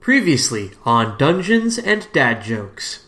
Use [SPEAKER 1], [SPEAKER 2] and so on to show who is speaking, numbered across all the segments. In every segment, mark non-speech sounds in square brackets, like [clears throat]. [SPEAKER 1] Previously on Dungeons and Dad Jokes.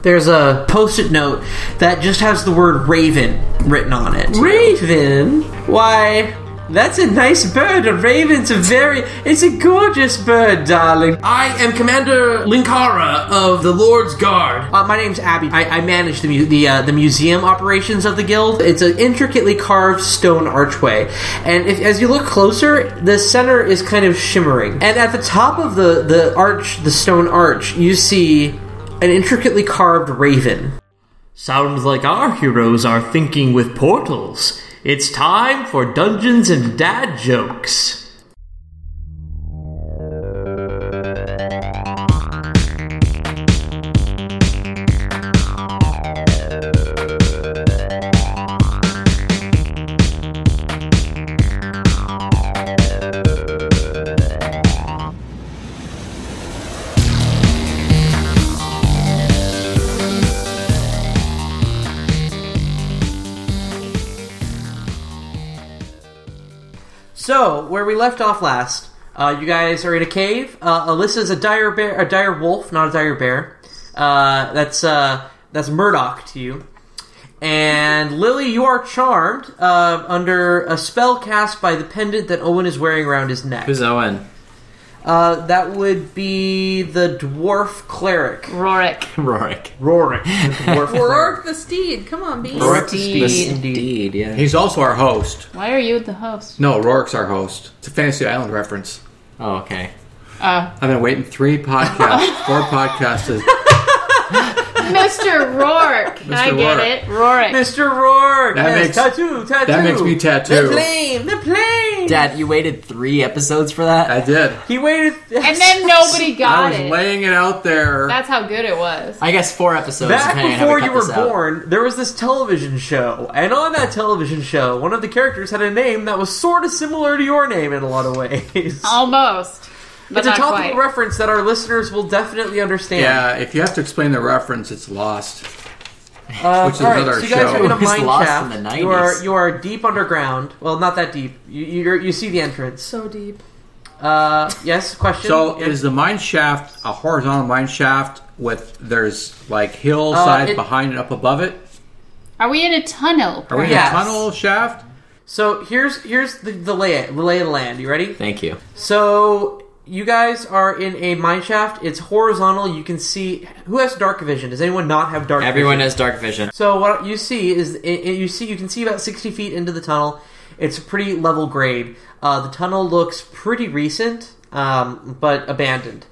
[SPEAKER 1] There's a post it note that just has the word raven written on it. Raven? Why, that's a nice bird. A raven's a very. It's a gorgeous bird, darling.
[SPEAKER 2] I am Commander Linkara of the Lord's Guard.
[SPEAKER 1] Uh, my name's Abby. I, I manage the mu- the, uh, the museum operations of the guild. It's an intricately carved stone archway, and if, as you look closer, the center is kind of shimmering. And at the top of the the arch, the stone arch, you see an intricately carved raven.
[SPEAKER 2] Sounds like our heroes are thinking with portals. It's time for Dungeons and Dad Jokes.
[SPEAKER 1] So where we left off last, uh, you guys are in a cave. Uh, Alyssa's a dire bear, a dire wolf, not a dire bear. Uh, that's uh, that's Murdoch to you. And Lily, you are charmed uh, under a spell cast by the pendant that Owen is wearing around his neck.
[SPEAKER 3] Who's Owen?
[SPEAKER 1] Uh, that would be the dwarf cleric.
[SPEAKER 4] Rorik.
[SPEAKER 3] Rorik.
[SPEAKER 1] Rorik. Dwarf cleric.
[SPEAKER 5] Rourke the steed. Come on, bees.
[SPEAKER 1] Rourke the
[SPEAKER 3] The
[SPEAKER 1] Steed, indeed.
[SPEAKER 3] steed, yeah.
[SPEAKER 6] He's also our host.
[SPEAKER 4] Why are you the host?
[SPEAKER 6] No, Rourke's our host. It's a Fantasy Island reference.
[SPEAKER 3] oh, okay.
[SPEAKER 4] Uh,
[SPEAKER 6] I've been waiting
[SPEAKER 4] [laughs]
[SPEAKER 6] three podcasts, four podcasts. to-
[SPEAKER 4] Mr. Rourke. I get
[SPEAKER 6] Rourke.
[SPEAKER 4] it. Rorik.
[SPEAKER 1] Mr. Rourke.
[SPEAKER 6] That
[SPEAKER 1] yes,
[SPEAKER 6] makes-
[SPEAKER 1] tattoo, tattoo.
[SPEAKER 6] that makes me
[SPEAKER 1] The
[SPEAKER 6] tattoo.
[SPEAKER 1] plane, the plane.
[SPEAKER 3] Dad, you waited three episodes for that?
[SPEAKER 6] I did.
[SPEAKER 1] He waited.
[SPEAKER 4] And then nobody
[SPEAKER 6] I
[SPEAKER 4] got
[SPEAKER 6] was
[SPEAKER 4] it.
[SPEAKER 6] laying it out there.
[SPEAKER 4] That's how good it was.
[SPEAKER 3] I guess four episodes.
[SPEAKER 1] Back
[SPEAKER 3] depending on how
[SPEAKER 1] before
[SPEAKER 3] we cut
[SPEAKER 1] you were
[SPEAKER 3] this out.
[SPEAKER 1] born, there was this television show, and on that television show, one of the characters had a name that was sort of similar to your name in a lot of ways.
[SPEAKER 4] Almost. Oh, But
[SPEAKER 1] it's a
[SPEAKER 4] not
[SPEAKER 1] topical
[SPEAKER 4] quite.
[SPEAKER 1] reference that our listeners will definitely understand.
[SPEAKER 6] yeah, if you have to explain the reference, it's lost.
[SPEAKER 1] Uh,
[SPEAKER 6] Which is
[SPEAKER 1] all right,
[SPEAKER 6] another
[SPEAKER 1] so you guys
[SPEAKER 6] show.
[SPEAKER 1] are in a
[SPEAKER 6] [laughs]
[SPEAKER 3] It was
[SPEAKER 1] mine
[SPEAKER 3] lost
[SPEAKER 1] shaft.
[SPEAKER 3] in the
[SPEAKER 1] You are
[SPEAKER 3] 90s.
[SPEAKER 1] you are deep underground. Well, not that deep. You you you see the entrance.
[SPEAKER 5] So deep.
[SPEAKER 1] Uh, yes. Question.
[SPEAKER 6] So
[SPEAKER 1] Yeah.
[SPEAKER 6] is the mine shaft a horizontal mine shaft with there's like
[SPEAKER 4] Uh,
[SPEAKER 6] hillsides
[SPEAKER 1] it-
[SPEAKER 6] behind and up above it?
[SPEAKER 4] Are we in a tunnel?
[SPEAKER 6] Are we in
[SPEAKER 1] Yes.
[SPEAKER 6] a tunnel shaft?
[SPEAKER 1] so here's here's the the lay the lay of the land. You ready?
[SPEAKER 3] Thank you.
[SPEAKER 1] So you guys are in a mine shaft. It's horizontal. You can see who has dark vision. Does anyone not have dark?
[SPEAKER 3] Everyone
[SPEAKER 1] vision?
[SPEAKER 3] has dark vision.
[SPEAKER 1] So what you see is i- i- you see you can see about sixty feet into the tunnel. It's a pretty level grade. Uh, the tunnel looks pretty recent, um, but abandoned.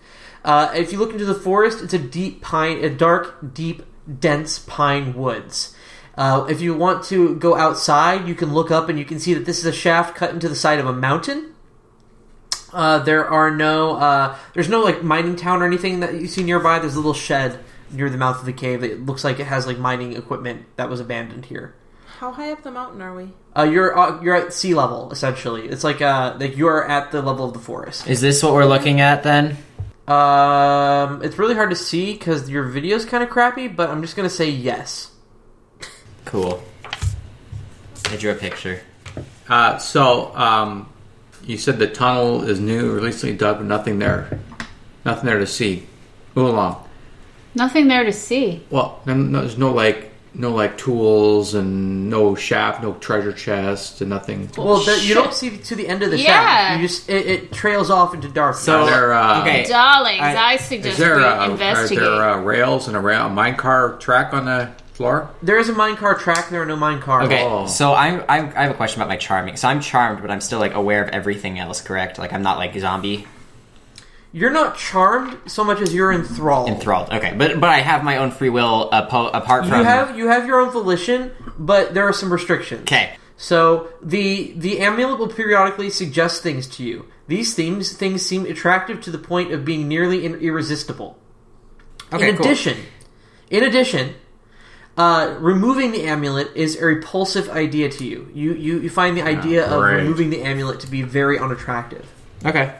[SPEAKER 1] Uh, if you look into the forest, it's a deep pine, a dark, deep, dense pine woods. Uh, if you want to go outside, you can look up and you can see that this is a shaft cut into the side of a mountain. Uh, there are no, uh, there's no like mining town or anything that you see nearby. There's a little shed near the mouth of the cave that looks like it has like mining equipment that was abandoned here.
[SPEAKER 5] How high up the mountain are we?
[SPEAKER 1] Uh, you're uh, you're at sea level essentially. It's like uh like you're at the level of the forest.
[SPEAKER 3] Is this what we're looking at then?
[SPEAKER 1] Um, it's really hard to see because your video's kind of crappy, but I'm just gonna say yes.
[SPEAKER 3] Cool. I drew a picture.
[SPEAKER 6] Uh, so um, you said the tunnel is new, recently dug, but nothing there, nothing there to see. Oolong.
[SPEAKER 4] Nothing there to see.
[SPEAKER 6] Well, no, no, there's no like, no like tools and no shaft, no treasure chest, and nothing.
[SPEAKER 1] Well, the, you
[SPEAKER 4] shit.
[SPEAKER 1] don't see to the end of the
[SPEAKER 4] Yeah.
[SPEAKER 1] shaft. You just it, it trails off into darkness.
[SPEAKER 3] So-
[SPEAKER 6] Are there, uh,
[SPEAKER 3] Okay.
[SPEAKER 4] Darlings,
[SPEAKER 3] I-
[SPEAKER 4] I,
[SPEAKER 6] Is
[SPEAKER 4] suggest
[SPEAKER 6] there
[SPEAKER 4] we
[SPEAKER 6] uh, are
[SPEAKER 4] investigate.
[SPEAKER 6] there uh, rails and a rail, a mine car track on the floor?
[SPEAKER 1] there is a mine car track. There are no mine cars.
[SPEAKER 3] Okay,
[SPEAKER 6] Oh.
[SPEAKER 3] so I'm, I'm I have a question about my charming. So I'm charmed, but I'm still like aware of everything else. Correct? Like I'm not like zombie
[SPEAKER 1] You're not charmed so much as you're enthralled.
[SPEAKER 3] enthralled. Okay, but but I have my own free will apo- apart
[SPEAKER 1] You
[SPEAKER 3] from.
[SPEAKER 1] have you have your own volition, but there are some restrictions.
[SPEAKER 3] okay,
[SPEAKER 1] So the the amulet will periodically suggest things to you. These themes things seem attractive to the point of being nearly in, irresistible.
[SPEAKER 3] Okay,
[SPEAKER 1] in
[SPEAKER 3] cool.
[SPEAKER 1] addition, in addition, uh, removing the amulet is a repulsive idea to you. You you, you
[SPEAKER 3] Ah,
[SPEAKER 1] find the idea of
[SPEAKER 6] great.
[SPEAKER 1] removing the amulet to be very unattractive.
[SPEAKER 3] Okay.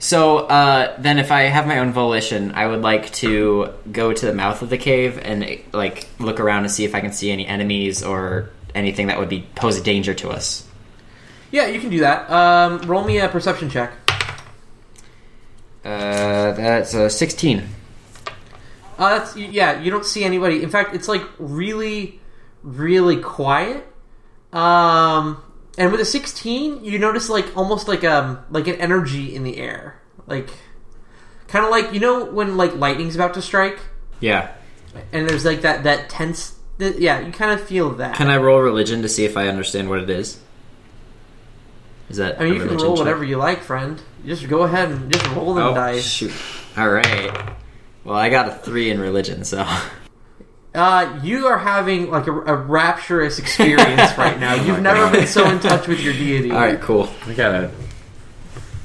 [SPEAKER 3] So uh, then, if I have my own volition, I would like to go to the mouth of the cave and like look around and see if I can see any enemies or anything that would be pose a danger to us.
[SPEAKER 1] Yeah, you can do that. Um, roll me a perception check.
[SPEAKER 3] Uh, that's uh, 16.
[SPEAKER 1] Uh, that's y- yeah. You don't see anybody. In fact, it's like really, really quiet. Um, and with a sixteen, you notice like almost like um like an energy in the air, like kind of like you know when like lightning's about to strike,
[SPEAKER 3] Yeah.
[SPEAKER 1] and there's like that that tense. th- yeah, you kind of feel that.
[SPEAKER 3] Can I roll religion to see if I understand what it is? Is that
[SPEAKER 1] I mean,
[SPEAKER 3] a
[SPEAKER 1] you can
[SPEAKER 3] religion
[SPEAKER 1] roll
[SPEAKER 3] check?
[SPEAKER 1] whatever you like, friend. You just go ahead and just roll them
[SPEAKER 3] Oh,
[SPEAKER 1] dice.
[SPEAKER 3] shoot. All right. Well, I got a three in religion, so [laughs]
[SPEAKER 1] Uh, you are having like a, a rapturous experience right now. You've never been so in touch with your deity.
[SPEAKER 3] all right, cool.
[SPEAKER 6] We gotta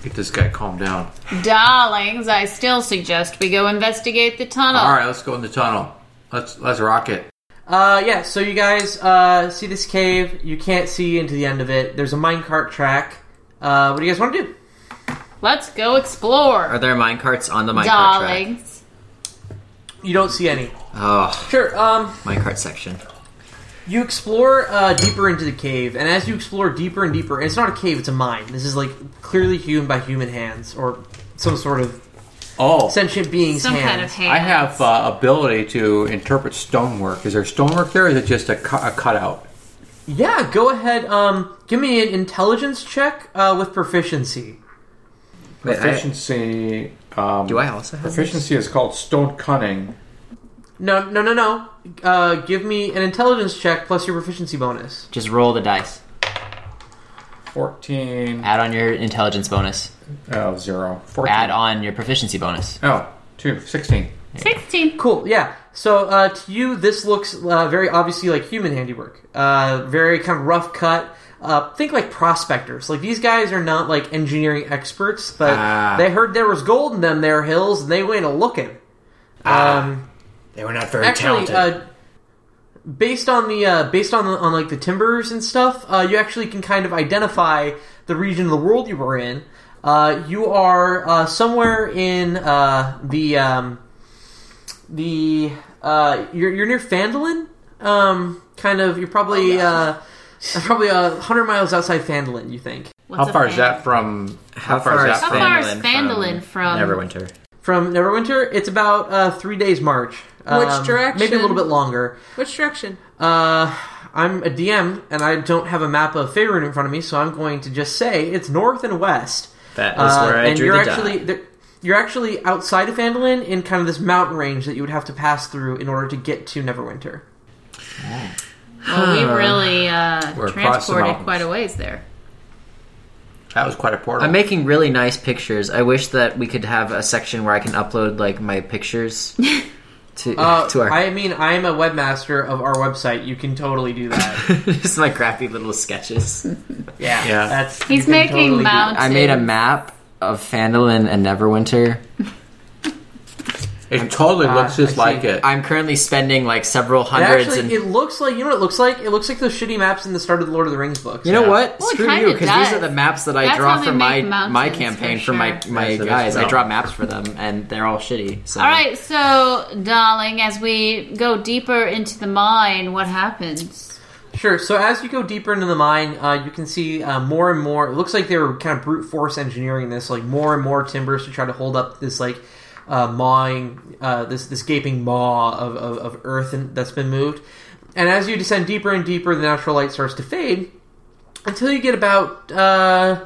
[SPEAKER 6] get this guy calmed down.
[SPEAKER 4] Darlings, I still suggest we go investigate the tunnel.
[SPEAKER 3] Oh.
[SPEAKER 6] All right, let's go in the tunnel. Let's let's rock it.
[SPEAKER 1] Uh, yeah, so you guys uh, see this cave. You can't see into the end of it. There's a minecart track. Uh, what do you guys want to do?
[SPEAKER 4] Let's go explore,
[SPEAKER 3] Are there mine carts on the mine cart track?
[SPEAKER 4] darlings.
[SPEAKER 1] You don't see any.
[SPEAKER 3] Oh,
[SPEAKER 1] Sure. Um,
[SPEAKER 3] mine cart section.
[SPEAKER 1] you explore uh, deeper into the cave, and as you explore deeper and deeper, and it's not a cave; it's a mine. This is like clearly hewn by human hands or some sort of
[SPEAKER 6] Oh,
[SPEAKER 1] sentient being's
[SPEAKER 4] Some
[SPEAKER 1] hands.
[SPEAKER 4] kind of hand.
[SPEAKER 6] I have uh, ability to interpret stonework. Is there stonework there, or is it just a, cu- a cutout?
[SPEAKER 1] Yeah, go ahead. Um, give me an intelligence check uh, with proficiency.
[SPEAKER 3] Wait, I-
[SPEAKER 6] Proficiency. um,
[SPEAKER 3] Do I also have
[SPEAKER 6] Proficiency is called stone cunning.
[SPEAKER 1] No, no, no, no. Uh, give me an intelligence check plus your proficiency bonus.
[SPEAKER 3] Just roll the dice.
[SPEAKER 6] Fourteen.
[SPEAKER 3] Add on your intelligence bonus.
[SPEAKER 6] Oh, zero. Fourteen.
[SPEAKER 3] Add on your proficiency bonus.
[SPEAKER 6] Oh, two. Sixteen.
[SPEAKER 4] 16.
[SPEAKER 1] Cool. Yeah. So uh, to you, this looks uh, very obviously like human handiwork. Uh, very kind of rough cut. Uh, think like prospectors. Like these guys are not like engineering experts, but
[SPEAKER 6] Ah.
[SPEAKER 1] they heard there was gold in them there hills, and they went a looking. Um,
[SPEAKER 6] They were not very
[SPEAKER 1] actually, Uh, based on the uh, based on the, on like the timbers and stuff, uh, you actually can kind of identify the region of the world you were in. Uh, you are uh, somewhere in uh, the um, the uh, you're, you're near Fandolin. Um, kind of, you're
[SPEAKER 5] Oh,
[SPEAKER 1] probably uh, [laughs] probably a hundred miles outside Fandolin. You think
[SPEAKER 4] What's
[SPEAKER 6] how
[SPEAKER 4] a
[SPEAKER 6] far is
[SPEAKER 4] fan-
[SPEAKER 6] that from? How, far, is that
[SPEAKER 4] How
[SPEAKER 6] from?
[SPEAKER 4] far is Fandolin from-
[SPEAKER 3] Neverwinter?
[SPEAKER 1] from Neverwinter? It's about uh, three days march.
[SPEAKER 5] Which
[SPEAKER 1] Um, Maybe a
[SPEAKER 5] direction?
[SPEAKER 1] little bit longer.
[SPEAKER 5] Which direction?
[SPEAKER 1] Uh, I'm a DM and I don't have a map of Faerun in front of me, so I'm going to just say it's north and west.
[SPEAKER 3] That
[SPEAKER 1] Uh,
[SPEAKER 3] is where I
[SPEAKER 1] and
[SPEAKER 3] drew
[SPEAKER 1] you're
[SPEAKER 3] the
[SPEAKER 1] actually
[SPEAKER 3] die.
[SPEAKER 1] there- you're actually outside of Andolin in kind of this mountain range that you would have to pass through in order to get to Neverwinter.
[SPEAKER 4] Well, we really uh,
[SPEAKER 6] We're across the
[SPEAKER 4] transported
[SPEAKER 6] mountains.
[SPEAKER 4] quite a ways there.
[SPEAKER 6] That was quite a portal.
[SPEAKER 3] I'm making really nice pictures. I wish that we could have a section where I can upload like my [laughs] pictures to
[SPEAKER 1] Uh,
[SPEAKER 3] to our.
[SPEAKER 1] I mean, I'm a webmaster of our website. You can totally do that.
[SPEAKER 3] [laughs] [laughs] just my crappy little sketches.
[SPEAKER 1] Yeah,
[SPEAKER 6] Yeah.
[SPEAKER 1] That's you
[SPEAKER 4] He's
[SPEAKER 1] can
[SPEAKER 4] making
[SPEAKER 1] totally do that.
[SPEAKER 4] mountains.
[SPEAKER 3] I made a map of Fandolin and Neverwinter.
[SPEAKER 6] it totally
[SPEAKER 1] Ah,
[SPEAKER 6] looks just
[SPEAKER 1] I see.
[SPEAKER 6] like it.
[SPEAKER 3] I'm currently spending like several
[SPEAKER 1] It
[SPEAKER 3] hundreds.
[SPEAKER 1] actually,
[SPEAKER 3] and
[SPEAKER 1] it looks like you know what it looks like. It looks like those shitty maps in the start of the Lord of the Rings books.
[SPEAKER 3] you know
[SPEAKER 6] Yeah.
[SPEAKER 3] what?
[SPEAKER 4] Well, it
[SPEAKER 3] Screw
[SPEAKER 4] kinda
[SPEAKER 3] you, because these
[SPEAKER 4] does.
[SPEAKER 3] are the maps that I
[SPEAKER 4] That's how
[SPEAKER 3] draw
[SPEAKER 4] we
[SPEAKER 3] for my
[SPEAKER 4] make
[SPEAKER 3] my
[SPEAKER 4] mountains,
[SPEAKER 3] campaign
[SPEAKER 4] for
[SPEAKER 3] for, my
[SPEAKER 4] sure.
[SPEAKER 3] my
[SPEAKER 6] Yeah, so
[SPEAKER 3] guys.
[SPEAKER 6] that's-
[SPEAKER 3] I draw maps for them, and they're all shitty. So.
[SPEAKER 4] All right, so, darling, as we go deeper into the mine, what happens?
[SPEAKER 1] Sure. So as you go deeper into the mine, uh, you can see uh, more and more. It looks like they were kind of brute force engineering this, like more and more timbers to try to hold up this like uh, mawing, uh, this this gaping maw of, of, of earth and, that's been moved. And as you descend deeper and deeper, the natural light starts to fade until you get about. Uh,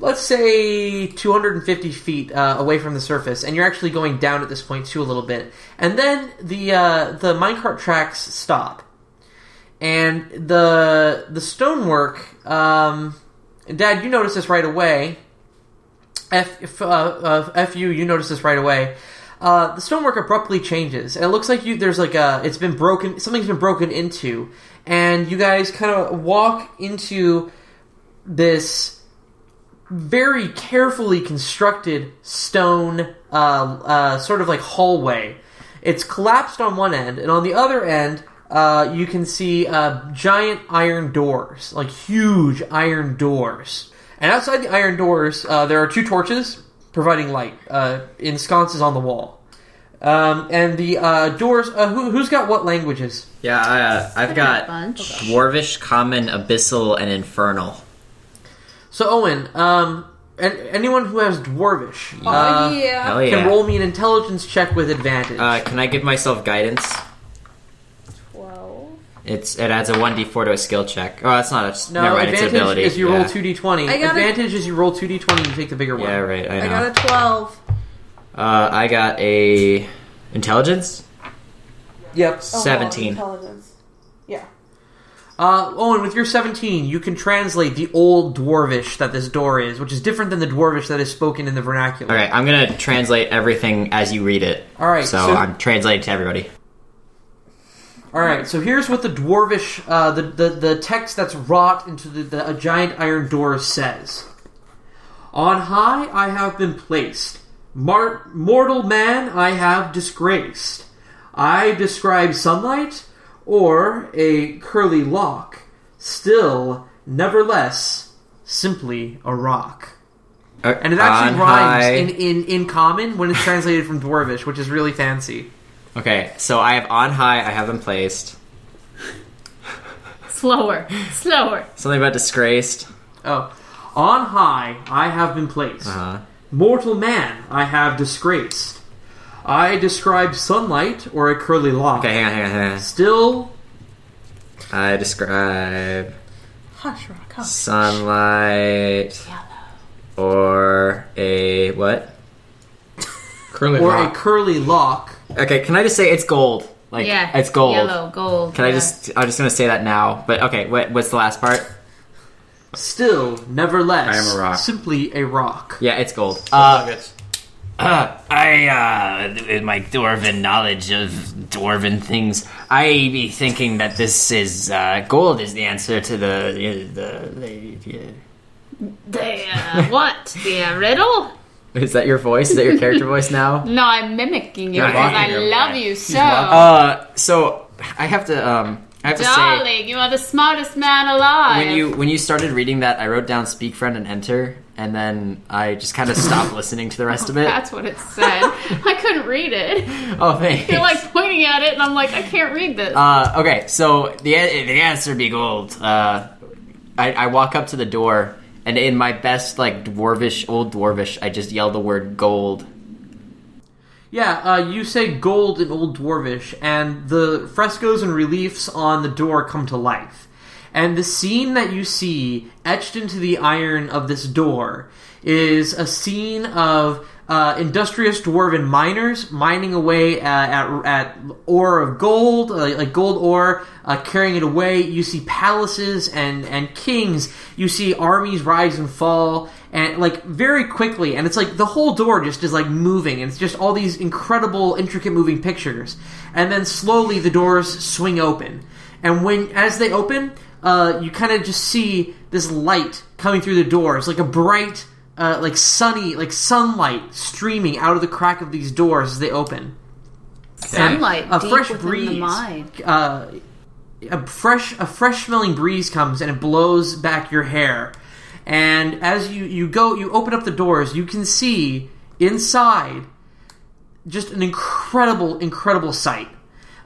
[SPEAKER 1] Let's say 250 feet uh, away from the surface, and you're actually going down at this point too a little bit. And then the uh, the minecart tracks stop, and the the stonework um, dad you notice this right away F, F, uh, uh, fu you notice this right away uh, the stonework abruptly changes and it looks like you there's like a it's been broken something's been broken into and you guys kind of walk into this very carefully constructed stone uh, uh, sort of like hallway. It's collapsed on one end, and on the other end, uh, you can see uh, giant iron doors, like huge iron doors. And outside the iron doors, uh, there are two torches providing light uh, in sconces on the wall. Um, and the uh, doors. Uh, who, who's got what languages?
[SPEAKER 3] Yeah, I, uh, I've
[SPEAKER 4] A
[SPEAKER 3] got
[SPEAKER 4] bunch.
[SPEAKER 3] dwarvish, common, abyssal, and infernal.
[SPEAKER 1] So Owen, um, an- anyone who has dwarvish
[SPEAKER 5] Oh,
[SPEAKER 1] uh,
[SPEAKER 5] yeah.
[SPEAKER 3] Hell yeah.
[SPEAKER 1] can roll me an intelligence check with advantage.
[SPEAKER 3] Uh, can I give myself guidance?
[SPEAKER 5] 12.
[SPEAKER 3] It's it adds a one d four to a skill check. Oh, that's not a s-
[SPEAKER 1] no,
[SPEAKER 3] never mind. It's
[SPEAKER 1] advantage
[SPEAKER 3] ability.
[SPEAKER 1] is you
[SPEAKER 3] yeah.
[SPEAKER 1] roll two d twenty.
[SPEAKER 5] I got it.
[SPEAKER 1] Advantage is you roll two d twenty and take the bigger one.
[SPEAKER 3] Yeah, right. I
[SPEAKER 5] I
[SPEAKER 3] know.
[SPEAKER 5] got a 12.
[SPEAKER 3] uh, I got a intelligence
[SPEAKER 1] Yep.
[SPEAKER 5] Oh,
[SPEAKER 3] seventeen.
[SPEAKER 5] Intelligence. Yeah.
[SPEAKER 1] Uh, Owen, with your 17, you can translate the old dwarvish that this door is, which is different than the dwarvish that is spoken in the vernacular.
[SPEAKER 3] All right, I'm gonna translate everything as you read it.
[SPEAKER 1] All right,
[SPEAKER 3] so,
[SPEAKER 1] so-
[SPEAKER 3] I'm translating to everybody.
[SPEAKER 1] All right, so here's what the dwarvish, uh, the, the, the text that's wrought into the, the a giant iron door says On high I have been placed, Mar- mortal man I have disgraced. I describe sunlight or a curly lock, still, nevertheless, simply a rock. And it actually
[SPEAKER 3] On
[SPEAKER 1] rhymes
[SPEAKER 3] high-
[SPEAKER 1] in, in, in common when it's translated from Dwarvish, which is really fancy.
[SPEAKER 3] Okay, so I have on high. I have been placed.
[SPEAKER 4] Slower, slower.
[SPEAKER 3] Something about disgraced.
[SPEAKER 1] Oh. On high I have been placed.
[SPEAKER 3] Uh-huh.
[SPEAKER 1] Mortal man I have disgraced. I describe sunlight or a curly lock.
[SPEAKER 3] Okay, hang on, hang on, hang on.
[SPEAKER 1] Still
[SPEAKER 3] I describe
[SPEAKER 5] Hush, Rock, hush.
[SPEAKER 3] sunlight or a what?
[SPEAKER 6] Curly
[SPEAKER 1] or a
[SPEAKER 6] rock.
[SPEAKER 1] curly lock.
[SPEAKER 3] Okay, can I just say it's gold? Like
[SPEAKER 4] yeah,
[SPEAKER 3] it's gold.
[SPEAKER 4] Yellow, gold.
[SPEAKER 3] Can I
[SPEAKER 4] yeah.
[SPEAKER 3] just? I'm just gonna say that now. But okay, what, what's the last part?
[SPEAKER 1] Still, nevertheless,
[SPEAKER 6] I am a rock.
[SPEAKER 1] simply a rock.
[SPEAKER 3] Yeah, it's gold.
[SPEAKER 6] Uh,
[SPEAKER 3] Uh, [clears throat]
[SPEAKER 6] nuggets.
[SPEAKER 3] uh,
[SPEAKER 7] I, uh, in my dwarven knowledge of dwarven things, I be thinking that this is, uh, gold is the answer to the, the, the,
[SPEAKER 4] The, uh,
[SPEAKER 3] [laughs]
[SPEAKER 4] what? The uh, riddle?
[SPEAKER 3] is that your voice? Is that your
[SPEAKER 4] [laughs]
[SPEAKER 3] character voice now?
[SPEAKER 4] No, I'm mimicking you
[SPEAKER 3] You're
[SPEAKER 4] because I
[SPEAKER 6] mocking him.
[SPEAKER 4] love you so.
[SPEAKER 3] Uh, so I have to. Um, I have to say
[SPEAKER 4] Darling, you are the smartest man alive.
[SPEAKER 3] when you when you started reading that, I wrote down "speak friend" and "enter," and then I just kind of stopped listening to the rest of it.
[SPEAKER 4] [laughs] That's what it
[SPEAKER 3] [laughs]
[SPEAKER 4] said. I couldn't read it.
[SPEAKER 3] Oh, thanks.
[SPEAKER 4] You're like pointing at it, and I'm like, I can't read this.
[SPEAKER 3] Uh, okay, so the the answer be gold. Uh, I, I walk up to the door, and in my best like dwarvish, old dwarvish, I just yell the word gold.
[SPEAKER 1] Yeah, uh, you say gold in Old Dwarvish, and the frescoes and reliefs on the door come to life. And the scene that you see etched into the iron of this door is a scene of uh, industrious dwarven miners mining away uh, at, at ore of gold, uh, like gold ore, uh, carrying it away. You see palaces and, and kings. You see armies rise and fall, and like very quickly. And it's like the whole door just is like moving, and it's just all these incredible, intricate moving pictures. And then slowly the doors swing open, and when as they open, uh, you kind of just see this light coming through the doors, like a bright, uh, like sunny, like sunlight streaming out of the crack of these doors as they open
[SPEAKER 4] Sunlight,
[SPEAKER 1] a
[SPEAKER 4] deep
[SPEAKER 1] fresh
[SPEAKER 4] within
[SPEAKER 1] breeze,
[SPEAKER 4] the mind.
[SPEAKER 1] Uh, a fresh, a fresh smelling breeze comes and it blows back your hair. And as you you go, you open up the doors. You can see inside just an incredible, incredible sight.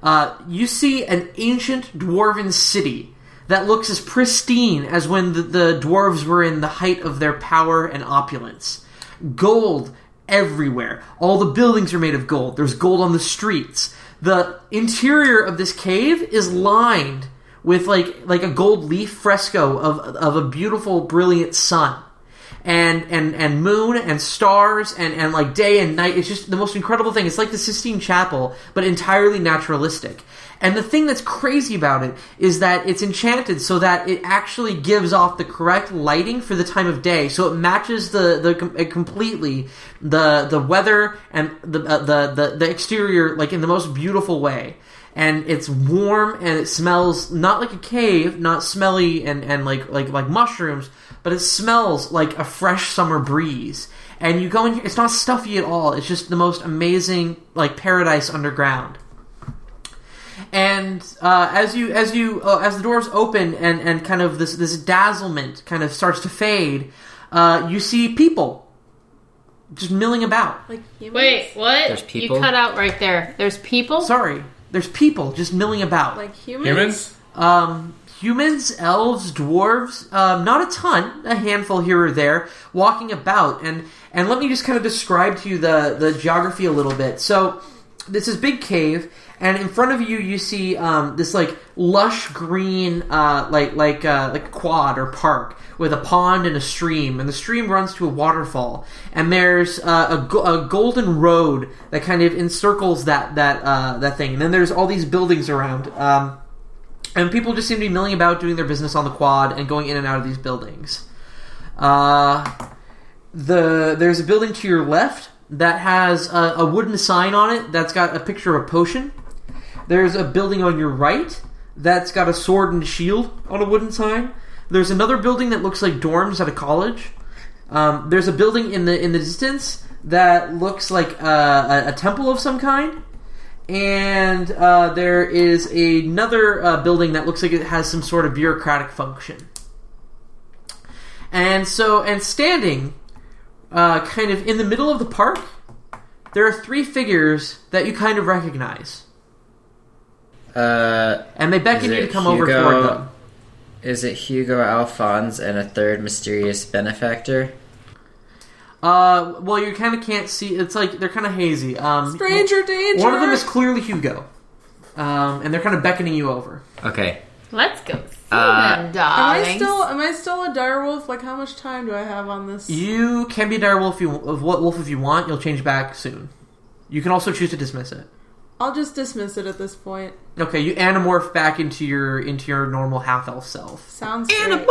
[SPEAKER 1] Uh, you see an ancient dwarven city that looks as pristine as when the, the dwarves were in the height of their power and opulence. Gold everywhere. All the buildings are made of gold. There's gold on the streets. The interior of this cave is lined with like like a gold leaf fresco of of a beautiful, brilliant sun and and and moon and stars and and like day and night it's just the most incredible thing it's like the sistine chapel but entirely naturalistic and the thing that's crazy about it is that it's enchanted so that it actually gives off the correct lighting for the time of day so it matches the the com- it completely the the weather and the, uh, the the the exterior like in the most beautiful way and it's warm and it smells not like a cave, not smelly and, and like like like mushrooms, but it smells like a fresh summer breeze. And you go in here, it's not stuffy at all. It's just the most amazing like paradise underground. And uh, as you as you uh, as the doors open and and kind of this this dazzlement kind of starts to fade, uh, you see people just milling about.
[SPEAKER 5] Like humans?
[SPEAKER 4] Wait, what?
[SPEAKER 3] There's people?
[SPEAKER 4] You cut out right there. There's people.
[SPEAKER 1] Sorry, there's people just milling about.
[SPEAKER 5] Like humans?
[SPEAKER 6] Humans?
[SPEAKER 1] Um, humans, elves, dwarves, um, not a ton, a handful here or there, walking about. And, and let me just kind of describe to you the, the geography a little bit. So, this is big cave, and in front of you, you see um, this like lush green, uh, like like uh, like quad or park with a pond and a stream, and the stream runs to a waterfall. And there's uh, a, go- a golden road that kind of encircles that that uh, that thing. And then there's all these buildings around. Um, and people just seem to be milling about doing their business on the quad and going in and out of these buildings. Uh, the there's a building to your left that has a, a wooden sign on it that's got a picture of a potion. There's a building on your right that's got a sword and shield on a wooden sign. There's another building that looks like dorms at a college. Um, there's a building in the in the distance that looks like a, a, a temple of some kind. And uh, there is another uh, building that looks like it has some sort of bureaucratic function. And so, and standing uh, kind of in the middle of the park, there are three figures that you kind of recognize,
[SPEAKER 3] Uh,
[SPEAKER 1] and they beckon
[SPEAKER 3] Is
[SPEAKER 1] you to
[SPEAKER 3] it
[SPEAKER 1] come over
[SPEAKER 3] Hugo?
[SPEAKER 1] toward them.
[SPEAKER 3] is it Hugo Alphonse and a third mysterious benefactor?
[SPEAKER 1] Uh, well, you kind of can't see. It's like they're kind of hazy. Um,
[SPEAKER 5] Stranger danger.
[SPEAKER 1] One of them is clearly Hugo, um, and they're kind of beckoning you over.
[SPEAKER 3] Okay.
[SPEAKER 4] Let's go see
[SPEAKER 3] Uh,
[SPEAKER 4] them,
[SPEAKER 5] Am
[SPEAKER 4] darlings.
[SPEAKER 5] I still am I still a direwolf? Like how much time do I have on this?
[SPEAKER 1] You can be a direwolf. If you of what wolf if you want. You'll change back soon. You can also choose to dismiss it.
[SPEAKER 5] I'll just dismiss it at this point.
[SPEAKER 1] Okay, you animorph back into your into your normal half elf self.
[SPEAKER 3] [laughs]
[SPEAKER 5] Sounds great.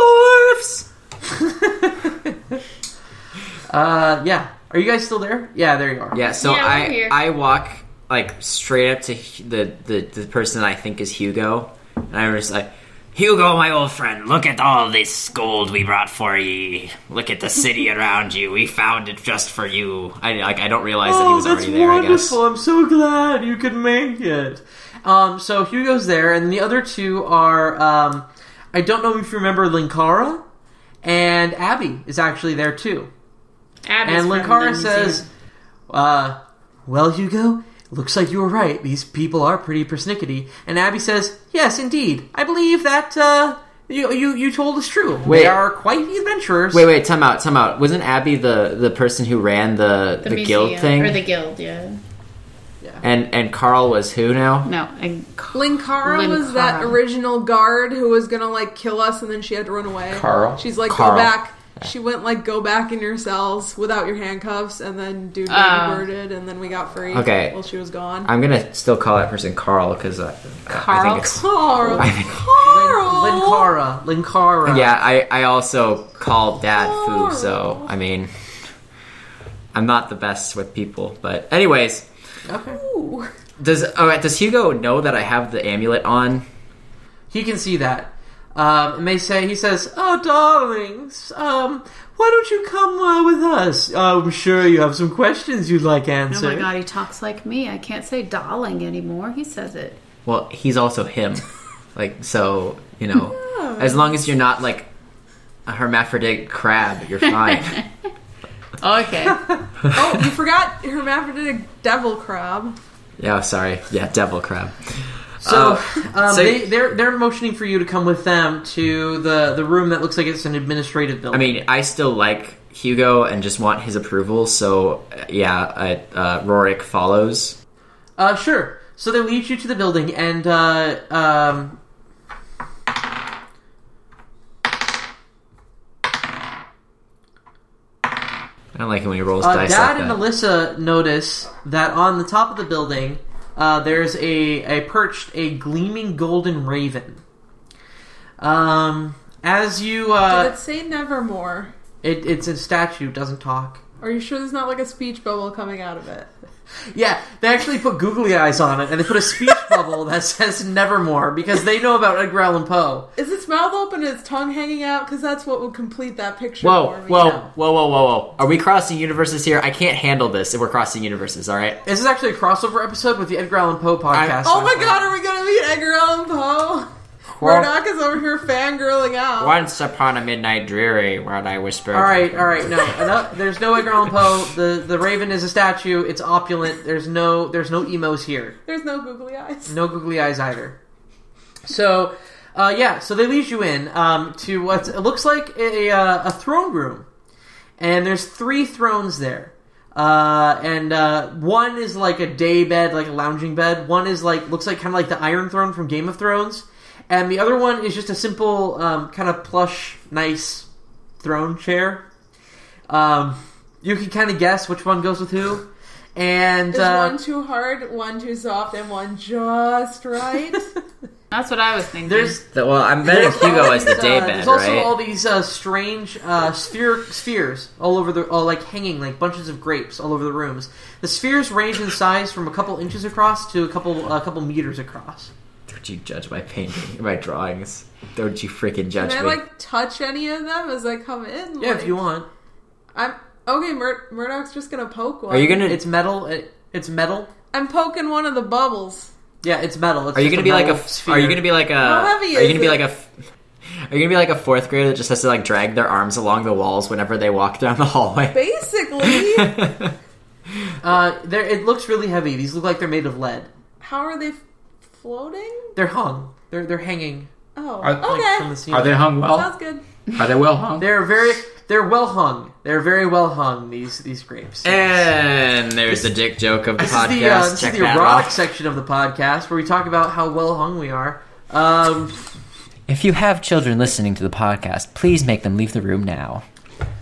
[SPEAKER 1] Uh, yeah. Are you guys still there? Yeah, there you are.
[SPEAKER 3] Yeah, so
[SPEAKER 4] Yeah, we're
[SPEAKER 3] I
[SPEAKER 4] here.
[SPEAKER 3] I walk like straight up to Hu- the, the the person I think is Hugo, and I'm just like,
[SPEAKER 7] Hugo, my old friend, look at all this gold we brought for ye. Look at the
[SPEAKER 4] [laughs]
[SPEAKER 7] city around you. We found it just for you.
[SPEAKER 3] I like I don't realize that he
[SPEAKER 4] Oh,
[SPEAKER 3] was already there.
[SPEAKER 1] Oh, wonderful! I'm so glad you could make it. Um, so Hugo's there, and the other two are. Um, I don't know if you remember Linkara, and Abby is actually there too.
[SPEAKER 4] Abby's
[SPEAKER 1] and
[SPEAKER 4] from
[SPEAKER 1] Linkara
[SPEAKER 4] the
[SPEAKER 1] says,
[SPEAKER 4] museum.
[SPEAKER 1] uh, "Well, Hugo, looks like you were right. These people are pretty persnickety." And Abby says, "Yes, indeed. I believe that uh, you, you you told us true.
[SPEAKER 3] Wait.
[SPEAKER 1] They are quite adventurers."
[SPEAKER 3] Wait, wait, time out, time out. Wasn't Abby the the person who ran the the, guild
[SPEAKER 4] museum,
[SPEAKER 3] thing?
[SPEAKER 4] or the guild, yeah.
[SPEAKER 3] and and Carl was who now?
[SPEAKER 4] No, and
[SPEAKER 5] Linkara, was that
[SPEAKER 4] Linkara.
[SPEAKER 5] original guard who was gonna like kill us and then she had to run away.
[SPEAKER 6] Carl?
[SPEAKER 5] She's like,
[SPEAKER 3] Carl.
[SPEAKER 5] go back. She went like, go back in your cells without your handcuffs, and then dude baby
[SPEAKER 4] Oh.
[SPEAKER 5] birded, and then we got free.
[SPEAKER 3] Okay.
[SPEAKER 5] Well, she was gone.
[SPEAKER 3] I'm gonna still call that person Carl because I, I
[SPEAKER 4] Carl?
[SPEAKER 3] think it's
[SPEAKER 5] Carl.
[SPEAKER 3] I think-
[SPEAKER 5] Carl.
[SPEAKER 1] Linkara, Linkara.
[SPEAKER 3] yeah. I I also call Dad Foo, so I mean, I'm not the best with people, but anyways.
[SPEAKER 1] Okay.
[SPEAKER 5] Ooh.
[SPEAKER 3] Does all right? Does Hugo know that I have the amulet on?
[SPEAKER 1] He can see that. Um, and they say, he says, "Oh, darlings, um, why don't you come uh, with us? I'm sure you have some questions you'd like
[SPEAKER 4] oh
[SPEAKER 1] answered."
[SPEAKER 4] my god, he talks like me. I can't say darling anymore. He says it.
[SPEAKER 3] Well, he's
[SPEAKER 1] [laughs]
[SPEAKER 3] also him. like so, you know, as long as you're not like a hermaphrodite crab, you're fine.
[SPEAKER 1] [laughs]
[SPEAKER 4] Okay.
[SPEAKER 5] Oh, you forgot hermaphroditic devil crab.
[SPEAKER 3] yeah, sorry. Yeah, devil crab.
[SPEAKER 1] So, um,
[SPEAKER 3] Oh, so-
[SPEAKER 1] they, they're they're motioning for you to come with them to the the room that looks like it's an administrative
[SPEAKER 3] I
[SPEAKER 1] building.
[SPEAKER 3] mean, I still like Hugo and just want his approval. So uh, yeah, I, uh, Rorik follows.
[SPEAKER 1] uh, sure. So they lead you to the building, and uh, um,
[SPEAKER 3] I don't like it when he rolls
[SPEAKER 1] uh,
[SPEAKER 3] dice
[SPEAKER 1] Dad
[SPEAKER 3] like
[SPEAKER 1] and
[SPEAKER 3] that.
[SPEAKER 1] Alyssa notice that on the top of the building, uh, there's a, a perched a gleaming golden raven. Um, as you uh,
[SPEAKER 5] Did it say nevermore?
[SPEAKER 1] It, it's a statue, doesn't talk.
[SPEAKER 5] Are you sure there's not like a speech bubble coming out of it?
[SPEAKER 1] Yeah, they actually put googly eyes on it, and they put a speech bubble that says "Nevermore" because they know about Edgar Allan Poe.
[SPEAKER 5] Is its mouth open and its tongue hanging out? Because that's what would complete that picture
[SPEAKER 3] Whoa,
[SPEAKER 5] for me.
[SPEAKER 3] whoa, whoa, whoa, whoa, whoa. Are we crossing universes here? I can't handle this if we're crossing universes, alright?
[SPEAKER 1] This is actually a crossover episode with the Edgar Allan Poe podcast.
[SPEAKER 5] Oh my god, are we gonna meet Edgar Allan Poe? Murdoch is over here fangirling out.
[SPEAKER 3] Once upon a midnight dreary, when I whispered.
[SPEAKER 1] All right, all right, no, enough- there's no Edgar Allan Poe. The the Raven is a statue. It's opulent. There's no there's no emos here.
[SPEAKER 5] There's no googly eyes.
[SPEAKER 1] No googly eyes either. So Uh, yeah, so they lead you in um, to what it looks like a, uh, a throne room, and there's three thrones there. Uh, and uh, one is like a day bed, like a lounging bed. One is like looks like kind of like the Iron Throne from Game of Thrones, and the other one is just a simple um, kind of plush, nice throne chair. Um, you can kind of guess which one goes with who, and
[SPEAKER 5] Is
[SPEAKER 1] uh,
[SPEAKER 5] one too hard, one too soft, and one just
[SPEAKER 1] [laughs]
[SPEAKER 5] right?
[SPEAKER 4] [laughs] That's what I was thinking.
[SPEAKER 1] there's
[SPEAKER 3] The- well, I'm betting Hugo as the
[SPEAKER 1] Uh,
[SPEAKER 3] day bed,
[SPEAKER 1] There's also
[SPEAKER 3] right?
[SPEAKER 1] all these uh, strange uh, sphere spheres all over the, all like hanging like bunches of grapes all over the rooms. The spheres range in size from a couple inches across to a couple a couple meters across.
[SPEAKER 3] Don't you judge my painting, my drawings? Don't you freaking judge
[SPEAKER 5] Can
[SPEAKER 3] me?
[SPEAKER 5] I like touch any of them as I come in?
[SPEAKER 1] Yeah, if
[SPEAKER 5] Like,
[SPEAKER 1] you want,
[SPEAKER 5] I'm okay. Mur- Murdoch's just gonna poke one.
[SPEAKER 3] Are you gonna?
[SPEAKER 1] it's metal. It, it's metal.
[SPEAKER 5] I'm poking one of the bubbles.
[SPEAKER 1] Yeah, it's metal. It's
[SPEAKER 3] are you
[SPEAKER 1] just
[SPEAKER 3] gonna be like a?
[SPEAKER 1] metal
[SPEAKER 3] f-
[SPEAKER 1] Sphere.
[SPEAKER 3] Are you gonna be like a?
[SPEAKER 5] How heavy
[SPEAKER 3] are you
[SPEAKER 5] is
[SPEAKER 3] gonna be
[SPEAKER 5] it?
[SPEAKER 3] like a? f- Are you gonna be like a fourth grader that just has to like drag their arms along the walls whenever they walk down the hallway?
[SPEAKER 5] Basically,
[SPEAKER 6] [laughs]
[SPEAKER 1] Uh, there, it looks really heavy. These look like they're made of lead.
[SPEAKER 5] how are they f- floating?
[SPEAKER 1] They're hung. They're they're hanging.
[SPEAKER 5] Oh,
[SPEAKER 6] Are-
[SPEAKER 1] Like,
[SPEAKER 5] okay.
[SPEAKER 1] from the ceiling.
[SPEAKER 6] Are they hung well?
[SPEAKER 5] Sounds good.
[SPEAKER 6] Are they well hung?
[SPEAKER 1] They're very. They're well hung. They're very well hung. These these grapes.
[SPEAKER 3] [laughs] And there's the dick joke of the
[SPEAKER 1] This is the, uh,
[SPEAKER 3] podcast.
[SPEAKER 1] this is
[SPEAKER 3] Check
[SPEAKER 1] the
[SPEAKER 3] that
[SPEAKER 1] erotic
[SPEAKER 3] off.
[SPEAKER 1] section of the podcast where we talk about how well hung we are. Um,
[SPEAKER 3] If you have children listening to the podcast, please make them leave the room now.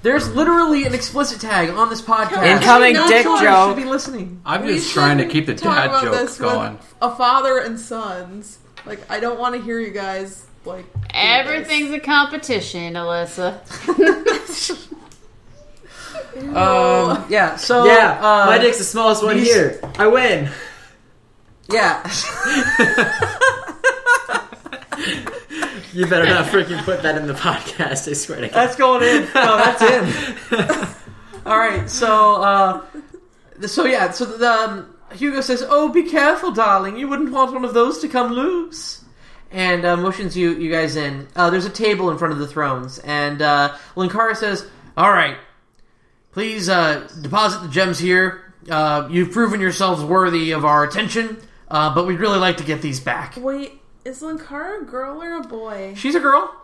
[SPEAKER 1] there's literally an explicit tag on this podcast.
[SPEAKER 3] Incoming
[SPEAKER 1] no
[SPEAKER 3] dick
[SPEAKER 1] children
[SPEAKER 3] joke.
[SPEAKER 1] should be listening.
[SPEAKER 6] I'm
[SPEAKER 5] We
[SPEAKER 6] just trying to
[SPEAKER 5] shouldn't
[SPEAKER 6] keep the
[SPEAKER 5] talk
[SPEAKER 6] dad
[SPEAKER 5] about
[SPEAKER 6] jokes
[SPEAKER 5] this with
[SPEAKER 6] going.
[SPEAKER 5] A father and sons. Like I don't want to hear you guys like do this.
[SPEAKER 4] Everything's a competition, Alyssa.
[SPEAKER 1] Um, yeah. So uh,
[SPEAKER 3] the smallest one
[SPEAKER 1] these-
[SPEAKER 3] I win.
[SPEAKER 1] Yeah. [laughs]
[SPEAKER 3] You better not freaking put that in the [laughs] podcast. I swear to God.
[SPEAKER 1] That's going in. No, that's in. All right. So, uh, so yeah. So the, um, Hugo says, "Oh, be careful, darling. You wouldn't want one of those to come loose." And uh, motions you you guys in. Uh, there's a table in front of the thrones, and uh, Linkara says, "All right, please uh, deposit the gems here. Uh, you've proven yourselves worthy of our attention, uh, but we'd really like to get these back."
[SPEAKER 5] Wait, is Linkara a girl or a boy?
[SPEAKER 1] She's a girl,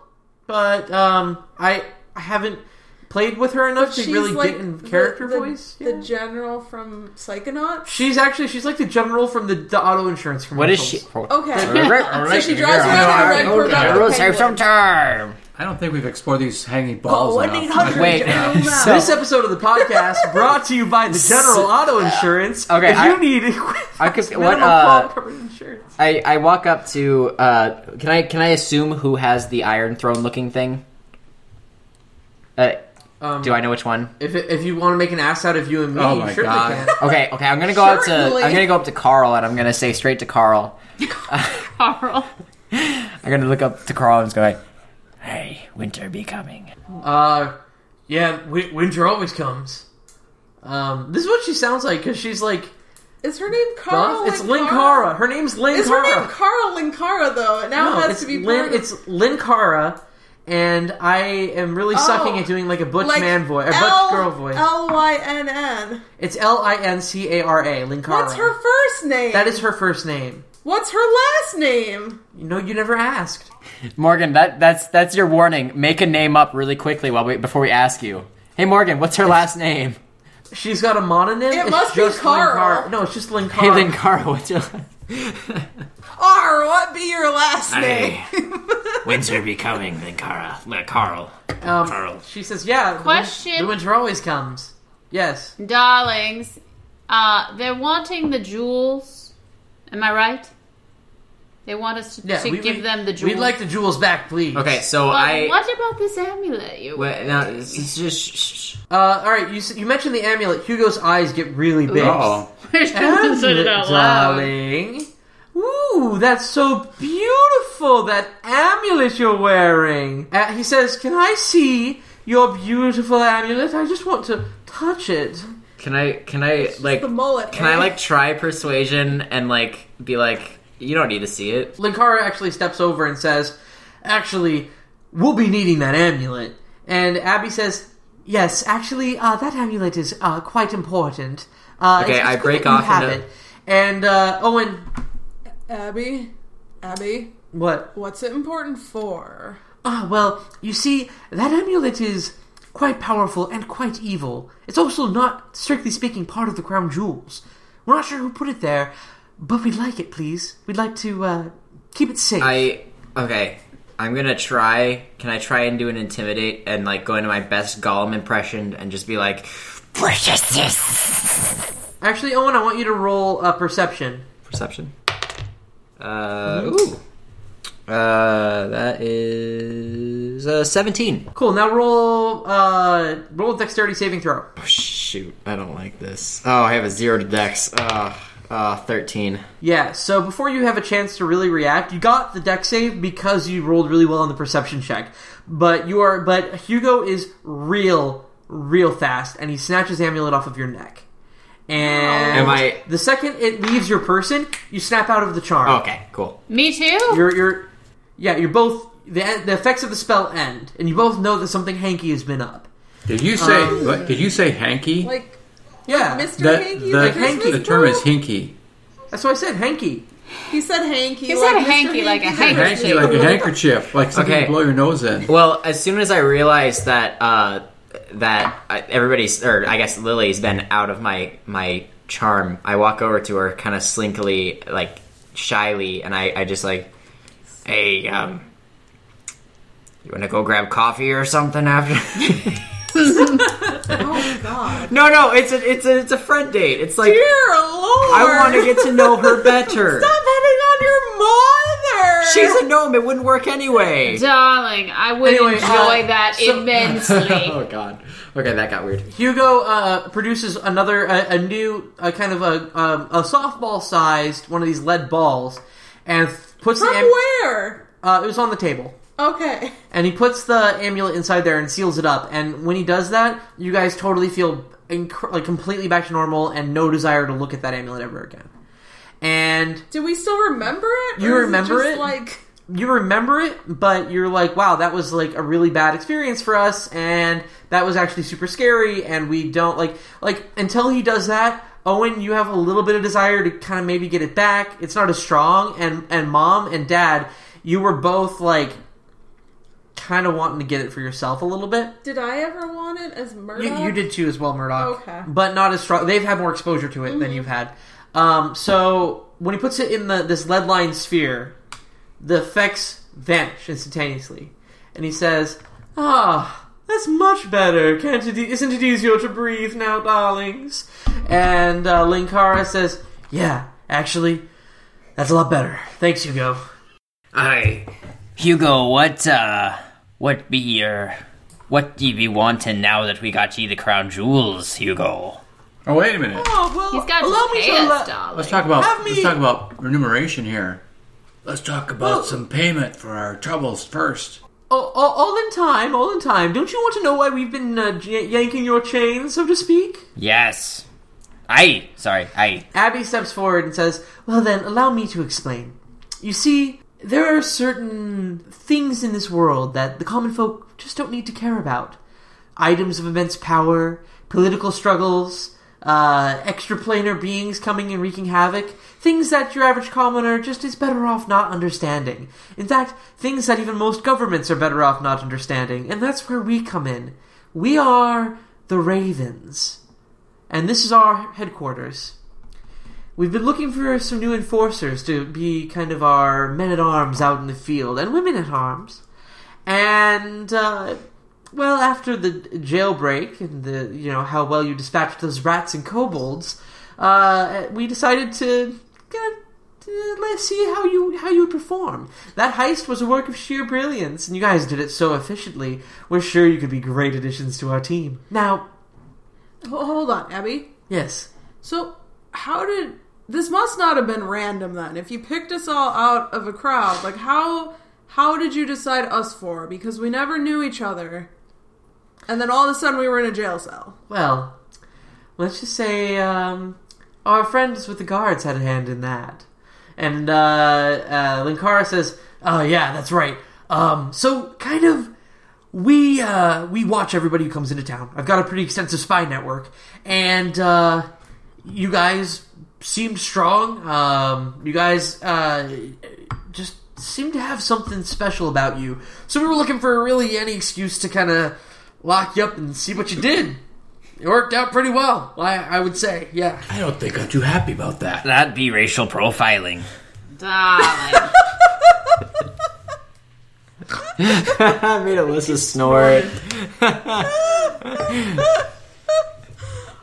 [SPEAKER 1] but um, I I haven't played with her enough to really get in character
[SPEAKER 5] the, the-
[SPEAKER 1] voice.
[SPEAKER 5] The
[SPEAKER 1] Yeah.
[SPEAKER 5] general from Psychonauts.
[SPEAKER 1] she's actually she's like the general from the, the auto insurance commercials.
[SPEAKER 3] What is she?
[SPEAKER 5] Okay. so she
[SPEAKER 6] Yeah,
[SPEAKER 5] drives
[SPEAKER 6] I
[SPEAKER 5] around in a
[SPEAKER 6] know,
[SPEAKER 5] red Corvette. with a penguin.
[SPEAKER 6] I don't think we've explored these hanging balls
[SPEAKER 5] Oh,
[SPEAKER 6] enough.
[SPEAKER 5] 1-800
[SPEAKER 3] Wait.
[SPEAKER 5] General Mao.
[SPEAKER 3] Oh.
[SPEAKER 1] This episode of the podcast brought to you by
[SPEAKER 3] [laughs]
[SPEAKER 1] the General Auto Insurance.
[SPEAKER 3] Okay,
[SPEAKER 1] if
[SPEAKER 3] I-
[SPEAKER 1] you need
[SPEAKER 3] I could-
[SPEAKER 1] minimal
[SPEAKER 3] what, uh,
[SPEAKER 1] crop coverage insurance.
[SPEAKER 3] I, I walk up to uh can I can I assume who has the iron throne looking thing? Uh,
[SPEAKER 1] Um,
[SPEAKER 3] do I know which one?
[SPEAKER 1] If, if you want to make an ass out of you and me,
[SPEAKER 6] Oh
[SPEAKER 1] you
[SPEAKER 6] my
[SPEAKER 1] certainly
[SPEAKER 6] God.
[SPEAKER 3] [laughs]
[SPEAKER 1] can.
[SPEAKER 3] Okay, okay, I'm gonna go up to
[SPEAKER 5] Certainly.
[SPEAKER 3] I'm gonna go up to Carl and I'm gonna say straight to Carl.
[SPEAKER 4] [laughs] Carl.
[SPEAKER 3] I'm gonna look up to Carl and just go like, Hey, winter be coming.
[SPEAKER 1] Uh, yeah, wi- winter always comes. Um, this is what she sounds like because she's like
[SPEAKER 5] Is her name Carl?
[SPEAKER 1] buff. It's
[SPEAKER 5] Linkara?
[SPEAKER 1] Linkara. Her name's Linkara.
[SPEAKER 5] Is her name Carl Linkara though? It now
[SPEAKER 1] No,
[SPEAKER 5] has
[SPEAKER 1] it's
[SPEAKER 5] to be part
[SPEAKER 1] Lin.
[SPEAKER 5] of-
[SPEAKER 1] It's Lin Cara, and I am really sucking
[SPEAKER 5] Oh,
[SPEAKER 1] at doing like a butch
[SPEAKER 5] like
[SPEAKER 1] man voice, a butch
[SPEAKER 5] L-
[SPEAKER 1] girl voice.
[SPEAKER 5] L Y N N.
[SPEAKER 1] it's L I N C A R A. Lin Cara.
[SPEAKER 5] What's her first name?
[SPEAKER 1] That is her first name.
[SPEAKER 5] What's her last name?
[SPEAKER 1] You know, you never asked.
[SPEAKER 3] Morgan, that that's that's your warning. Make a name up really quickly while we before we ask you. Hey Morgan, what's her last name?
[SPEAKER 1] She's got a mononym.
[SPEAKER 5] It
[SPEAKER 1] it's
[SPEAKER 5] must be
[SPEAKER 1] just
[SPEAKER 5] Carl.
[SPEAKER 1] Lin Cara. No, it's just Lin Cara.
[SPEAKER 3] Hey Lynn Carl, what's your [laughs]
[SPEAKER 5] R. What be your last name?
[SPEAKER 7] Hey,
[SPEAKER 3] [laughs]
[SPEAKER 5] [laughs]
[SPEAKER 7] winter be coming, then Cara. Uh, Carl.
[SPEAKER 1] Um,
[SPEAKER 7] Carl.
[SPEAKER 1] She says, "Yeah." the win-
[SPEAKER 4] Question.
[SPEAKER 1] The winter always comes. Yes.
[SPEAKER 4] Darlings, uh, they're wanting the jewels. Am I right? They want us to,
[SPEAKER 1] Yeah.
[SPEAKER 4] to
[SPEAKER 1] we,
[SPEAKER 4] give
[SPEAKER 1] we-
[SPEAKER 4] them the jewels.
[SPEAKER 1] We'd like the jewels back, please.
[SPEAKER 3] Okay, so
[SPEAKER 4] But
[SPEAKER 3] I
[SPEAKER 4] what about this amulet? You [laughs]
[SPEAKER 3] Wait, no, it's it's just shh, shh, shh.
[SPEAKER 1] Uh, all right. You s- you mentioned the amulet. Hugo's eyes get really big.
[SPEAKER 6] Oh,
[SPEAKER 4] She hasn't said it out loud.
[SPEAKER 1] darling. Ooh, that's so beautiful, that amulet you're wearing. Uh, he says, Can I see your beautiful amulet? I just want to touch it.
[SPEAKER 3] can I can I like
[SPEAKER 5] The mullet.
[SPEAKER 3] Can I like try persuasion and like be like, you don't need to see it?
[SPEAKER 1] Linkara actually steps over and says, Actually, we'll be needing that amulet. And Abby says, Yes, actually, uh, that amulet is uh, quite important. Uh,
[SPEAKER 3] Okay,
[SPEAKER 1] it's- it's
[SPEAKER 3] I
[SPEAKER 1] good
[SPEAKER 3] break
[SPEAKER 1] that you
[SPEAKER 3] off
[SPEAKER 1] have
[SPEAKER 3] into-
[SPEAKER 1] it. And uh, Owen,
[SPEAKER 5] Abby? Abby?
[SPEAKER 1] What?
[SPEAKER 5] What's it important for?
[SPEAKER 1] Ah, well, you see, that amulet is quite powerful and quite evil. It's also not, strictly speaking, part of the crown jewels. We're not sure who put it there, but we'd like it, please. We'd like to uh, keep it safe.
[SPEAKER 3] I okay. I'm gonna try. Can I try and do an intimidate and like go into my best Gollum impression and just be like, "Precious this
[SPEAKER 1] Actually, Owen, I want you to roll uh, perception.
[SPEAKER 3] perception." Uh, ooh. Uh, that is uh, 17.
[SPEAKER 1] Cool. Now roll uh, roll a dexterity saving throw.
[SPEAKER 3] Oh, shoot, I don't like this. Oh, I have a zero to dex. Uh, uh, 13.
[SPEAKER 1] Yeah. So before you have a chance to really react, you got the dex save because you rolled really well on the perception check. But you are but Hugo is real real fast, and he snatches the amulet off of your neck. And
[SPEAKER 3] Am I-
[SPEAKER 1] the second it leaves your person, you snap out of the charm.
[SPEAKER 3] Okay, cool.
[SPEAKER 4] Me too.
[SPEAKER 1] You're you're yeah. You're both the the effects of the spell end, and you both know that something hanky has been up.
[SPEAKER 6] Did you say? what, did you say hanky?
[SPEAKER 5] Like
[SPEAKER 1] Yeah,
[SPEAKER 5] Mr.
[SPEAKER 6] That-
[SPEAKER 5] Hanky?
[SPEAKER 6] Um, the,
[SPEAKER 5] like
[SPEAKER 6] the
[SPEAKER 5] Christmas
[SPEAKER 6] term is
[SPEAKER 5] Carol?
[SPEAKER 6] hinky.
[SPEAKER 1] that's why I said hanky.
[SPEAKER 5] He said hanky.
[SPEAKER 4] He
[SPEAKER 5] like
[SPEAKER 4] said
[SPEAKER 5] Mr.
[SPEAKER 4] hanky, like a
[SPEAKER 5] Hanky.
[SPEAKER 4] handkerchief.
[SPEAKER 6] Hanky, like a handkerchief, like something
[SPEAKER 3] Okay.
[SPEAKER 6] you blow your nose in.
[SPEAKER 3] Well, as soon as I realized that uh, that uh, everybody's, or I guess Lily's been out of my my charm, I walk over to her, kind of slinkily, like shyly, and I, I just like, hey, um, you want to go grab coffee or something after?
[SPEAKER 5] [laughs] Oh God,
[SPEAKER 3] no, no, it's a it's a it's a friend date. It's like
[SPEAKER 5] dear Lord!
[SPEAKER 3] I want to get to know
[SPEAKER 5] [laughs]
[SPEAKER 3] her better.
[SPEAKER 5] Stop hitting on your mother.
[SPEAKER 3] She's a gnome; it wouldn't work anyway.
[SPEAKER 4] Darling, I would
[SPEAKER 1] Anyway,
[SPEAKER 4] enjoy
[SPEAKER 1] uh,
[SPEAKER 4] that
[SPEAKER 1] so-
[SPEAKER 4] immensely.
[SPEAKER 3] Oh God. Okay, that got weird.
[SPEAKER 1] Hugo uh, produces another a, a new a kind of a um, a softball sized one of these lead balls, and puts
[SPEAKER 5] From
[SPEAKER 1] the am-
[SPEAKER 5] where?
[SPEAKER 1] uh, it was on the table,
[SPEAKER 5] Okay.
[SPEAKER 1] and he puts the amulet inside there and seals it up. And when he does that, you guys totally feel inc- like completely back to normal and no desire to look at that amulet ever again. And
[SPEAKER 5] Do we still remember it?
[SPEAKER 1] You
[SPEAKER 5] Or is
[SPEAKER 1] remember
[SPEAKER 5] just
[SPEAKER 1] it?
[SPEAKER 5] Like
[SPEAKER 1] you remember it, but you're like, wow, that was like a really bad experience for us, and that was actually super scary, and we don't like like until he does that. Owen, you have a little bit of desire to kind of maybe get it back. It's not as strong, and and mom and dad, you were both like kind of wanting to get it for yourself a little bit.
[SPEAKER 5] Did I ever want it as murder?
[SPEAKER 1] You, you did too as well, Murdoch.
[SPEAKER 5] Okay.
[SPEAKER 1] But not as strong. They've had more exposure to it
[SPEAKER 4] Mm-hmm.
[SPEAKER 1] than you've had. Um, so when he puts it in the this lead line sphere, the effects vanish instantaneously, and he says, "Ah, that's much better. Can't it? e- Isn't it easier to breathe now, darlings?" And uh, Linkara says, "Yeah, actually, that's a lot better. Thanks, Hugo."
[SPEAKER 7] Hi, Hugo. What uh, what be your, what do you be wanting now that we got you the crown jewels, Hugo?
[SPEAKER 6] Oh wait a minute.
[SPEAKER 5] Oh well.
[SPEAKER 4] He's got
[SPEAKER 1] Allow
[SPEAKER 4] to
[SPEAKER 1] me to
[SPEAKER 4] pay us,
[SPEAKER 1] let-
[SPEAKER 4] darling.
[SPEAKER 6] Let's talk about
[SPEAKER 1] Have me-
[SPEAKER 6] let's talk about remuneration here. Let's talk about some payment for our troubles first.
[SPEAKER 1] All, all, all in time, all in time. Don't you want to know why we've been uh, j- yanking your chain, so to speak?
[SPEAKER 7] Yes. I sorry. I
[SPEAKER 1] Abby steps forward and says, Well, then, allow me to explain. You see, there are certain things in this world that the common folk just don't need to care about items of immense power, political struggles, uh, extraplanar beings coming and wreaking havoc, things that your average commoner just is better off not understanding. In fact, things that even most governments are better off not understanding, and that's where we come in. We are the Ravens, and this is our headquarters. We've been looking for some new enforcers to be kind of our men at arms out in the field and women at arms. And uh, well, after the jailbreak and the you know how well you dispatched those rats and kobolds, uh, we decided to kind of uh, let's see how you how you would perform. That heist was a work of sheer brilliance, and you guys did it so efficiently. We're sure you could be great additions to our team. Now,
[SPEAKER 5] Ho- Hold on, Abby.
[SPEAKER 1] yes,
[SPEAKER 5] So how did this must not have been random then? If you picked us all out of a crowd, like how how did you decide us for? Because we never knew each other, and then all of a sudden we were in a jail cell.
[SPEAKER 1] Well, let's just say um, our friends with the guards had a hand in that. And uh, uh, Linkara says, "Oh yeah, that's right. Um, so kind of we uh, we watch everybody who comes into town. I've got a pretty extensive spy network, and uh, you guys seemed strong. Um, you guys uh, just seem to have something special about you. So we were looking for really any excuse to kind of lock you up and see what you did. It worked out pretty well, I, I would say. Yeah.
[SPEAKER 6] I don't think I'm too happy about that.
[SPEAKER 7] That'd be racial profiling.
[SPEAKER 4] Darling.
[SPEAKER 3] I made Alyssa snort.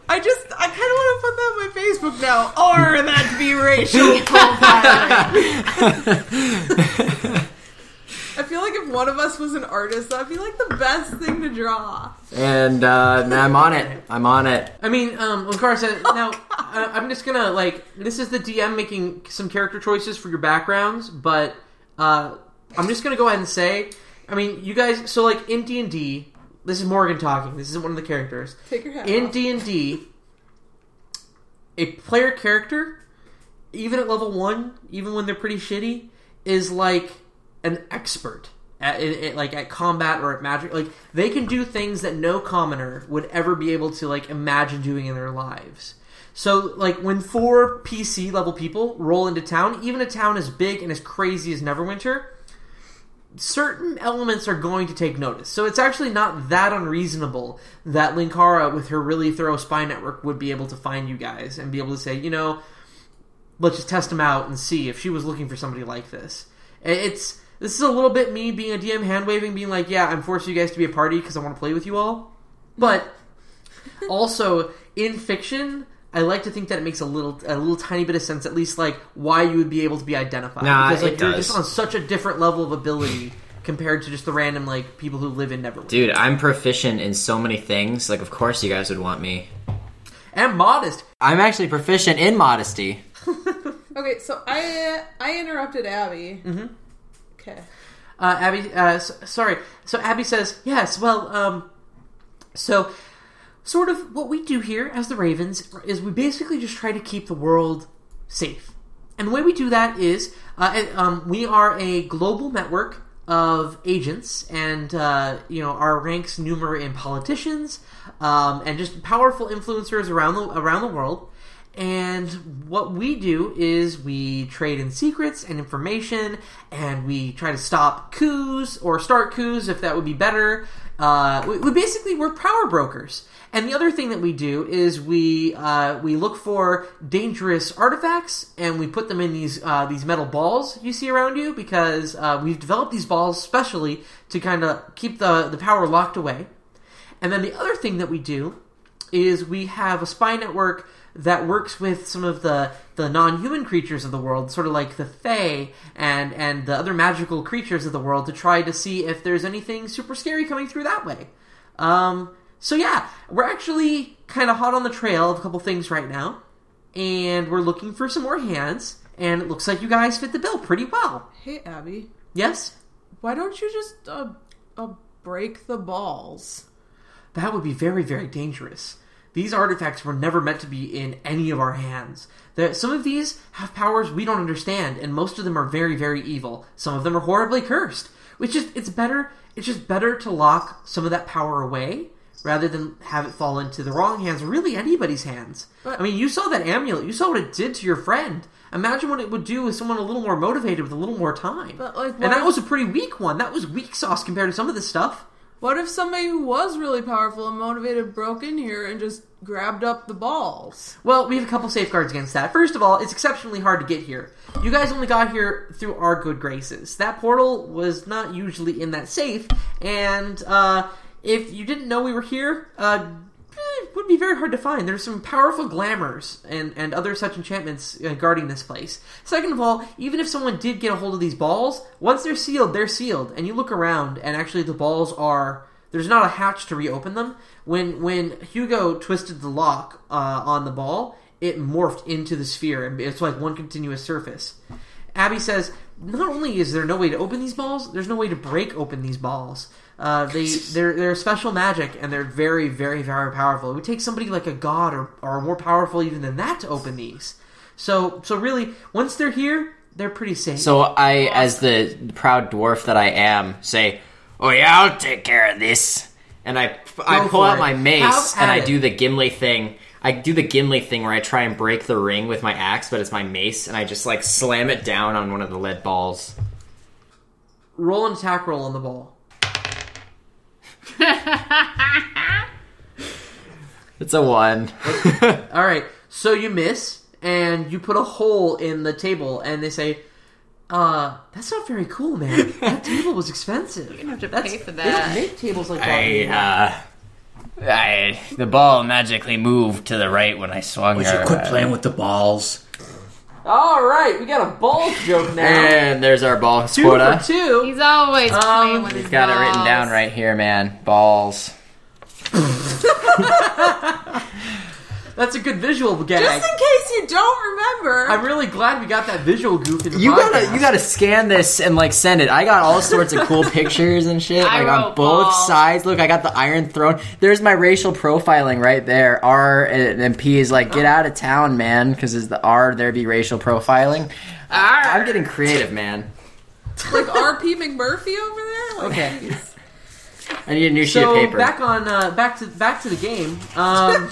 [SPEAKER 5] I just, I kind of want to put that on my Facebook now. Or that'd be racial profiling.
[SPEAKER 1] [laughs]
[SPEAKER 5] I feel like if one of us was an artist, that'd be like the best thing to draw.
[SPEAKER 3] And uh, now I'm on it. I'm on it.
[SPEAKER 1] I mean, um, of course. Uh, now, I, I'm just gonna like this is the DM making some character choices for your backgrounds, but uh, I'm just gonna go ahead and say, I mean, you guys. So, like in D and D, this is Morgan talking. This isn't one of the characters.
[SPEAKER 5] Take your hat
[SPEAKER 1] in
[SPEAKER 5] off.
[SPEAKER 1] D and D, a player character, even at level one, even when they're pretty shitty, is like an expert at at- at- like at combat or at magic. Like they can do things that no commoner would ever be able to like imagine doing in their lives. So like when four PC level people roll into town, even a town as big and as crazy as Neverwinter, certain elements are going to take notice. So it's actually not that unreasonable that Linkara, with her really thorough spy network, would be able to find you guys and be able to say, you know, let's just test them out and see if she was looking for somebody like this. I- It's this is a little bit me being a DM hand waving, being like, yeah, I'm forcing you guys to be a party because I want to play with you all, but also in fiction. I like to think that it makes a little, a little tiny bit of sense, at least, like why you would be able to be identified.
[SPEAKER 3] Nah,
[SPEAKER 1] because like
[SPEAKER 3] it
[SPEAKER 1] you're
[SPEAKER 3] does.
[SPEAKER 1] just on such a different level of ability compared to just the random like people who live in Neverwinter.
[SPEAKER 3] Dude, I'm proficient in so many things. Like, of course you guys would want me.
[SPEAKER 1] And modest.
[SPEAKER 3] I'm actually proficient in modesty.
[SPEAKER 5] Okay, so I I interrupted Abby. Mm-hmm. Okay.
[SPEAKER 1] Uh, Abby, uh, s- sorry. So Abby says, "Yes, well, um, so sort of what we do here as the Ravens is we basically just try to keep the world safe. And the way we do that is uh, and, um, we are a global network of agents, and uh, you know our ranks numer in politicians um, and just powerful influencers around the around the world. And what we do is we trade in secrets and information, and we try to stop coups or start coups if that would be better. Uh, we, we basically we're power brokers. And the other thing that we do is we uh, we look for dangerous artifacts and we put them in these uh, these metal balls you see around you because uh, we've developed these balls specially to kind of keep the the power locked away. And then the other thing that we do is we have a spy network that works with some of the, the non-human creatures of the world, sort of like the Fae and and the other magical creatures of the world, to try to see if there's anything super scary coming through that way. Um, so yeah, we're actually kind of hot on the trail of a couple things right now, and we're looking for some more hands. And it looks like you guys fit the bill pretty well.
[SPEAKER 5] Hey Abby,
[SPEAKER 1] Yes,
[SPEAKER 5] why don't you just uh, uh break the balls?
[SPEAKER 1] That would be very, very dangerous. These artifacts were never meant to be in any of our hands. There, some of these have powers we don't understand, and most of them are very, very evil. Some of them are horribly cursed. Which is, it's better. It's just better to lock some of that power away rather than have it fall into the wrong hands, or really anybody's hands. I mean, you saw that amulet. You saw what it did to your friend. Imagine what it would do with someone a little more motivated with a little more time.
[SPEAKER 5] But, like,
[SPEAKER 1] and
[SPEAKER 5] what
[SPEAKER 1] that
[SPEAKER 5] if-
[SPEAKER 1] was a pretty weak one. That was weak sauce compared to some of this stuff.
[SPEAKER 5] What if somebody who was really powerful and motivated broke in here and just grabbed up the balls?
[SPEAKER 1] Well, we have a couple safeguards against that. First of all, it's exceptionally hard to get here. You guys only got here through our good graces. That portal was not usually in that safe, and uh, if you didn't know we were here, uh, eh, it would be very hard to find. There's some powerful glamours and, and other such enchantments uh, guarding this place. Second of all, even if someone did get a hold of these balls, once they're sealed, they're sealed, and you look around, and actually the balls are there's not a hatch to reopen them. When when Hugo twisted the lock uh, on the ball, it morphed into the sphere, and it's like one continuous surface. Abby says, not only is there no way to open these balls, there's no way to break open these balls. Uh,
[SPEAKER 3] [laughs]
[SPEAKER 1] they they're they're special magic, and they're very very very powerful. It would take somebody like a god or or more powerful even than that to open these. So so really, once they're here, they're pretty safe.
[SPEAKER 3] So I, as the proud dwarf that I am, say,
[SPEAKER 7] Oh yeah, I'll take care of this.
[SPEAKER 3] and I, I
[SPEAKER 1] Go
[SPEAKER 3] pull
[SPEAKER 1] for
[SPEAKER 3] out
[SPEAKER 1] it.
[SPEAKER 3] my mace
[SPEAKER 1] Have
[SPEAKER 3] and
[SPEAKER 1] at
[SPEAKER 3] I
[SPEAKER 1] it.
[SPEAKER 3] do the Gimli thing. I do the Gimli thing where I try and break the ring with my axe, but it's my mace, and I just like slam it down on one of the lead balls.
[SPEAKER 1] Roll an attack roll on the ball.
[SPEAKER 3] It's a one.
[SPEAKER 1] All right, so you miss and you put a hole in the table, and they say, "Uh, that's not very cool,
[SPEAKER 4] [laughs]
[SPEAKER 1] man. That table was expensive. You're gonna
[SPEAKER 4] have to pay for
[SPEAKER 1] They
[SPEAKER 4] that."
[SPEAKER 1] don't make tables like that.
[SPEAKER 7] I,
[SPEAKER 1] anymore.
[SPEAKER 7] uh, I, the ball magically moved to the right when I swung
[SPEAKER 6] Would you
[SPEAKER 7] her. uh,
[SPEAKER 6] quit playing with the balls?
[SPEAKER 1] All right, we got a balls joke now.
[SPEAKER 3] And there's our ball
[SPEAKER 1] two
[SPEAKER 4] uh?
[SPEAKER 3] quota.
[SPEAKER 1] for two.
[SPEAKER 4] He's always playing with his
[SPEAKER 3] Got it written
[SPEAKER 4] balls.
[SPEAKER 3] down right here, man. Balls.
[SPEAKER 1] That's a good visual gag.
[SPEAKER 5] Just in case you don't remember,
[SPEAKER 1] I'm really glad we got that visual goof in the
[SPEAKER 3] You
[SPEAKER 1] podcast.
[SPEAKER 3] gotta you gotta scan this and like send it. I got all sorts of
[SPEAKER 4] [laughs]
[SPEAKER 3] cool pictures and shit.
[SPEAKER 4] I
[SPEAKER 3] Like on
[SPEAKER 4] wrote
[SPEAKER 3] both
[SPEAKER 4] balls.
[SPEAKER 3] sides. Look, I got the Iron Throne. There's my racial profiling right there. R and and P is like get out of town, man, because is the R there be racial profiling. I'm getting creative, man.
[SPEAKER 5] like
[SPEAKER 1] [laughs]
[SPEAKER 5] R.P. McMurphy over there. Like,
[SPEAKER 1] Okay.
[SPEAKER 5] geez.
[SPEAKER 3] I need a new sheet
[SPEAKER 1] so
[SPEAKER 3] of paper.
[SPEAKER 1] back on uh, back to back to the game. Um,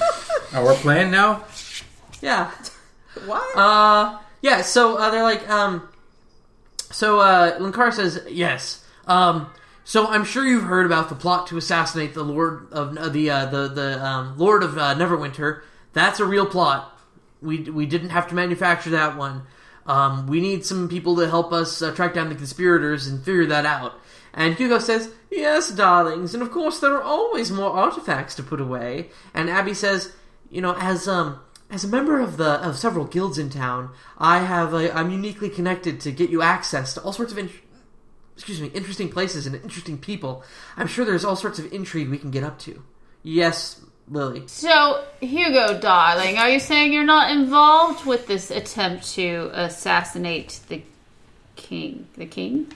[SPEAKER 6] Oh, we're playing now?
[SPEAKER 1] yeah.
[SPEAKER 5] What?
[SPEAKER 1] Uh, yeah, so uh, they're like, um, so uh, Linkar says, yes. Um, so I'm sure you've heard about the plot to assassinate the Lord of uh, the uh, the the um, Lord of uh, Neverwinter. That's a real plot. We we didn't have to manufacture that one. Um, we need some people to help us uh, track down the conspirators and figure that out. And Hugo says, "Yes, darlings, and of course there are always more artifacts to put away." And Abby says, "You know, as um as a member of the of several guilds in town, I have a, I'm uniquely connected to get you access to all sorts of in, excuse me interesting places and interesting people. I'm sure there's all sorts of intrigue we can get up to." Yes, Lily.
[SPEAKER 4] So, Hugo, darling, are you saying you're not involved with this attempt to assassinate the king? The king?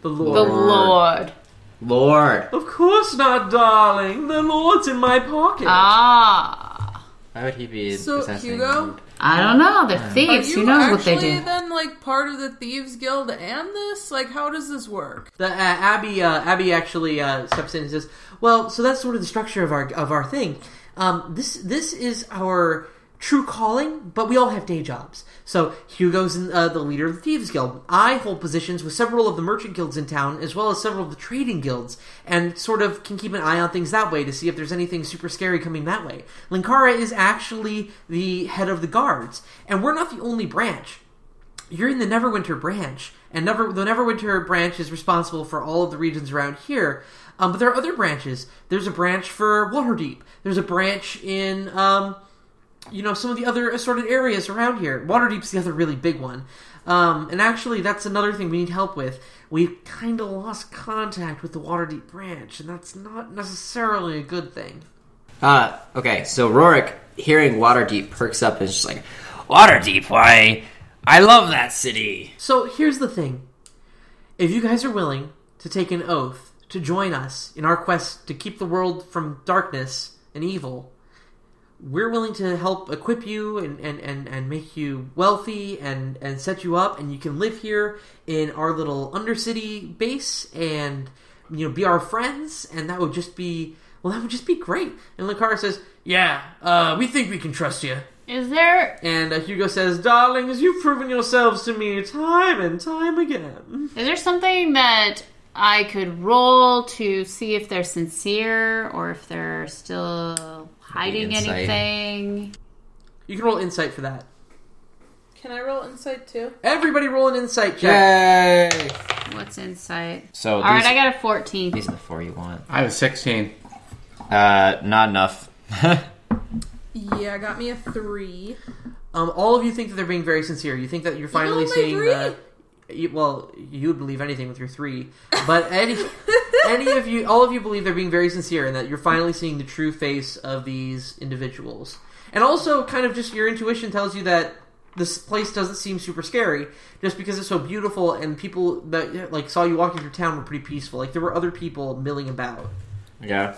[SPEAKER 1] The
[SPEAKER 4] The
[SPEAKER 1] Lord.
[SPEAKER 4] Lord.
[SPEAKER 3] Lord.
[SPEAKER 4] Oh.
[SPEAKER 1] of course not, darling. The Lord's in my pocket.
[SPEAKER 4] Ah.
[SPEAKER 3] Why would he be
[SPEAKER 5] so
[SPEAKER 3] assassinating
[SPEAKER 5] Hugo,
[SPEAKER 4] I don't know. They're
[SPEAKER 5] are
[SPEAKER 4] thieves.
[SPEAKER 5] you
[SPEAKER 4] Who knows
[SPEAKER 5] actually
[SPEAKER 4] what they do?
[SPEAKER 5] then like part of the thieves guild and this? Like, how does this work?
[SPEAKER 1] The, uh, Abby, uh, Abby actually uh, steps in and says, "Well, so that's sort of the structure of our of our thing. Um, this this is our true calling, but we all have day jobs. So Hugo's in, uh, the leader of the thieves guild. I hold positions with several of the merchant guilds in town, as well as several of the trading guilds, and sort of can keep an eye on things that way to see if there's anything super scary coming that way. Linkara is actually the head of the guards, and we're not the only branch." you're in the Neverwinter branch, and Never the Neverwinter branch is responsible for all of the regions around here. Um, but there are other branches. There's a branch for Waterdeep. There's a branch in um, you know some of the other assorted areas around here. Waterdeep's the other really big one. Um, and actually, that's another thing we need help with. We kind of lost contact with the Waterdeep branch, and that's not necessarily a good thing.
[SPEAKER 3] Uh, okay, so Rorik, hearing Waterdeep, perks up and is just like,
[SPEAKER 7] Waterdeep, why? I love that city.
[SPEAKER 1] So here's the thing. If you guys are willing to take an oath to join us in our quest to keep the world from darkness and evil, we're willing to help equip you and, and, and, and make you wealthy and, and set you up and you can live here in our little undercity base and you know be our friends and that would just be well that would just be great. And Lakara says, Yeah, uh, we think we can trust you.
[SPEAKER 4] Is there
[SPEAKER 1] And uh, Hugo says, Darlings, you've proven yourselves to me time and time again.
[SPEAKER 4] is there something that I could roll to see if they're sincere or if they're still hiding
[SPEAKER 3] insight.
[SPEAKER 4] anything?
[SPEAKER 1] You can roll insight for that.
[SPEAKER 5] Can I roll insight too?
[SPEAKER 1] Everybody roll an insight check.
[SPEAKER 3] yay!
[SPEAKER 4] What's insight?
[SPEAKER 3] So
[SPEAKER 4] All
[SPEAKER 3] these,
[SPEAKER 4] right, I got a fourteen.
[SPEAKER 3] these are the four you want.
[SPEAKER 6] I have 16.
[SPEAKER 3] Uh,
[SPEAKER 7] [laughs]
[SPEAKER 3] not enough.
[SPEAKER 5] Yeah, got me a three.
[SPEAKER 1] Um, all of you think that they're being very sincere. You think that you're finally
[SPEAKER 5] my
[SPEAKER 1] seeing
[SPEAKER 5] three?
[SPEAKER 1] the. You, well, you would believe anything with your three, but any [laughs] any of you, all of you believe they're being very sincere and that you're finally seeing the true face of these individuals. And also, kind of just your intuition tells you that this place doesn't seem super scary just because it's so beautiful and people that like saw you walking through town were pretty peaceful. Like there were other people milling about.
[SPEAKER 3] Yeah.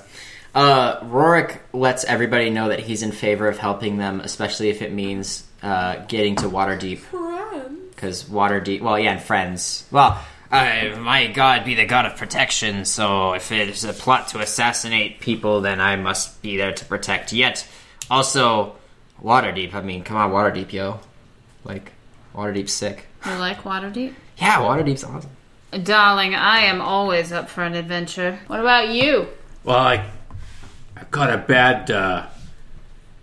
[SPEAKER 3] Uh, Rorik lets everybody know that he's in favor of helping them, especially if it means uh, getting to Waterdeep.
[SPEAKER 5] Friend.
[SPEAKER 3] Because Waterdeep, well, yeah, and friends. Well,
[SPEAKER 7] Uh, my god be the god of protection, so if it's a plot to assassinate people, then I must be there to protect. Yet, also, Waterdeep, I mean, come on, Waterdeep, yo. Like, Waterdeep's sick.
[SPEAKER 4] You like Waterdeep?
[SPEAKER 3] yeah, Waterdeep's awesome.
[SPEAKER 4] Darling, I am always up for an adventure. What about you?
[SPEAKER 6] Well, I, I got a bad uh,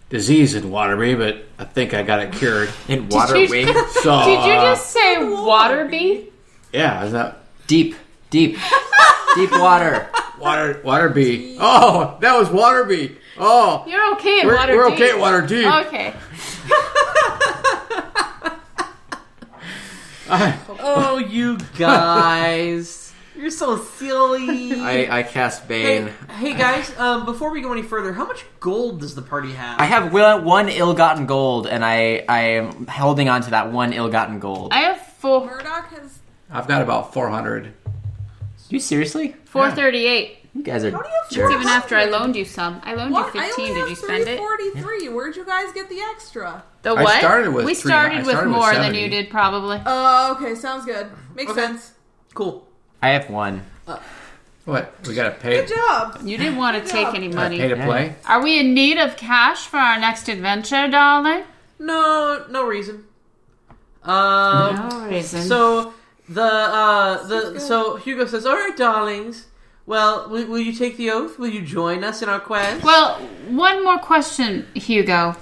[SPEAKER 6] disease in Waterbury, but I think I got it cured.
[SPEAKER 3] In Waterway.
[SPEAKER 6] So
[SPEAKER 4] Did you
[SPEAKER 6] uh,
[SPEAKER 4] just say Waterby?
[SPEAKER 6] yeah, is that
[SPEAKER 3] deep, [laughs] deep, deep water.
[SPEAKER 6] water Waterby? Oh, that was Waterby. Oh,
[SPEAKER 4] You're okay at
[SPEAKER 6] we're,
[SPEAKER 4] Waterby.
[SPEAKER 6] we're okay at Waterdeep.
[SPEAKER 4] Okay.
[SPEAKER 1] Oh, you guys. You're so silly.
[SPEAKER 3] I, I cast Bane.
[SPEAKER 1] Hey, hey guys, um, before we go any further, how much gold does the party have?
[SPEAKER 3] I have will- one ill-gotten gold, and I, I am holding on to that one ill-gotten gold.
[SPEAKER 4] I have four
[SPEAKER 5] Murdoch has.
[SPEAKER 6] I've got about four hundred.
[SPEAKER 3] you seriously?
[SPEAKER 4] four thirty eight.
[SPEAKER 3] You guys are
[SPEAKER 4] That's
[SPEAKER 3] jerks.
[SPEAKER 4] even after I loaned you some. I loaned
[SPEAKER 5] What?
[SPEAKER 4] you
[SPEAKER 5] I only
[SPEAKER 4] fifteen.
[SPEAKER 5] have
[SPEAKER 4] Did you spend it?
[SPEAKER 5] 343. Where'd you guys get the extra?
[SPEAKER 4] The
[SPEAKER 6] I
[SPEAKER 4] what?
[SPEAKER 6] started with
[SPEAKER 4] we
[SPEAKER 6] three- I
[SPEAKER 4] started with
[SPEAKER 6] started with
[SPEAKER 4] more than
[SPEAKER 6] 70.
[SPEAKER 4] you did, probably.
[SPEAKER 5] Oh, okay. Sounds good. Makes
[SPEAKER 1] Okay.
[SPEAKER 5] sense.
[SPEAKER 1] cool.
[SPEAKER 3] I have one.
[SPEAKER 6] What? We got to pay.
[SPEAKER 5] Good job.
[SPEAKER 4] You didn't want to take any
[SPEAKER 6] uh, Pay
[SPEAKER 4] money.
[SPEAKER 6] to play.
[SPEAKER 4] Are we in need of cash for our next adventure, darling?
[SPEAKER 1] No, no reason. Um,
[SPEAKER 4] No reason.
[SPEAKER 1] So the uh, the so Hugo says, "All right, darlings. Well, will, will you take the oath? Will you join us in our quest?"
[SPEAKER 4] Well, one more question, Hugo.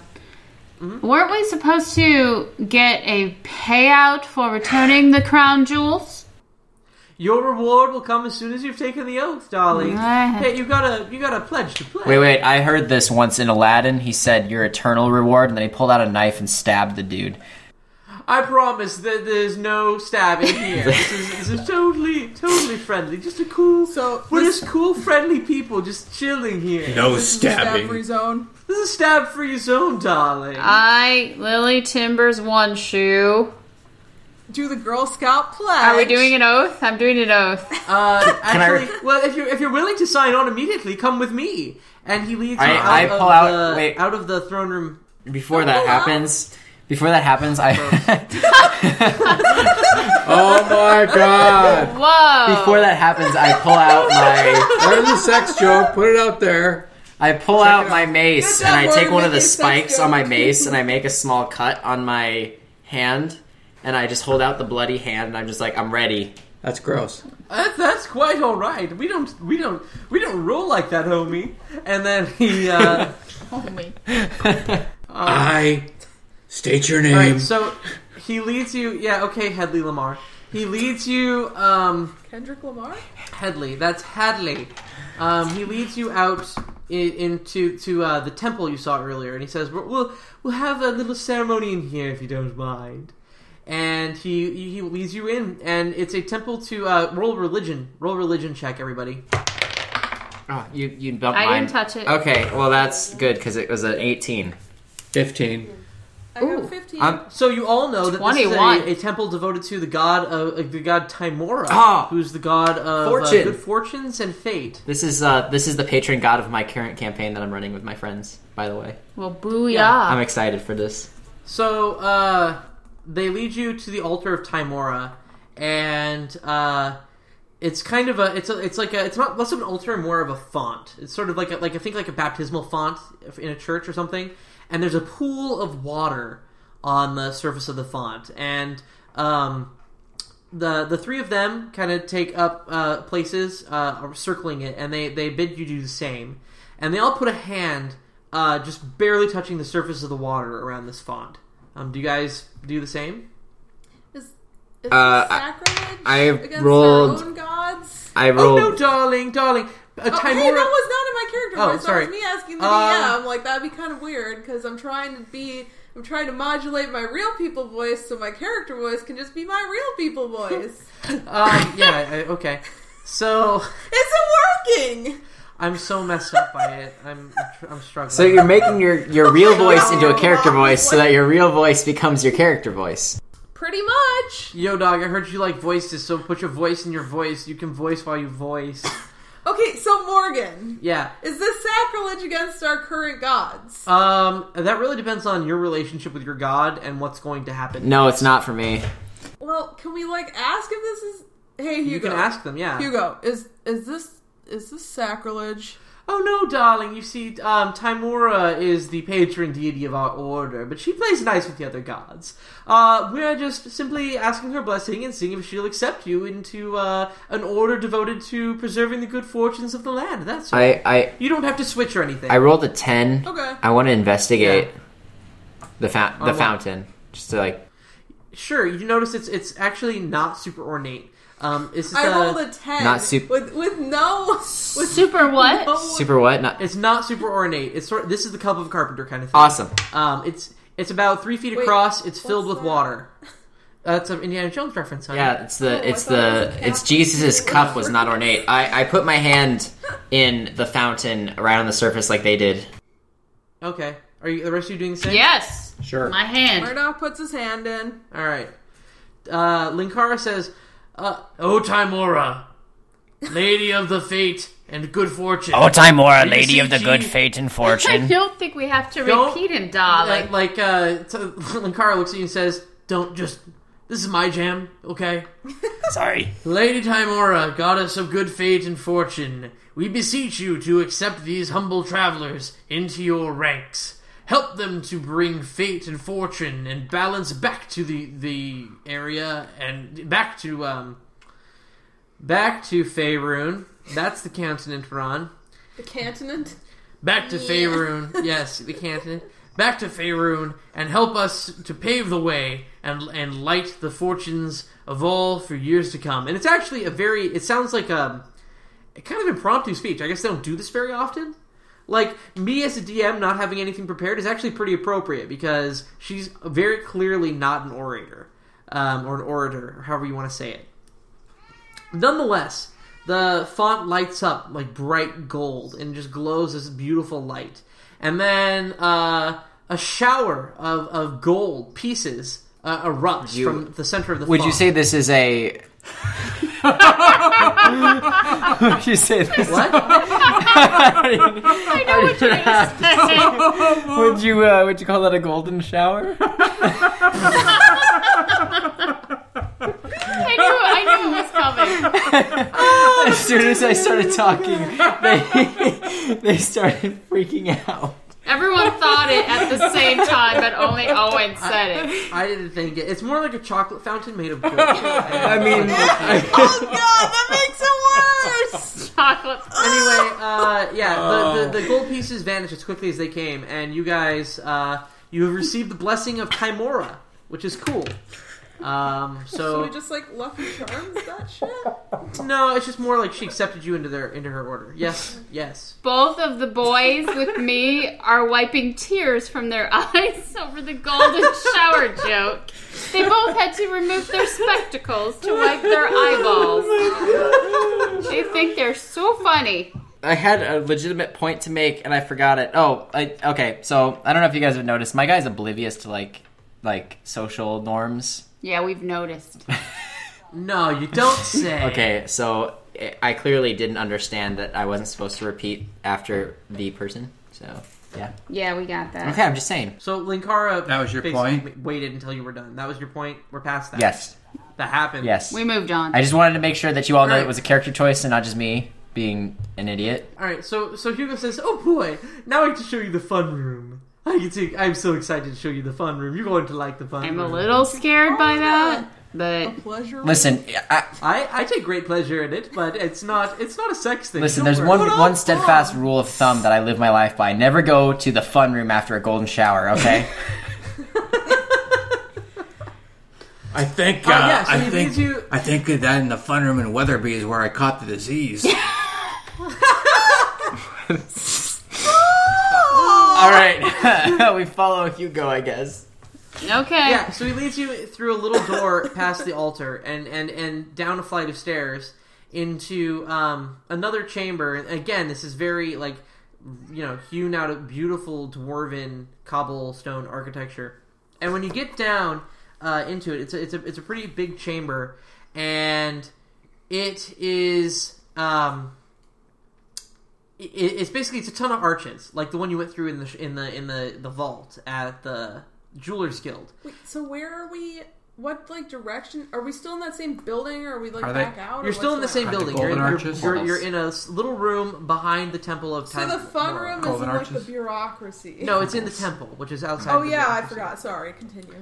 [SPEAKER 4] Weren't we supposed to get a payout for returning the crown jewels?
[SPEAKER 1] Your reward will come as soon as you've taken the oath, darling.
[SPEAKER 4] Right.
[SPEAKER 1] Hey, you gotta you gotta pledge to play.
[SPEAKER 3] Wait, wait. I heard this once in Aladdin. He said, "Your eternal reward," and then he pulled out a knife and stabbed the dude.
[SPEAKER 1] I promise that there's no
[SPEAKER 3] [laughs]
[SPEAKER 1] stabbing here. this, is, this is totally totally friendly. Just a cool.
[SPEAKER 5] So
[SPEAKER 1] we're
[SPEAKER 5] this-
[SPEAKER 1] just cool, friendly people, just chilling here.
[SPEAKER 6] No
[SPEAKER 5] This is the
[SPEAKER 6] stabbing.
[SPEAKER 5] Stab zone.
[SPEAKER 1] This is a stab-free zone, darling.
[SPEAKER 3] Uh,
[SPEAKER 4] I, Lily Timbers, one shoe.
[SPEAKER 5] Do the Girl Scout pledge.
[SPEAKER 4] Are we doing an oath? I'm doing an oath.
[SPEAKER 1] Uh,
[SPEAKER 3] I
[SPEAKER 1] actually,
[SPEAKER 3] re-
[SPEAKER 1] well, if you're if you're willing to sign on immediately, come with me. And he leads
[SPEAKER 3] I-
[SPEAKER 1] you out,
[SPEAKER 3] I
[SPEAKER 1] of
[SPEAKER 3] pull out-
[SPEAKER 1] the,
[SPEAKER 3] wait.
[SPEAKER 1] out of the throne room.
[SPEAKER 3] Before that happens, before that happens, I
[SPEAKER 6] Oh my god!
[SPEAKER 4] Whoa!
[SPEAKER 3] [laughs] before that happens, I pull out my
[SPEAKER 6] There's a sex joke. Put it out there.
[SPEAKER 3] I pull out my mace
[SPEAKER 5] Good
[SPEAKER 3] and I
[SPEAKER 5] job,
[SPEAKER 3] take
[SPEAKER 5] Warren,
[SPEAKER 3] one of the
[SPEAKER 5] making sense
[SPEAKER 3] spikes on my
[SPEAKER 5] joke.
[SPEAKER 3] mace
[SPEAKER 5] [laughs]
[SPEAKER 3] and I make a small cut on my hand and I just hold out the bloody hand and I'm just like, I'm ready.
[SPEAKER 6] That's gross.
[SPEAKER 1] That's, Uh, that's quite all right. We don't we don't we don't roll like that, homie. And then he.
[SPEAKER 3] [laughs]
[SPEAKER 1] Uh,
[SPEAKER 6] I state your
[SPEAKER 1] all
[SPEAKER 6] name.
[SPEAKER 1] right, so he leads you. Yeah, okay, Headley Lamar. He leads you. Um,
[SPEAKER 5] Kendrick Lamar?
[SPEAKER 1] Headley. That's Hadley. Um, he leads you out i- into to uh, the temple you saw earlier, and he says, "We'll- "We'll we'll have a little ceremony in here if you don't mind." And he he leads you in, and it's a temple to uh, roll religion. Roll religion check, everybody.
[SPEAKER 3] Oh, you you bumped
[SPEAKER 4] I
[SPEAKER 3] mine.
[SPEAKER 4] didn't touch it.
[SPEAKER 3] Okay, well that's good because it was an 18.
[SPEAKER 6] Fifteen.
[SPEAKER 5] I
[SPEAKER 4] Ooh.
[SPEAKER 5] got 15.
[SPEAKER 3] I'm-
[SPEAKER 1] So you all know that this
[SPEAKER 4] 21.
[SPEAKER 1] is a, a temple devoted to the god of uh, the god Timora,
[SPEAKER 3] Ah.
[SPEAKER 1] who's the god of
[SPEAKER 3] Fortune.
[SPEAKER 1] Uh, good fortunes and fate.
[SPEAKER 3] This is uh this is the patron god of my current campaign that I'm running with my friends. By the way,
[SPEAKER 4] Well, booyah.
[SPEAKER 3] I'm excited for this.
[SPEAKER 1] So uh, they lead you to the altar of Timora, and uh, it's kind of a it's a, it's like a it's not less of an altar and more of a font. It's sort of like a, like I think like a baptismal font in a church or something. And there's a pool of water on the surface of the font, and um, the the three of them kind of take up uh, places uh, circling it, and they they bid you do the same, and they all put a hand uh, just barely touching the surface of the water around this font. Um, do you guys do the same?
[SPEAKER 5] is, is
[SPEAKER 3] Uh,
[SPEAKER 5] this sacrilege
[SPEAKER 3] I- I
[SPEAKER 5] against
[SPEAKER 3] rolled-
[SPEAKER 5] our own gods?
[SPEAKER 3] I
[SPEAKER 1] Oh
[SPEAKER 3] rolled.
[SPEAKER 1] no, darling, darling, uh,
[SPEAKER 5] Oh, hey,
[SPEAKER 1] Timora.
[SPEAKER 5] that was not in my character
[SPEAKER 1] Oh,
[SPEAKER 5] voice.
[SPEAKER 1] sorry.
[SPEAKER 5] That was me asking the
[SPEAKER 1] Uh,
[SPEAKER 5] DM. Like that'd be kind of weird because I'm trying to be, I'm trying to modulate my real people voice so my character voice can just be my real people voice.
[SPEAKER 1] Um, yeah, I, okay. So
[SPEAKER 5] it's working.
[SPEAKER 1] I'm so messed up by it. I'm I'm tr- I'm struggling.
[SPEAKER 3] So you're making your
[SPEAKER 4] [laughs]
[SPEAKER 3] your real voice into a character
[SPEAKER 5] Oh,
[SPEAKER 3] voice, so that your real voice becomes your character voice.
[SPEAKER 5] Pretty much.
[SPEAKER 1] Yo, dog, I heard you like voices, so put your voice in your voice. You can voice while you voice.
[SPEAKER 5] Okay, so Morgan,
[SPEAKER 1] Yeah.
[SPEAKER 5] is this sacrilege against our current gods?
[SPEAKER 1] Um, that really depends on your relationship with your god and what's going to happen.
[SPEAKER 3] No, it's not for me.
[SPEAKER 5] well, can we like ask if this is? Hey, Hugo.
[SPEAKER 1] you can ask them, yeah.
[SPEAKER 5] Hugo, is is this is this sacrilege?
[SPEAKER 1] "Oh no, darling. You see, um, Timora is the patron deity of our order, but she plays nice with the other gods. Uh, we're just simply asking her blessing and seeing if she'll accept you into uh, an order devoted to preserving the good fortunes of the land. That's all.
[SPEAKER 3] I I
[SPEAKER 1] you don't have to switch or anything.
[SPEAKER 3] I rolled a ten.
[SPEAKER 5] Okay.
[SPEAKER 3] I want to investigate the fa- the
[SPEAKER 1] what?
[SPEAKER 3] fountain. Just to like
[SPEAKER 1] sure, you notice it's it's actually not super ornate. Um, it's just,
[SPEAKER 5] I
[SPEAKER 1] uh,
[SPEAKER 5] rolled a ten.
[SPEAKER 3] Not sup-
[SPEAKER 5] with with no
[SPEAKER 1] [laughs]
[SPEAKER 5] with
[SPEAKER 4] Super what?
[SPEAKER 5] no
[SPEAKER 3] super what? Not
[SPEAKER 1] It's not super ornate. It's sort. This is the cup of a carpenter kind of thing.
[SPEAKER 3] awesome.
[SPEAKER 1] Um, it's it's about three feet
[SPEAKER 5] Wait,
[SPEAKER 1] across. It's filled with
[SPEAKER 5] what's that?
[SPEAKER 1] water. That's an Indiana Jones reference. Honey.
[SPEAKER 3] Yeah, it's the
[SPEAKER 5] Oh, I
[SPEAKER 3] it's
[SPEAKER 5] thought it
[SPEAKER 3] the
[SPEAKER 5] was a
[SPEAKER 3] it's
[SPEAKER 5] cap.
[SPEAKER 3] Jesus's cup was not ornate. I I put my hand in the fountain right on the surface like they did.
[SPEAKER 1] Okay. Are you the rest of you doing the same?
[SPEAKER 4] [laughs] Yes.
[SPEAKER 6] Sure.
[SPEAKER 4] My hand.
[SPEAKER 5] Murdoch puts his hand in.
[SPEAKER 1] All right. Uh, Linkara says, uh, "O Timora, Lady of the Fate and Good Fortune."
[SPEAKER 7] Oh, Timora,
[SPEAKER 1] you
[SPEAKER 7] lady
[SPEAKER 1] see
[SPEAKER 7] of the good
[SPEAKER 1] G-
[SPEAKER 7] fate
[SPEAKER 5] [laughs]
[SPEAKER 7] and
[SPEAKER 4] I
[SPEAKER 7] fortune.
[SPEAKER 4] don't think we have to
[SPEAKER 1] Don't-
[SPEAKER 4] repeat him, Da. Like,
[SPEAKER 1] like, like uh, t- [laughs] Linkara looks at you and says, "Don't just. This is my jam, okay?"
[SPEAKER 7] Sorry.
[SPEAKER 1] Lady Timora, goddess of good fate and fortune, we beseech you to accept these humble travelers into your ranks. Help them to bring fate and fortune and balance back to the the area and back to um back to Faerun. That's the continent we're on.
[SPEAKER 5] The continent.
[SPEAKER 1] Back to Faerun. Yes, the continent. Back to Faerun and help us to pave the way and and light the fortunes of all for years to come. And it's actually a very it sounds like a, a kind of impromptu speech. I guess they don't do this very often. Like me as a DM not having anything prepared is actually pretty appropriate because she's very clearly not an orator. Um, or an orator, or however you want to say it. Nonetheless, the font lights up like bright gold and just glows this beautiful light. And then uh, a shower of, of gold pieces uh, erupts from the center of the
[SPEAKER 3] Would
[SPEAKER 1] font.
[SPEAKER 3] you say this is a? Would you say this?
[SPEAKER 1] what?
[SPEAKER 4] I know what you're
[SPEAKER 3] [laughs]
[SPEAKER 4] expecting.
[SPEAKER 3] Would you uh, would you call that a golden shower?
[SPEAKER 4] [laughs] I knew, I knew it was coming.
[SPEAKER 3] as soon as I started talking, they [laughs] they started freaking out.
[SPEAKER 4] Everyone thought it at the same time, but only Owen said it.
[SPEAKER 1] I didn't think it. It's more like a chocolate fountain made of
[SPEAKER 3] [laughs]
[SPEAKER 1] gold. I mean,
[SPEAKER 5] Oh god, that makes it worse.
[SPEAKER 4] Chocolate.
[SPEAKER 1] anyway, uh, yeah,
[SPEAKER 6] Oh.
[SPEAKER 1] the, the, the gold pieces vanish as quickly as they came, and you guys, uh, you have received the blessing of Timora, which is cool. Um,
[SPEAKER 5] So
[SPEAKER 1] so
[SPEAKER 5] we just like lucky charms
[SPEAKER 1] [laughs]
[SPEAKER 5] that shit.
[SPEAKER 1] No, it's just more like she accepted you into their into her order. Yes, yes.
[SPEAKER 4] Both of the boys with me are wiping tears from their [laughs] eyes over the golden shower joke. They both had to remove their spectacles to wipe their eyeballs. They think they're so funny.
[SPEAKER 3] I had a legitimate point to make and I forgot it. Oh, I, okay. So I don't know if you guys have noticed, my guy's oblivious to like like social norms.
[SPEAKER 4] Yeah, we've noticed.
[SPEAKER 1] No, you don't say.
[SPEAKER 3] Okay, so I- I clearly didn't understand that I wasn't supposed to repeat after the person. So yeah.
[SPEAKER 4] Yeah, we got that.
[SPEAKER 3] Okay, I'm just saying.
[SPEAKER 1] So Linkara,
[SPEAKER 6] That was your
[SPEAKER 1] basically
[SPEAKER 6] point?
[SPEAKER 1] Waited until you were done. That was your point. We're past that.
[SPEAKER 3] Yes,
[SPEAKER 1] that happened.
[SPEAKER 3] yes.
[SPEAKER 4] We moved on.
[SPEAKER 3] I just wanted to make sure that you all know
[SPEAKER 1] Alright.
[SPEAKER 3] it was a character choice and not just me being an idiot.
[SPEAKER 1] All right. So so Hugo says, "Oh boy, now I get to show you the fun room. I can see. I'm so excited to show you the fun room. You're going to like the fun
[SPEAKER 4] I'm a
[SPEAKER 1] room.
[SPEAKER 4] little scared by that, but
[SPEAKER 5] Pleasure.
[SPEAKER 3] Listen, I,
[SPEAKER 1] I I take great pleasure in it, but it's not it's not a sex thing.
[SPEAKER 3] Listen,
[SPEAKER 1] Don't
[SPEAKER 3] there's
[SPEAKER 1] worry.
[SPEAKER 3] one
[SPEAKER 5] What
[SPEAKER 3] one
[SPEAKER 5] up,
[SPEAKER 3] steadfast rule of thumb that I live my life by: never go to the fun room after a golden shower. Okay?
[SPEAKER 6] I think. Uh,
[SPEAKER 1] Oh, yeah, so
[SPEAKER 6] I
[SPEAKER 1] you
[SPEAKER 6] think.
[SPEAKER 1] need to-
[SPEAKER 6] I think that in the fun room in Weatherby is where I caught the disease.
[SPEAKER 3] [laughs] All right, [laughs] we follow Hugo, I guess.
[SPEAKER 4] okay.
[SPEAKER 1] Yeah, so he leads you through a little door [laughs] past the altar and, and, and down a flight of stairs into um, another chamber. And again, this is very, like, you know, hewn out of beautiful dwarven cobblestone architecture. And when you get down uh, into it, it's a, it's, a, it's a pretty big chamber. And it is. Um, it, it's basically it's a ton of arches, like the one you went through in the sh- in the in the, the vault at the Jewelers Guild.
[SPEAKER 5] Wait, so where are we what like direction? Are we still in that same building, or are we like
[SPEAKER 6] Are they-
[SPEAKER 5] back out? or
[SPEAKER 1] You're still in the
[SPEAKER 5] what's
[SPEAKER 1] same
[SPEAKER 5] going
[SPEAKER 6] Kind of
[SPEAKER 5] on?
[SPEAKER 1] building. You're,
[SPEAKER 6] golden
[SPEAKER 1] you're,
[SPEAKER 6] arches?
[SPEAKER 1] you're, you're in a s- little room behind the temple of time.
[SPEAKER 5] So the fun
[SPEAKER 1] Lord.
[SPEAKER 5] room is
[SPEAKER 6] Golden
[SPEAKER 5] in, like
[SPEAKER 6] arches?
[SPEAKER 5] the bureaucracy.
[SPEAKER 1] No, it's in the temple, which is outside.
[SPEAKER 5] Oh
[SPEAKER 1] the
[SPEAKER 5] yeah, I
[SPEAKER 1] building.
[SPEAKER 5] forgot. Sorry. Continue.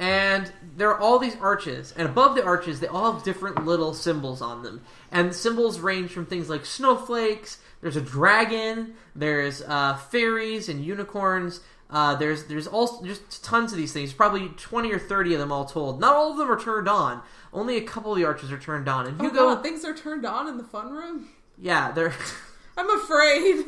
[SPEAKER 1] And there are all these arches, and above the arches, they all have different little symbols on them. And symbols range from things like snowflakes. There's a dragon. There's uh, fairies and unicorns. Uh, there's there's all just tons of these things. Probably twenty or thirty of them all told. Not all of them are turned on. Only a couple of the arches are turned on. And
[SPEAKER 5] Oh
[SPEAKER 1] you go,
[SPEAKER 5] God, things are turned on in the fun room.
[SPEAKER 1] yeah, they're. [laughs]
[SPEAKER 5] I'm afraid.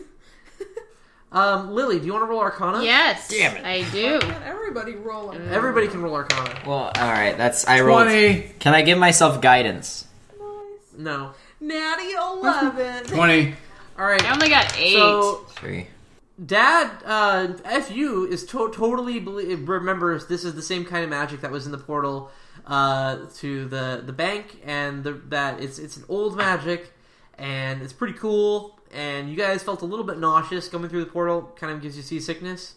[SPEAKER 1] Um, Lily, do you want to roll Arcana?
[SPEAKER 4] Yes,
[SPEAKER 7] Damn it.
[SPEAKER 4] I do.
[SPEAKER 5] Can everybody roll on?
[SPEAKER 1] Everybody can roll Arcana.
[SPEAKER 3] Well, all right. That's I rolled.
[SPEAKER 6] Twenty.
[SPEAKER 3] Can I give myself guidance?
[SPEAKER 5] Nice.
[SPEAKER 1] No.
[SPEAKER 5] Natty
[SPEAKER 3] [laughs]
[SPEAKER 5] eleven.
[SPEAKER 6] Twenty.
[SPEAKER 1] All right.
[SPEAKER 4] I only got eight.
[SPEAKER 1] So
[SPEAKER 3] Three.
[SPEAKER 1] Dad, uh, fu is to- totally belie- remembers this is the same kind of magic that was in the portal uh, to the the bank, and the, that it's it's an old magic, and it's pretty cool. And you guys felt a little bit nauseous going through the portal, kind of gives you seasickness.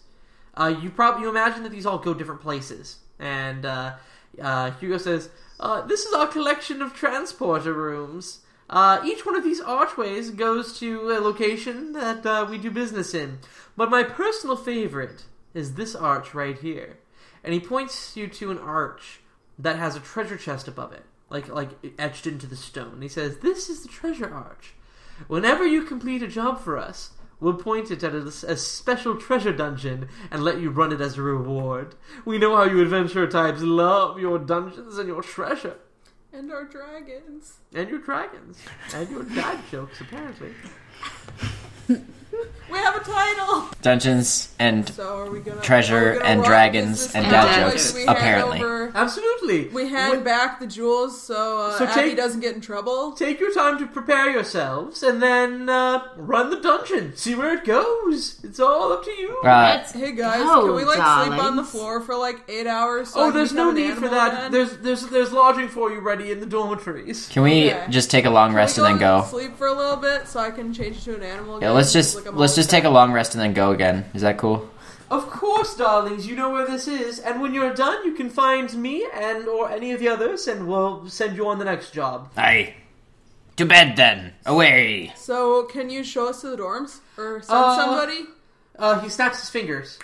[SPEAKER 1] Uh, you probably you imagine that these all go different places, and uh, uh, Hugo says, uh, "This is our collection of transporter rooms. Uh, each one of these archways goes to a location that uh, we do business in. But my personal favorite is this arch right here." And he points you to an arch that has a treasure chest above it, like like etched into the stone. And he says, "This is the treasure arch. Whenever you complete a job for us, we'll point it at a, a special treasure dungeon and let you run it as a reward. We know how you adventure types love your dungeons and your treasure."
[SPEAKER 5] and our dragons.
[SPEAKER 1] And your dragons. And your dad [laughs] jokes, apparently.
[SPEAKER 5] We have a title.
[SPEAKER 3] Dungeons and uh,
[SPEAKER 5] So are we gonna
[SPEAKER 3] Treasure
[SPEAKER 5] are we gonna
[SPEAKER 3] and
[SPEAKER 5] rock?
[SPEAKER 3] dragons
[SPEAKER 5] Is this
[SPEAKER 3] and
[SPEAKER 5] the
[SPEAKER 4] dad
[SPEAKER 5] one
[SPEAKER 4] jokes,
[SPEAKER 5] we hand
[SPEAKER 3] apparently.
[SPEAKER 5] over-
[SPEAKER 1] Absolutely.
[SPEAKER 5] we hand
[SPEAKER 1] Wh-
[SPEAKER 5] back the jewels so, uh,
[SPEAKER 1] So
[SPEAKER 5] Abby
[SPEAKER 1] take-
[SPEAKER 5] doesn't get in trouble.
[SPEAKER 1] Take your time to prepare yourselves and then uh, run the dungeon. See where it goes. It's all up to you.
[SPEAKER 3] uh,
[SPEAKER 4] Let's
[SPEAKER 5] Hey guys,
[SPEAKER 4] go,
[SPEAKER 5] can we like
[SPEAKER 4] darlings.
[SPEAKER 5] sleep on the floor for like eight hours? So I
[SPEAKER 1] Oh,
[SPEAKER 5] can
[SPEAKER 1] there's
[SPEAKER 5] become
[SPEAKER 1] no
[SPEAKER 5] an
[SPEAKER 1] need for
[SPEAKER 5] animal
[SPEAKER 1] that.
[SPEAKER 5] Then?
[SPEAKER 1] There's there's there's lodging for you ready in the dormitories.
[SPEAKER 3] can we
[SPEAKER 5] Okay.
[SPEAKER 3] just take a long rest
[SPEAKER 5] Can
[SPEAKER 3] and
[SPEAKER 5] we
[SPEAKER 3] then go?
[SPEAKER 5] Sleep for a little bit so I can change to an animal.
[SPEAKER 3] Yeah,
[SPEAKER 5] again?
[SPEAKER 3] let's just
[SPEAKER 5] Like, I'm
[SPEAKER 3] let's
[SPEAKER 5] all
[SPEAKER 3] just
[SPEAKER 5] set.
[SPEAKER 3] take a long rest and then go again. Is that cool?
[SPEAKER 1] Of course, darlings, you know where this is, and when you're done, you can find me and or any of the others, and we'll send you on the next job.
[SPEAKER 7] Aye. To bed then. Away.
[SPEAKER 5] So can you show us to the dorms or send
[SPEAKER 1] Uh,
[SPEAKER 5] somebody?
[SPEAKER 1] Uh, he snaps his fingers,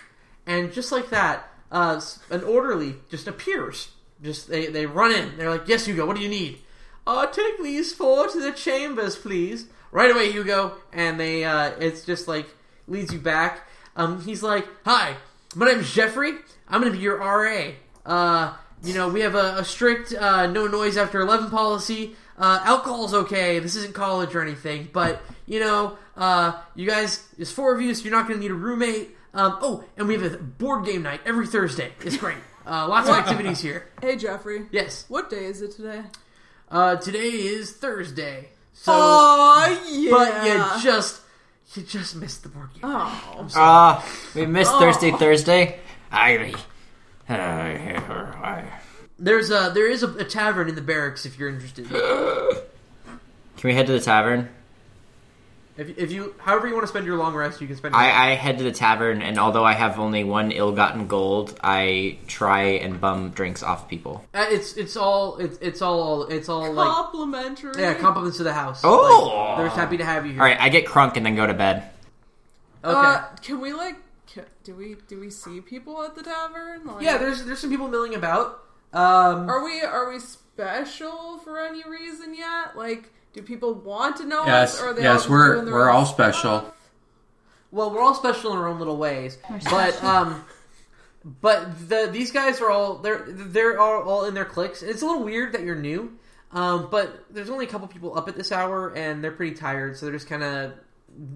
[SPEAKER 1] and just like that, uh, s- an orderly just appears. Just they, they run in. They're like, "Yes, Hugo, what do you need?" Uh, take these four to the chambers, please. Right away, Hugo. And they, uh, it's just like leads you back. Um, he's like, "Hi, my name's Jeffrey. I'm gonna be your RA. Uh, you know, we have a, a strict uh, no noise after eleven policy. Uh, alcohol's okay. This isn't college or anything, but you know, uh, you guys, there's four of you, so you're not gonna need a roommate. Um, oh, and we have a board game night every Thursday. It's great. Uh, lots
[SPEAKER 5] [laughs]
[SPEAKER 1] of activities here.
[SPEAKER 5] Hey Jeffrey,
[SPEAKER 1] Yes.
[SPEAKER 5] what day is it today?
[SPEAKER 1] Uh, today is Thursday. So,
[SPEAKER 5] Oh yeah.
[SPEAKER 1] but you just you just missed the board game.
[SPEAKER 5] Oh.
[SPEAKER 3] Ah, we missed Thursday Thursday.
[SPEAKER 7] Aye.
[SPEAKER 3] Uh,
[SPEAKER 7] Aye.
[SPEAKER 1] There's a there is a, a tavern in the barracks if you're interested.
[SPEAKER 3] Can we head to the tavern?
[SPEAKER 1] if, if you however you want to spend your long rest, you can spend. it.
[SPEAKER 3] I, I head to the tavern, and although I have only one ill-gotten gold, I try and bum drinks off people.
[SPEAKER 1] Uh, it's it's all it's it's all it's all like
[SPEAKER 5] Complimentary.
[SPEAKER 1] yeah compliments to the house.
[SPEAKER 3] Oh!
[SPEAKER 1] Like, they're just happy to have you here.
[SPEAKER 3] All right, I get crunk and then go to bed.
[SPEAKER 1] Okay.
[SPEAKER 5] Uh, can we like? ca- Do we do we see people at the tavern? Like,
[SPEAKER 1] yeah, there's there's some people milling about. Um,
[SPEAKER 5] Are we are we special for any reason yet? Like, do people want to know us?
[SPEAKER 6] Yes,
[SPEAKER 5] Or are they all
[SPEAKER 6] yes,
[SPEAKER 5] just
[SPEAKER 6] we're
[SPEAKER 5] doing their
[SPEAKER 6] we're
[SPEAKER 5] own
[SPEAKER 6] all
[SPEAKER 5] stuff?
[SPEAKER 6] special.
[SPEAKER 1] well, we're all special in our own little ways, but um, but the these guys are all they're they're all, all in their cliques. It's a little weird that you're new, um, but there's only a couple people up at this hour, and they're pretty tired, so they're just kind of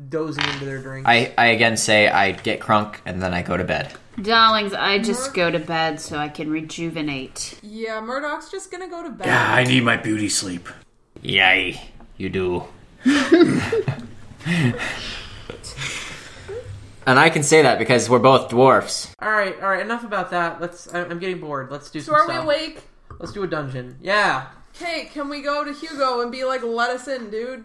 [SPEAKER 1] dozing into their drinks.
[SPEAKER 3] I, I again say I get crunk and then I go to bed.
[SPEAKER 4] Darlings, I just go to bed so I can rejuvenate.
[SPEAKER 5] Yeah, Murdoch's just gonna go to bed.
[SPEAKER 6] Yeah, Ah, I need my beauty sleep.
[SPEAKER 7] Yay. You do.
[SPEAKER 3] [laughs] And I can say that because we're both dwarfs.
[SPEAKER 1] all right, all right, enough about that. Let's. I, I'm getting bored. Let's do.
[SPEAKER 5] so
[SPEAKER 1] some
[SPEAKER 5] are we
[SPEAKER 1] stuff.
[SPEAKER 5] awake?
[SPEAKER 1] Let's do a dungeon. Yeah.
[SPEAKER 5] Hey, can we go to Hugo and be like, let us in, dude?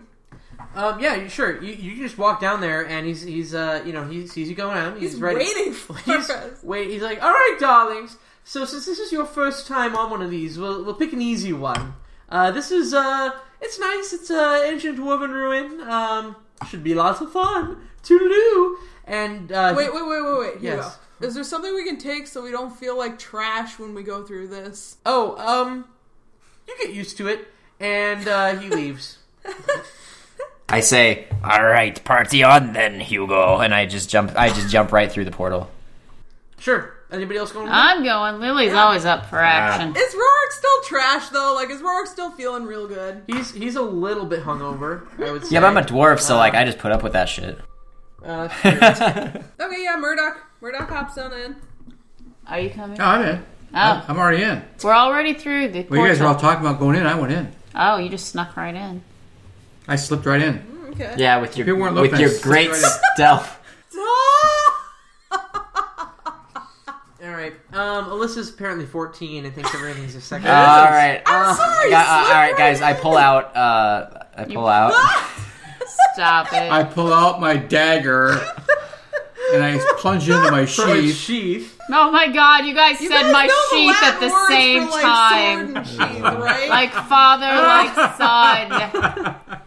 [SPEAKER 1] Um, yeah, you- sure. You, you just walk down there, and he's he's uh, you know he sees you going out. He's, [laughs]
[SPEAKER 5] He's
[SPEAKER 1] ready.
[SPEAKER 5] waiting for
[SPEAKER 1] He's
[SPEAKER 5] us.
[SPEAKER 1] wait. He's like, all right, darlings. So since this is your first time on one of these, we'll, we'll pick an easy one. Uh, this is uh, it's nice. It's uh, ancient dwarven ruin. Um, should be lots of fun. Toodaloo. And uh,
[SPEAKER 5] Wait, wait, wait, wait, wait. Here
[SPEAKER 1] Yes.
[SPEAKER 5] we go. Is there something we can take so we don't feel like trash when we go through this?
[SPEAKER 1] oh, um, you get used to it. And uh,
[SPEAKER 5] [laughs]
[SPEAKER 1] he leaves.
[SPEAKER 3] I say, "All right, party on then, Hugo," and I just jump. I just jump right through the portal.
[SPEAKER 1] Sure. Anybody else going?
[SPEAKER 4] I'm going. Lily's always up for action.
[SPEAKER 5] Is Rorik still trash though? Like, is Rorik still feeling real good?
[SPEAKER 1] he's he's a little bit hungover. I would say.
[SPEAKER 3] Yeah, but I'm a dwarf, so like I just put up with that shit. [laughs]
[SPEAKER 1] Uh,
[SPEAKER 5] Okay, yeah, Murdoch. Murdoch hops on in.
[SPEAKER 4] Are you coming?
[SPEAKER 6] No, I'm in.
[SPEAKER 4] Oh,
[SPEAKER 6] I'm already in.
[SPEAKER 4] we're already through the
[SPEAKER 6] Well, you guys were all
[SPEAKER 4] portal.
[SPEAKER 6] talking about going in. I went in.
[SPEAKER 4] Oh, you just snuck right in.
[SPEAKER 6] I slipped right in.
[SPEAKER 5] Okay. [laughs]
[SPEAKER 3] Yeah, with your
[SPEAKER 6] People weren't
[SPEAKER 3] with
[SPEAKER 6] looking.
[SPEAKER 3] your great
[SPEAKER 6] Just right [laughs]
[SPEAKER 3] stealth.
[SPEAKER 1] all right. Um, Alyssa's apparently 14 and thinks everything's a second.
[SPEAKER 3] All right,
[SPEAKER 5] I'm sorry.
[SPEAKER 3] Yeah, uh,
[SPEAKER 5] slip
[SPEAKER 3] all right,
[SPEAKER 5] right
[SPEAKER 3] guys. I pull out. Uh, I pull out.
[SPEAKER 4] Stop it.
[SPEAKER 6] I pull out my dagger and I plunge into my
[SPEAKER 1] From its
[SPEAKER 6] sheath.
[SPEAKER 1] sheath.
[SPEAKER 4] oh my god, you guys said
[SPEAKER 5] guys
[SPEAKER 4] my
[SPEAKER 5] know the
[SPEAKER 4] sheath at
[SPEAKER 5] Latin
[SPEAKER 4] the
[SPEAKER 5] words
[SPEAKER 4] same
[SPEAKER 5] for, like,
[SPEAKER 4] time.
[SPEAKER 5] Sword
[SPEAKER 1] [laughs]
[SPEAKER 5] and sheath, right?
[SPEAKER 4] Like father, like son.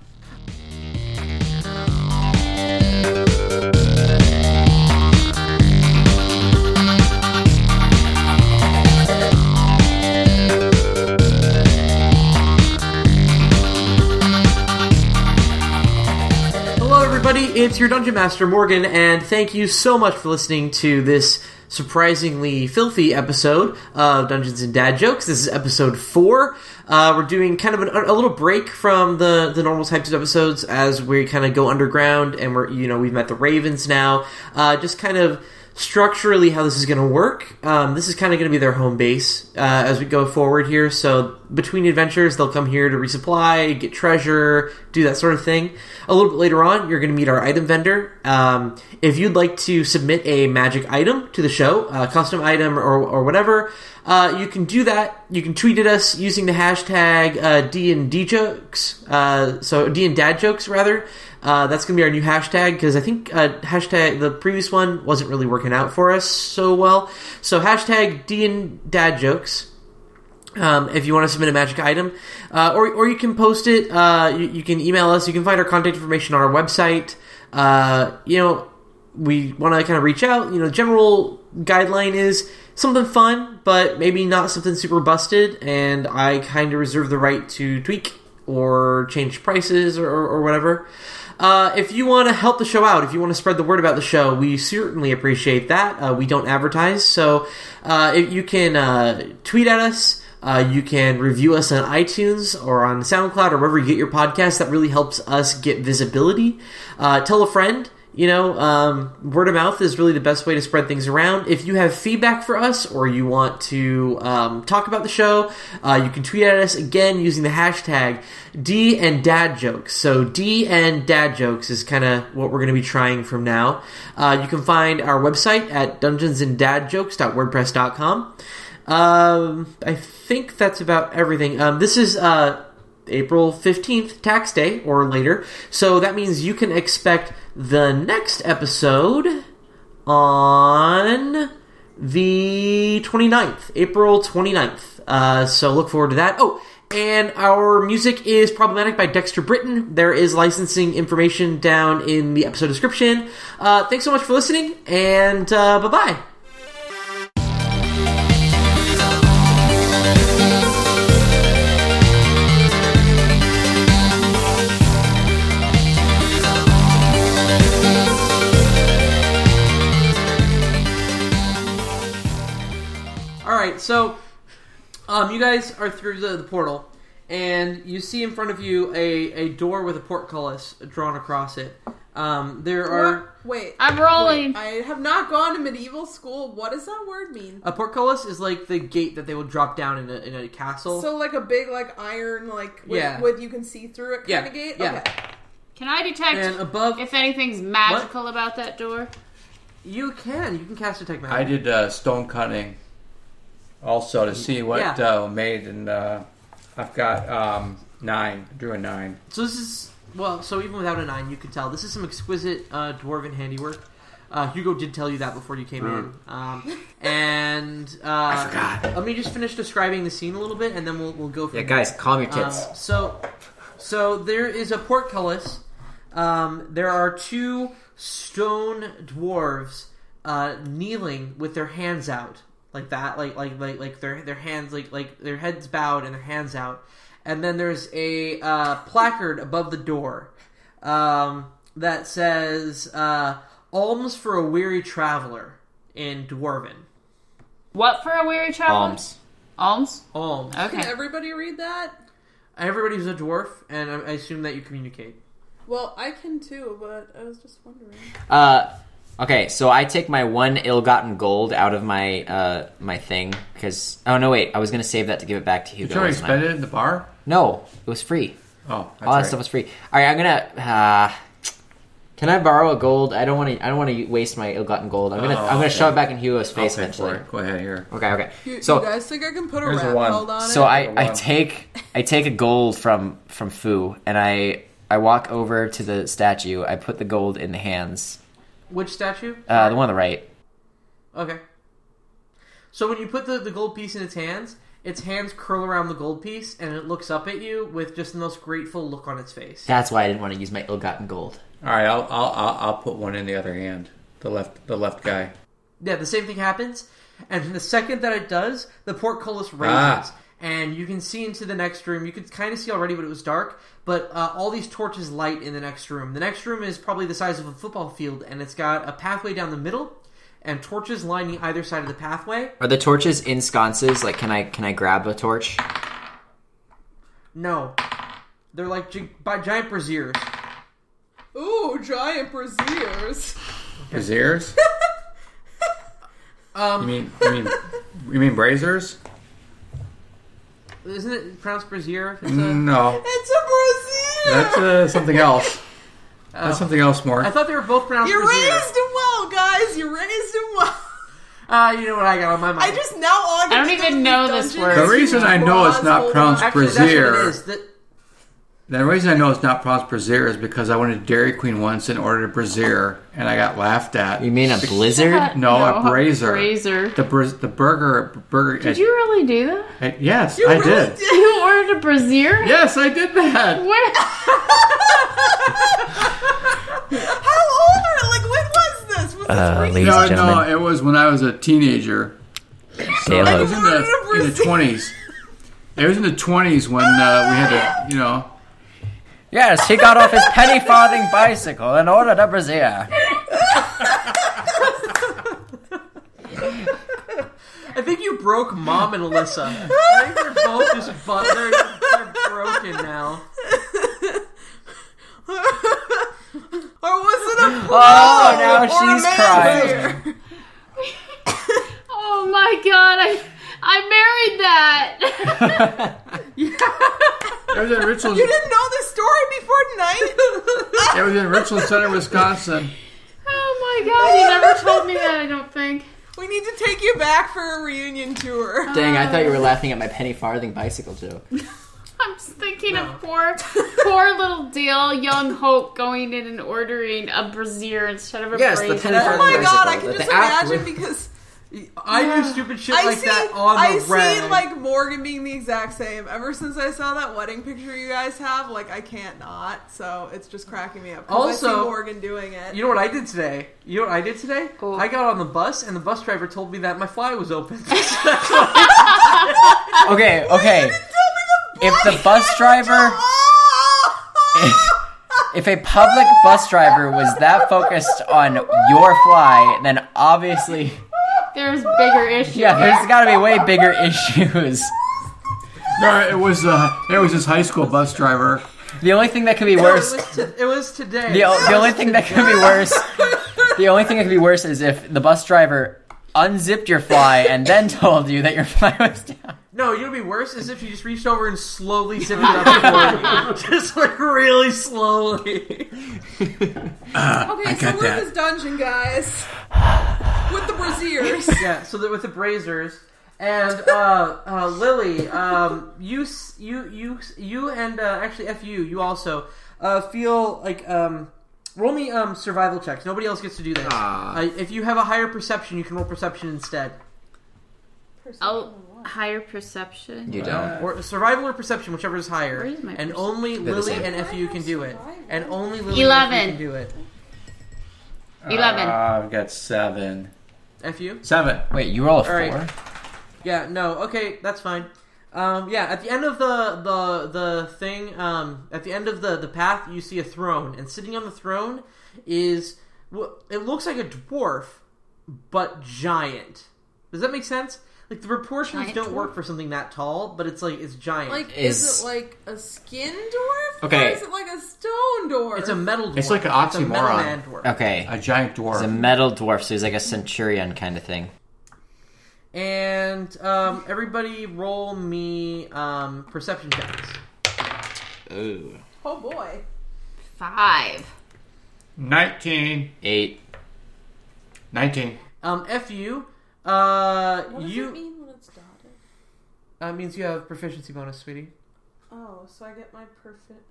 [SPEAKER 1] Hello, everybody. It's your Dungeon Master, Morgan, and thank you so much for listening to this surprisingly filthy episode of Dungeons and Dad Jokes. This is episode four. Uh, we're doing kind of an, a little break from the, the normal types of episodes as we kind of go underground, and we're, you know, we've met the Ravens now. Uh, just kind of structurally how this is going to work. Um, this is kind of going to be their home base uh, as we go forward here. So between adventures, they'll come here to resupply, get treasure, do that sort of thing. A little bit later on, you're going to meet our item vendor. Um, if you'd like to submit a magic item to the show, a custom item or, or whatever, uh, you can do that. You can tweet at us using the hashtag uh, D and D jokes. Uh, so D and Dad jokes rather. Uh, that's going to be our new hashtag because I think uh, hashtag the previous one wasn't really working out for us so well. So hashtag D and Dad jokes. Um, if you want to submit a magic item, uh, or or you can post it. Uh, you, you can email us. You can find our contact information on our website. Uh, you know, we want to kind of reach out. You know, general guideline is something fun, but maybe not something super busted. And I kind of reserve the right to tweak or change prices or, or, or whatever. Uh, if you want to help the show out, if you want to spread the word about the show, we certainly appreciate that. Uh, we don't advertise, so uh, if you can uh, tweet at us. Uh, you can review us on iTunes or on SoundCloud or wherever you get your podcast. That really helps us get visibility. Uh, tell a friend. You know, um, word of mouth is really the best way to spread things around. If you have feedback for us or you want to um, talk about the show, uh, you can tweet at us again using the hashtag D and Dad Jokes. So D and Dad Jokes is kind of what we're going to be trying from now. Uh, you can find our website at dungeonsanddadjokes.wordpress.com. Um, I think that's about everything. Um, this is uh, April 15th, tax day or later. So that means you can expect the next episode on the 29th, April 29th. Uh, so look forward to that. Oh, and our music is Problematic by Dexter Britton. There is licensing information down in the episode description. Uh, thanks so much for listening, and uh, bye bye. All right, so um, you guys are through the, the portal, and you see in front of you a, a door with a portcullis drawn across it. Um, there are
[SPEAKER 5] Wait,
[SPEAKER 4] I'm rolling.
[SPEAKER 5] I have not gone to medieval school. What does that word mean?
[SPEAKER 1] a portcullis is like the gate that they will drop down in a, in a castle.
[SPEAKER 5] So like a big like iron like with,
[SPEAKER 1] Oh. Yeah.
[SPEAKER 5] with you can see through it kind
[SPEAKER 1] Yeah,
[SPEAKER 5] of gate.
[SPEAKER 1] yeah.
[SPEAKER 5] Okay.
[SPEAKER 4] Can I detect
[SPEAKER 1] and uh, above
[SPEAKER 4] if anything's magical about that door?
[SPEAKER 1] you can you can cast detect magic.
[SPEAKER 6] I did uh, stone cutting also to see what
[SPEAKER 1] Yeah.
[SPEAKER 6] uh, made, and uh, I've got um, nine. Drew a nine.
[SPEAKER 1] So this is well. So even without a nine, you could tell this is some exquisite uh, dwarven handiwork. Uh, Hugo did tell you that before you came in. Um, and uh, I forgot. Let me just finish describing the scene a little bit, and then we'll we'll go. From
[SPEAKER 3] Yeah, guys, calm your
[SPEAKER 1] there. Um,
[SPEAKER 3] tits.
[SPEAKER 1] so, so there is a portcullis. Um, there are two stone dwarves uh, kneeling with their hands out like that, like like like like their their hands like like their heads bowed and their hands out. And then there's a uh, placard above the door um, that says uh, "Alms for a weary traveler" in Dwarven.
[SPEAKER 4] What for a weary traveler?
[SPEAKER 3] Alms.
[SPEAKER 4] Alms?
[SPEAKER 1] Alms.
[SPEAKER 5] Can
[SPEAKER 4] Okay.
[SPEAKER 5] everybody read that?
[SPEAKER 1] Everybody's a dwarf, and I I assume that you communicate.
[SPEAKER 5] Well, I can too, but I was just wondering.
[SPEAKER 3] Uh, okay, so I take my one ill-gotten gold out of my uh my thing because oh no wait, I was gonna save that to give it back to
[SPEAKER 6] Did
[SPEAKER 3] Hugo.
[SPEAKER 6] you already
[SPEAKER 3] wasn't I?
[SPEAKER 6] spend it in the bar?
[SPEAKER 3] No, it was free.
[SPEAKER 6] Oh, that's
[SPEAKER 3] All that
[SPEAKER 6] right.
[SPEAKER 3] stuff was free. All right, I'm gonna. Uh, can I borrow a gold? I don't want to. I don't want to waste my ill-gotten gold. I'm gonna.
[SPEAKER 6] Oh,
[SPEAKER 3] I'm gonna
[SPEAKER 6] okay.
[SPEAKER 3] shove it back in Hugo's
[SPEAKER 6] I'll
[SPEAKER 3] face
[SPEAKER 6] pay for
[SPEAKER 3] eventually.
[SPEAKER 6] it. Go ahead here.
[SPEAKER 3] Okay, okay.
[SPEAKER 5] You,
[SPEAKER 3] So-
[SPEAKER 5] you guys think I can put a
[SPEAKER 6] Here's a
[SPEAKER 5] rap
[SPEAKER 6] one.
[SPEAKER 5] held on
[SPEAKER 3] So
[SPEAKER 5] it?
[SPEAKER 6] Number
[SPEAKER 3] I, I
[SPEAKER 6] one.
[SPEAKER 3] take I take a gold from from Fu and I I walk over to the statue. I put the gold in the hands.
[SPEAKER 1] Which statue?
[SPEAKER 3] Uh, the one on the right.
[SPEAKER 1] Okay. So when you put the, the gold piece in its hands, its hands curl around the gold piece, and it looks up at you with just the most grateful look on its face.
[SPEAKER 3] That's why I didn't want to use my ill-gotten gold.
[SPEAKER 6] All right, I'll, I'll I'll I'll put one in the other hand. The left the left guy.
[SPEAKER 1] Yeah, the same thing happens, and the second that it does, the portcullis raises,
[SPEAKER 6] Ah.
[SPEAKER 1] and you can see into the next room. You could kind of see already, but it was dark. But uh, all these torches light in the next room. The next room is probably the size of a football field, and it's got a pathway down the middle, and torches lining either side of the pathway.
[SPEAKER 3] Are the torches in sconces? Like, can I can I grab a torch?
[SPEAKER 1] No, they're like gi- by giant braziers.
[SPEAKER 5] Ooh, giant braziers.
[SPEAKER 1] [laughs]
[SPEAKER 6] His ears?
[SPEAKER 1] Um,
[SPEAKER 6] You mean you mean you mean brazers?
[SPEAKER 1] Isn't it pronounced brazier? It's a-
[SPEAKER 6] No,
[SPEAKER 5] It's a brazier.
[SPEAKER 6] that's uh, something else. That's something else,
[SPEAKER 1] Oh. I
[SPEAKER 6] Mark.
[SPEAKER 1] thought they were both pronounced
[SPEAKER 5] you
[SPEAKER 1] brazier.
[SPEAKER 5] raised him well, guys. You raised him well. [laughs]
[SPEAKER 1] Ah, you know what I got on my mind.
[SPEAKER 5] I just now all
[SPEAKER 4] I don't even know this word.
[SPEAKER 6] The reason I know it's not
[SPEAKER 5] [laughs]
[SPEAKER 6] pronounced
[SPEAKER 1] Actually, that's what
[SPEAKER 6] brazier-
[SPEAKER 1] it is. The-
[SPEAKER 6] The reason I know it's not pronounced brazier is because I went to Dairy Queen once and ordered a brazier, and I got laughed at.
[SPEAKER 3] You mean a
[SPEAKER 4] [laughs]
[SPEAKER 5] [laughs]
[SPEAKER 3] blizzard?
[SPEAKER 6] No, a brazier.
[SPEAKER 4] Brazier.
[SPEAKER 6] The bra- the burger burger.
[SPEAKER 4] Did you really do that? [laughs]
[SPEAKER 6] yes, I did.
[SPEAKER 4] You ordered a brazier?
[SPEAKER 6] Yes, I did that.
[SPEAKER 4] [laughs] Where?
[SPEAKER 5] How old are like when was this? Was this recent?
[SPEAKER 6] No, no, it was when I was a teenager. It was
[SPEAKER 5] Like,
[SPEAKER 6] in
[SPEAKER 5] what a
[SPEAKER 6] the in the
[SPEAKER 5] brazier.
[SPEAKER 6] twenties. It was in the twenties when uh, we had to, you know.
[SPEAKER 3] Yes, he got off his penny farthing bicycle and ordered a brazier. [laughs]
[SPEAKER 1] I think you broke mom and Alyssa. I think they're both just but they're, they're broken now.
[SPEAKER 5] [laughs] Or was it a
[SPEAKER 3] Oh, now
[SPEAKER 5] or a
[SPEAKER 3] she's
[SPEAKER 5] man
[SPEAKER 3] crying.
[SPEAKER 5] brazier?
[SPEAKER 4] Oh my god, I I married that. [laughs]
[SPEAKER 6] It was in Richland.
[SPEAKER 5] You didn't know this story before tonight.
[SPEAKER 6] It was in Richland Center, Wisconsin.
[SPEAKER 4] oh my god, you never told me that, I don't think.
[SPEAKER 5] we need to take you back for a reunion [laughs] tour.
[SPEAKER 3] Dang, I thought you were laughing at my penny farthing bicycle joke.
[SPEAKER 4] I'm just thinking of poor
[SPEAKER 5] Oh
[SPEAKER 4] poor little deal young hope going in and ordering a brazier instead of a
[SPEAKER 3] Yes, the
[SPEAKER 4] brazier.
[SPEAKER 3] penny
[SPEAKER 5] Oh my
[SPEAKER 3] Bicycle,
[SPEAKER 5] god, I
[SPEAKER 3] but
[SPEAKER 5] can
[SPEAKER 3] the
[SPEAKER 5] just
[SPEAKER 3] app with-
[SPEAKER 5] imagine because
[SPEAKER 1] I do stupid shit
[SPEAKER 5] I
[SPEAKER 1] like
[SPEAKER 5] see,
[SPEAKER 1] that on
[SPEAKER 5] I
[SPEAKER 1] the red.
[SPEAKER 5] see like Morgan being the exact same. Ever since I saw that wedding picture you guys have, like I can't not. So it's just cracking me up. 'Cause I see
[SPEAKER 1] Also-
[SPEAKER 5] Morgan doing it.
[SPEAKER 1] you know what I did today? You know what I did today?
[SPEAKER 4] Oh.
[SPEAKER 1] I got on the bus and the bus driver told me that my fly was open. [laughs]
[SPEAKER 3] Okay, okay. If the bus driver, [laughs] if a public bus driver was that focused on your fly, then obviously,
[SPEAKER 4] There's bigger issues.
[SPEAKER 3] yeah, there's got to be way bigger issues.
[SPEAKER 6] No, it was uh, it was this high school bus driver.
[SPEAKER 3] The only thing that could be
[SPEAKER 1] it,
[SPEAKER 3] worse,
[SPEAKER 1] was to- it was today.
[SPEAKER 3] the, o- the only thing that could be worse, the only thing that could be worse is if the bus driver unzipped your fly and then told you that your fly was down.
[SPEAKER 1] No, you know what would be worse is if you just reached over and slowly zipped it up for me. Just like really slowly.
[SPEAKER 5] Okay,
[SPEAKER 6] I
[SPEAKER 5] so
[SPEAKER 6] got
[SPEAKER 5] we're
[SPEAKER 6] that.
[SPEAKER 5] in this dungeon, guys, [sighs] with the braziers.
[SPEAKER 1] Yeah, so that with the brazers and uh, uh, Lily, um, you s- you you you and uh, actually fu you also uh, feel like um, Roll me um, survival checks. Nobody else gets to do this.
[SPEAKER 7] Ah.
[SPEAKER 1] Uh, if you have a higher perception, you can roll perception instead.
[SPEAKER 4] Oh, higher perception.
[SPEAKER 3] You don't.
[SPEAKER 1] Or survival or perception, whichever is higher.
[SPEAKER 4] Where is my
[SPEAKER 1] and
[SPEAKER 4] perce-
[SPEAKER 1] only
[SPEAKER 3] the
[SPEAKER 1] Lily
[SPEAKER 3] same.
[SPEAKER 1] and FU can do it. And only Lily
[SPEAKER 4] Eleven.
[SPEAKER 1] and FU can do it.
[SPEAKER 4] Eleven.
[SPEAKER 6] Uh, I've got seven.
[SPEAKER 1] FU?
[SPEAKER 6] Seven.
[SPEAKER 3] Wait, you roll a four?
[SPEAKER 1] All right. Yeah, no, okay, that's fine. Um, yeah, at the end of the the the thing, um, at the end of the the path, you see a throne, and sitting on the throne is wh- it looks like a dwarf, but giant. Does that make sense? Like the proportions
[SPEAKER 4] Giant
[SPEAKER 1] don't
[SPEAKER 4] dwarf?
[SPEAKER 1] work for something that tall, but it's like it's giant.
[SPEAKER 5] Like,
[SPEAKER 3] Is-
[SPEAKER 5] is, it like a skin dwarf?
[SPEAKER 3] Okay.
[SPEAKER 5] Or is it like a stone dwarf?
[SPEAKER 1] it's a metal. Dwarf.
[SPEAKER 6] It's like an
[SPEAKER 1] a metal
[SPEAKER 6] oxymoron.
[SPEAKER 1] man dwarf.
[SPEAKER 3] Okay.
[SPEAKER 6] A giant
[SPEAKER 3] He's
[SPEAKER 6] dwarf.
[SPEAKER 3] a metal dwarf, so he's like a centurion kind of thing.
[SPEAKER 1] And um, everybody, roll me um, perception checks.
[SPEAKER 3] Ooh.
[SPEAKER 5] oh boy.
[SPEAKER 4] Five.
[SPEAKER 6] 19.
[SPEAKER 3] Eight.
[SPEAKER 6] 19.
[SPEAKER 1] Um, FU, uh,
[SPEAKER 5] What does
[SPEAKER 1] you.
[SPEAKER 5] it mean when it's dotted?
[SPEAKER 1] That means you have proficiency bonus, sweetie.
[SPEAKER 5] Oh, so I get my perfect.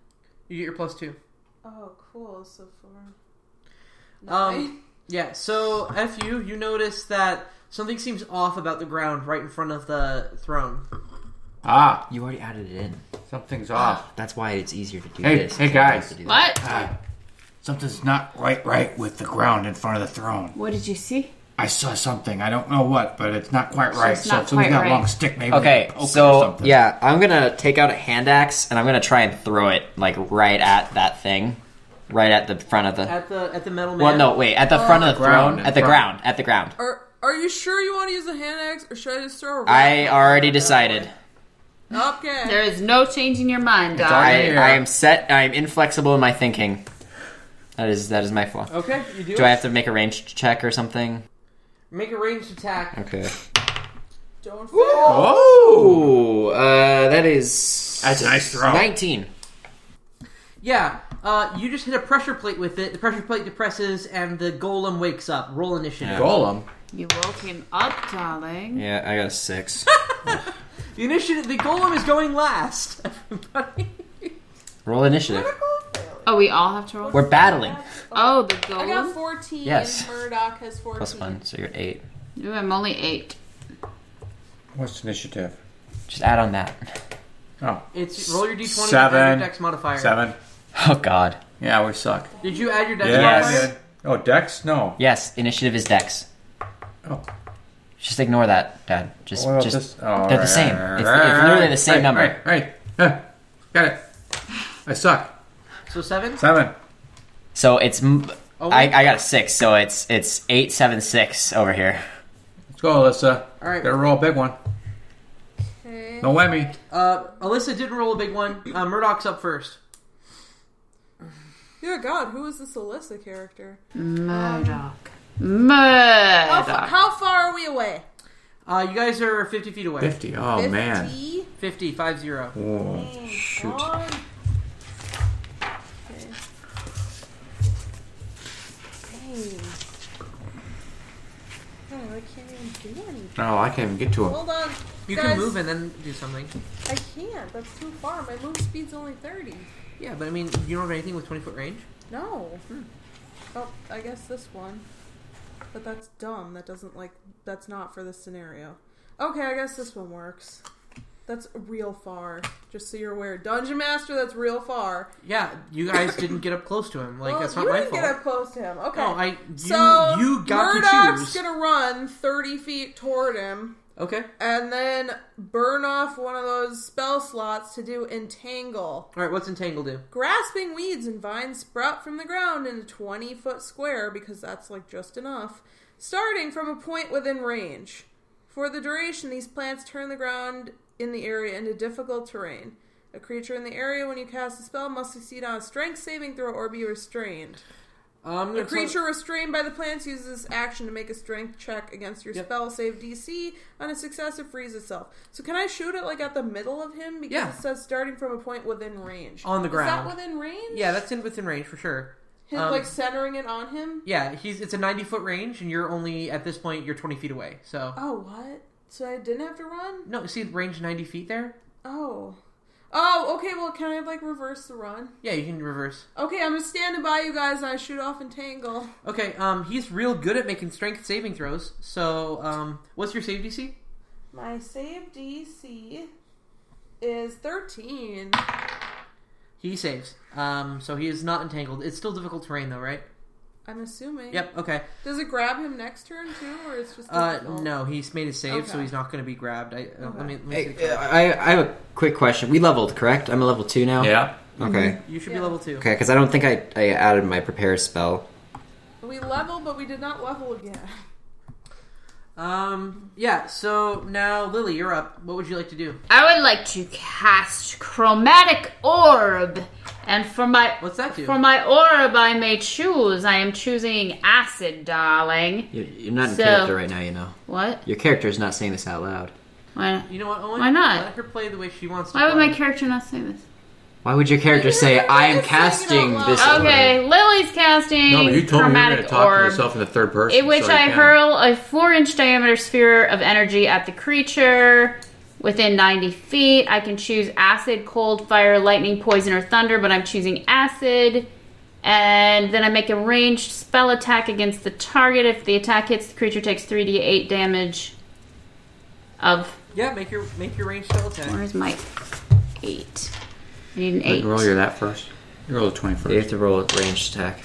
[SPEAKER 1] You get your plus two.
[SPEAKER 5] Oh, cool. So four.
[SPEAKER 1] Um, yeah. So fu, you notice that something seems off about the ground right in front of the throne.
[SPEAKER 6] Ah,
[SPEAKER 3] You already added it in.
[SPEAKER 6] something's off.
[SPEAKER 3] That's why it's easier to do
[SPEAKER 6] Hey,
[SPEAKER 3] this.
[SPEAKER 6] hey,
[SPEAKER 3] It's not
[SPEAKER 6] guys.
[SPEAKER 3] to do that.
[SPEAKER 4] What?
[SPEAKER 6] uh, Something's not right right with the ground in front of the throne.
[SPEAKER 4] What did you see?
[SPEAKER 6] I saw something. I don't know what, but it's not quite right.
[SPEAKER 4] it's
[SPEAKER 6] So
[SPEAKER 4] not
[SPEAKER 6] if somebody's
[SPEAKER 4] quite
[SPEAKER 6] got a long
[SPEAKER 4] right.
[SPEAKER 6] stick, maybe. we
[SPEAKER 3] Okay,
[SPEAKER 6] can poke it or
[SPEAKER 3] so
[SPEAKER 6] something.
[SPEAKER 3] yeah, I'm gonna take out a hand axe and I'm gonna try and throw it like right at that thing, right at the front of the.
[SPEAKER 1] At the at the Oh. metal man.
[SPEAKER 3] Well, no, wait, at the front of the
[SPEAKER 6] ground,
[SPEAKER 3] throne,
[SPEAKER 6] at
[SPEAKER 3] at the
[SPEAKER 6] ground.
[SPEAKER 3] ground, at the ground.
[SPEAKER 5] Are Are you sure you want to use a hand axe, or should I just throw a rock?
[SPEAKER 3] I already decided.
[SPEAKER 5] Okay.
[SPEAKER 4] There is no change in your mind, Doc.
[SPEAKER 6] already-
[SPEAKER 3] I,
[SPEAKER 6] here.
[SPEAKER 3] I am set. I am inflexible in my thinking. That is that is my flaw.
[SPEAKER 1] Okay, you do.
[SPEAKER 3] Do I have to make a range check or something?
[SPEAKER 1] Make a ranged attack.
[SPEAKER 3] Okay.
[SPEAKER 5] Don't fail.
[SPEAKER 6] Oh!
[SPEAKER 3] Ooh, uh, that is
[SPEAKER 6] That's a nice throw.
[SPEAKER 3] Nineteen.
[SPEAKER 1] Yeah. Uh, you just hit a pressure plate with it. The pressure plate depresses, and the golem wakes up. Roll initiative.
[SPEAKER 6] Golem.
[SPEAKER 4] You woke him up, darling.
[SPEAKER 3] Yeah, I got a [laughs] six.
[SPEAKER 1] The initiative. The golem is going last. [laughs] Everybody.
[SPEAKER 3] Roll initiative.
[SPEAKER 4] Oh, we all have to roll.
[SPEAKER 3] We're battling.
[SPEAKER 4] Oh, the
[SPEAKER 5] I got
[SPEAKER 4] golem.
[SPEAKER 5] 14.
[SPEAKER 3] Yes.
[SPEAKER 5] Murdoch has 14.
[SPEAKER 3] Plus one, so you're at eight.
[SPEAKER 4] Ooh, I'm only eight.
[SPEAKER 6] What's initiative?
[SPEAKER 3] Just add on that. [laughs]
[SPEAKER 6] Oh,
[SPEAKER 1] It's roll your d20 and add
[SPEAKER 6] Seven.
[SPEAKER 1] your dex modifier.
[SPEAKER 6] seven.
[SPEAKER 3] Oh God.
[SPEAKER 6] Yeah, we suck.
[SPEAKER 1] Did you add your dex
[SPEAKER 6] Yeah,
[SPEAKER 1] modifier?
[SPEAKER 6] I did. Oh, Dex? No.
[SPEAKER 3] Yes, initiative is Dex.
[SPEAKER 6] Oh.
[SPEAKER 3] Just ignore that, Dad. Just,
[SPEAKER 6] What about
[SPEAKER 3] just
[SPEAKER 6] this? Oh,
[SPEAKER 3] they're the
[SPEAKER 6] right,
[SPEAKER 3] same.
[SPEAKER 6] right,
[SPEAKER 3] It's,
[SPEAKER 6] right,
[SPEAKER 3] it's literally
[SPEAKER 6] right,
[SPEAKER 3] the same
[SPEAKER 6] right,
[SPEAKER 3] number.
[SPEAKER 6] Right, right. Huh. Got it. I suck.
[SPEAKER 1] So seven.
[SPEAKER 6] Seven.
[SPEAKER 3] So it's. m
[SPEAKER 1] Oh,
[SPEAKER 3] I, I got a six, so it's it's eight seven six over here.
[SPEAKER 6] Let's go, Alyssa.
[SPEAKER 1] All right.
[SPEAKER 6] Gotta roll a big one.
[SPEAKER 5] Okay.
[SPEAKER 6] No whammy.
[SPEAKER 1] Uh, Alyssa didn't roll a big one. Uh, Murdoch's up first.
[SPEAKER 5] Dear God, who is this Alyssa character?
[SPEAKER 4] Murdoch.
[SPEAKER 5] How, fa-
[SPEAKER 4] Murdoch.
[SPEAKER 5] how far are we away?
[SPEAKER 1] Uh, you guys are 50 feet away.
[SPEAKER 6] 50. Oh, man.
[SPEAKER 5] 50?
[SPEAKER 1] 50, 50.
[SPEAKER 6] Whoa.
[SPEAKER 5] Shoot. I can't even do anything.
[SPEAKER 6] No, Oh, I can't even get to him.
[SPEAKER 5] Hold on.
[SPEAKER 1] You
[SPEAKER 5] guys.
[SPEAKER 1] can move and then do something.
[SPEAKER 5] I can't. That's too far. My move speed's only 30.
[SPEAKER 1] Yeah, but I mean, you don't have anything with 20 foot range?
[SPEAKER 5] No.
[SPEAKER 1] Hmm.
[SPEAKER 5] Oh, I guess this one. But that's dumb. That doesn't like. That's not for this scenario. Okay, I guess this one works. That's real far. Just so you're aware, Dungeon Master. That's real far.
[SPEAKER 1] Yeah, you guys didn't get up close to him. Like,
[SPEAKER 5] well,
[SPEAKER 1] that's not
[SPEAKER 5] you
[SPEAKER 1] my
[SPEAKER 5] didn't
[SPEAKER 1] fault.
[SPEAKER 5] get up close to him. Okay.
[SPEAKER 1] No, I. You,
[SPEAKER 5] so
[SPEAKER 1] you got
[SPEAKER 5] Murdoch's
[SPEAKER 1] to choose.
[SPEAKER 5] gonna run thirty feet toward him,
[SPEAKER 1] Okay.
[SPEAKER 5] and then burn off one of those spell slots to do entangle.
[SPEAKER 1] Alright, what's Entangle do?
[SPEAKER 5] Grasping weeds and vines sprout from the ground in a 20 foot square because that's like just enough, starting from a point within range. For the duration, these plants turn the ground in the area into difficult terrain. A creature in the area, when you cast a spell, must succeed on a strength saving throw or be restrained.
[SPEAKER 1] Um,
[SPEAKER 5] A creature restrained by the plants uses this action to make a strength check against your
[SPEAKER 1] Yep.
[SPEAKER 5] spell save DC. On a success, it frees itself. So can I shoot it like at the middle of him because
[SPEAKER 1] Yeah.
[SPEAKER 5] it says starting from a point within range
[SPEAKER 1] On the ground.
[SPEAKER 5] Is that within range?
[SPEAKER 1] Yeah, that's in within range for sure.
[SPEAKER 5] His,
[SPEAKER 1] um,
[SPEAKER 5] like centering it on him.
[SPEAKER 1] Yeah, he's it's a 90 foot range, and you're only, at this point, you're 20 feet away. So.
[SPEAKER 5] Oh what? So I didn't have to run.
[SPEAKER 1] No, see, range 90 feet there?
[SPEAKER 5] Oh, Oh, okay. Well, can I like reverse the run?
[SPEAKER 1] Yeah, you can reverse.
[SPEAKER 5] Okay, I'm standing by you guys. and I shoot off entangle.
[SPEAKER 1] Okay, um, he's real good at making strength saving throws. So, um, what's your save DC?
[SPEAKER 5] My save DC is 13.
[SPEAKER 1] He saves. Um, so he is not entangled. It's still difficult terrain though, right?
[SPEAKER 5] I'm assuming.
[SPEAKER 1] Yep. Okay.
[SPEAKER 5] Does it grab him next turn too, or it's just
[SPEAKER 1] Uh,
[SPEAKER 5] difficult?
[SPEAKER 1] no, he's made his save, so
[SPEAKER 5] Okay.
[SPEAKER 1] he's not going to be grabbed. I, uh, let me. Let me see the
[SPEAKER 3] Hey,
[SPEAKER 1] card.
[SPEAKER 3] I, I have a quick question. We leveled, correct? I'm a level two now.
[SPEAKER 6] Yeah.
[SPEAKER 3] Okay.
[SPEAKER 1] you should be
[SPEAKER 5] Yeah.
[SPEAKER 1] level two.
[SPEAKER 3] Okay, because I don't think I, I added my prepare spell.
[SPEAKER 5] We level, but we did not level again.
[SPEAKER 1] Um, yeah. So now, Lily, you're up. What would you like to do?
[SPEAKER 4] I would like to cast Chromatic Orb. And for my
[SPEAKER 1] What's that do?
[SPEAKER 4] for my orb, I may choose. I am choosing acid, darling.
[SPEAKER 3] You're, you're not in
[SPEAKER 4] So-
[SPEAKER 3] character right now, you know.
[SPEAKER 4] What?
[SPEAKER 3] Your character is not saying this out loud.
[SPEAKER 4] Why,
[SPEAKER 1] You know what, Owen?
[SPEAKER 4] Why not?
[SPEAKER 1] Let her play the way she wants to.
[SPEAKER 4] why would
[SPEAKER 1] play.
[SPEAKER 4] my character not say this?
[SPEAKER 3] Why would your character say, I am casting this orb?"
[SPEAKER 4] Okay, Lily's casting
[SPEAKER 6] No, but you told me you were going to
[SPEAKER 4] Chromatic
[SPEAKER 6] talk to
[SPEAKER 4] Orb.
[SPEAKER 6] yourself in the third person.
[SPEAKER 4] in which
[SPEAKER 6] so you
[SPEAKER 4] I
[SPEAKER 6] can.
[SPEAKER 4] hurl a four-inch diameter sphere of energy at the creature within 90 feet. I can choose acid, cold, fire, lightning, poison, or thunder, but I'm choosing acid. And then I make a ranged spell attack against the target. If the attack hits, the creature takes 3d8 damage of.
[SPEAKER 1] [laughs] Yeah, make your make your range spell attack.
[SPEAKER 4] Where's my eight? I need an
[SPEAKER 6] Wait,
[SPEAKER 4] eight.
[SPEAKER 6] Roll your that first. You roll a twenty first.
[SPEAKER 3] You have to roll a ranged attack.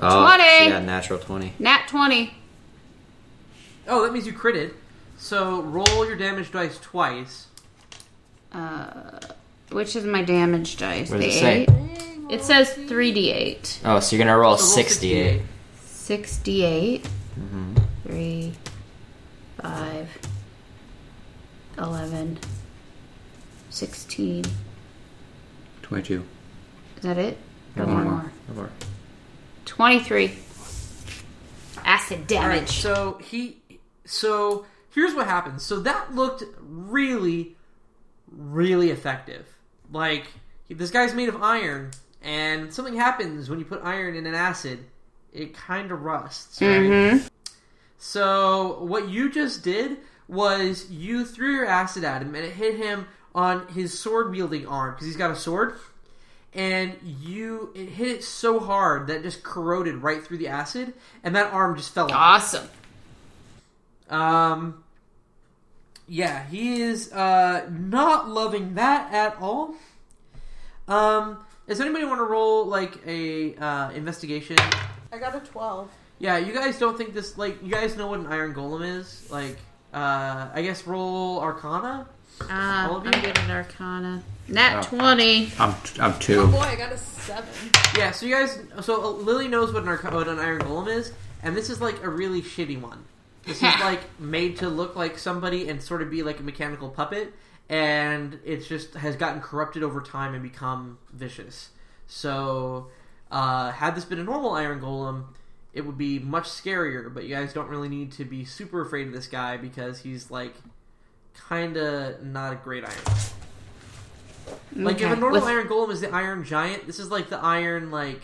[SPEAKER 3] Oh,
[SPEAKER 4] 20.
[SPEAKER 3] Yeah, natural 20.
[SPEAKER 4] Nat 20.
[SPEAKER 1] Oh, that means you critted. So roll your damage dice twice.
[SPEAKER 4] Uh, which is my damage dice?
[SPEAKER 3] What
[SPEAKER 4] the
[SPEAKER 3] does it say?
[SPEAKER 4] eight. It says 3d8.
[SPEAKER 3] Oh, so you're going to roll
[SPEAKER 1] So roll
[SPEAKER 3] 68.
[SPEAKER 4] 68,
[SPEAKER 6] Mm-hmm.
[SPEAKER 4] 3, 5, 11, 16.
[SPEAKER 6] Twenty two.
[SPEAKER 4] Is that it? Or
[SPEAKER 6] one
[SPEAKER 4] one
[SPEAKER 6] more.
[SPEAKER 4] more. 23. Acid
[SPEAKER 1] All right,
[SPEAKER 4] damage.
[SPEAKER 1] so he, so here's what happens. So that looked really, really effective. Like this guy's made of iron, and something happens when you put iron in an acid. It kind of rusts, right? So what you just did was you threw your acid at him, and it hit him on his sword wielding arm because he's got a sword. And you, it hit it so hard that it just corroded right through the acid, and that arm just fell off.
[SPEAKER 4] Awesome.
[SPEAKER 1] Um, yeah, he is uh, not loving that at all. Um, does anybody want to roll like a uh, investigation?
[SPEAKER 5] I got a 12.
[SPEAKER 1] Yeah, you guys don't think this like you guys know what an iron golem is? Like, uh, I guess roll Arcana.
[SPEAKER 4] Um,
[SPEAKER 1] All of
[SPEAKER 4] I'm
[SPEAKER 1] you?
[SPEAKER 4] good at Arcana. Nat
[SPEAKER 6] Oh.
[SPEAKER 4] 20.
[SPEAKER 6] I'm I'm
[SPEAKER 5] Oh
[SPEAKER 6] two.
[SPEAKER 5] boy, I got a 7.
[SPEAKER 1] Yeah, so you guys, so uh, Lily knows what an, arc- what an iron golem is, and this is like a really shitty one. This is like made to look like somebody and sort of be like a mechanical puppet, and it's just has gotten corrupted over time and become vicious. So, uh, had this been a normal iron golem, it would be much scarier. But you guys don't really need to be super afraid of this guy because he's like kind of not a great iron. Like if
[SPEAKER 4] Okay.
[SPEAKER 1] a normal
[SPEAKER 4] With-
[SPEAKER 1] iron golem is the iron giant, this is like the iron like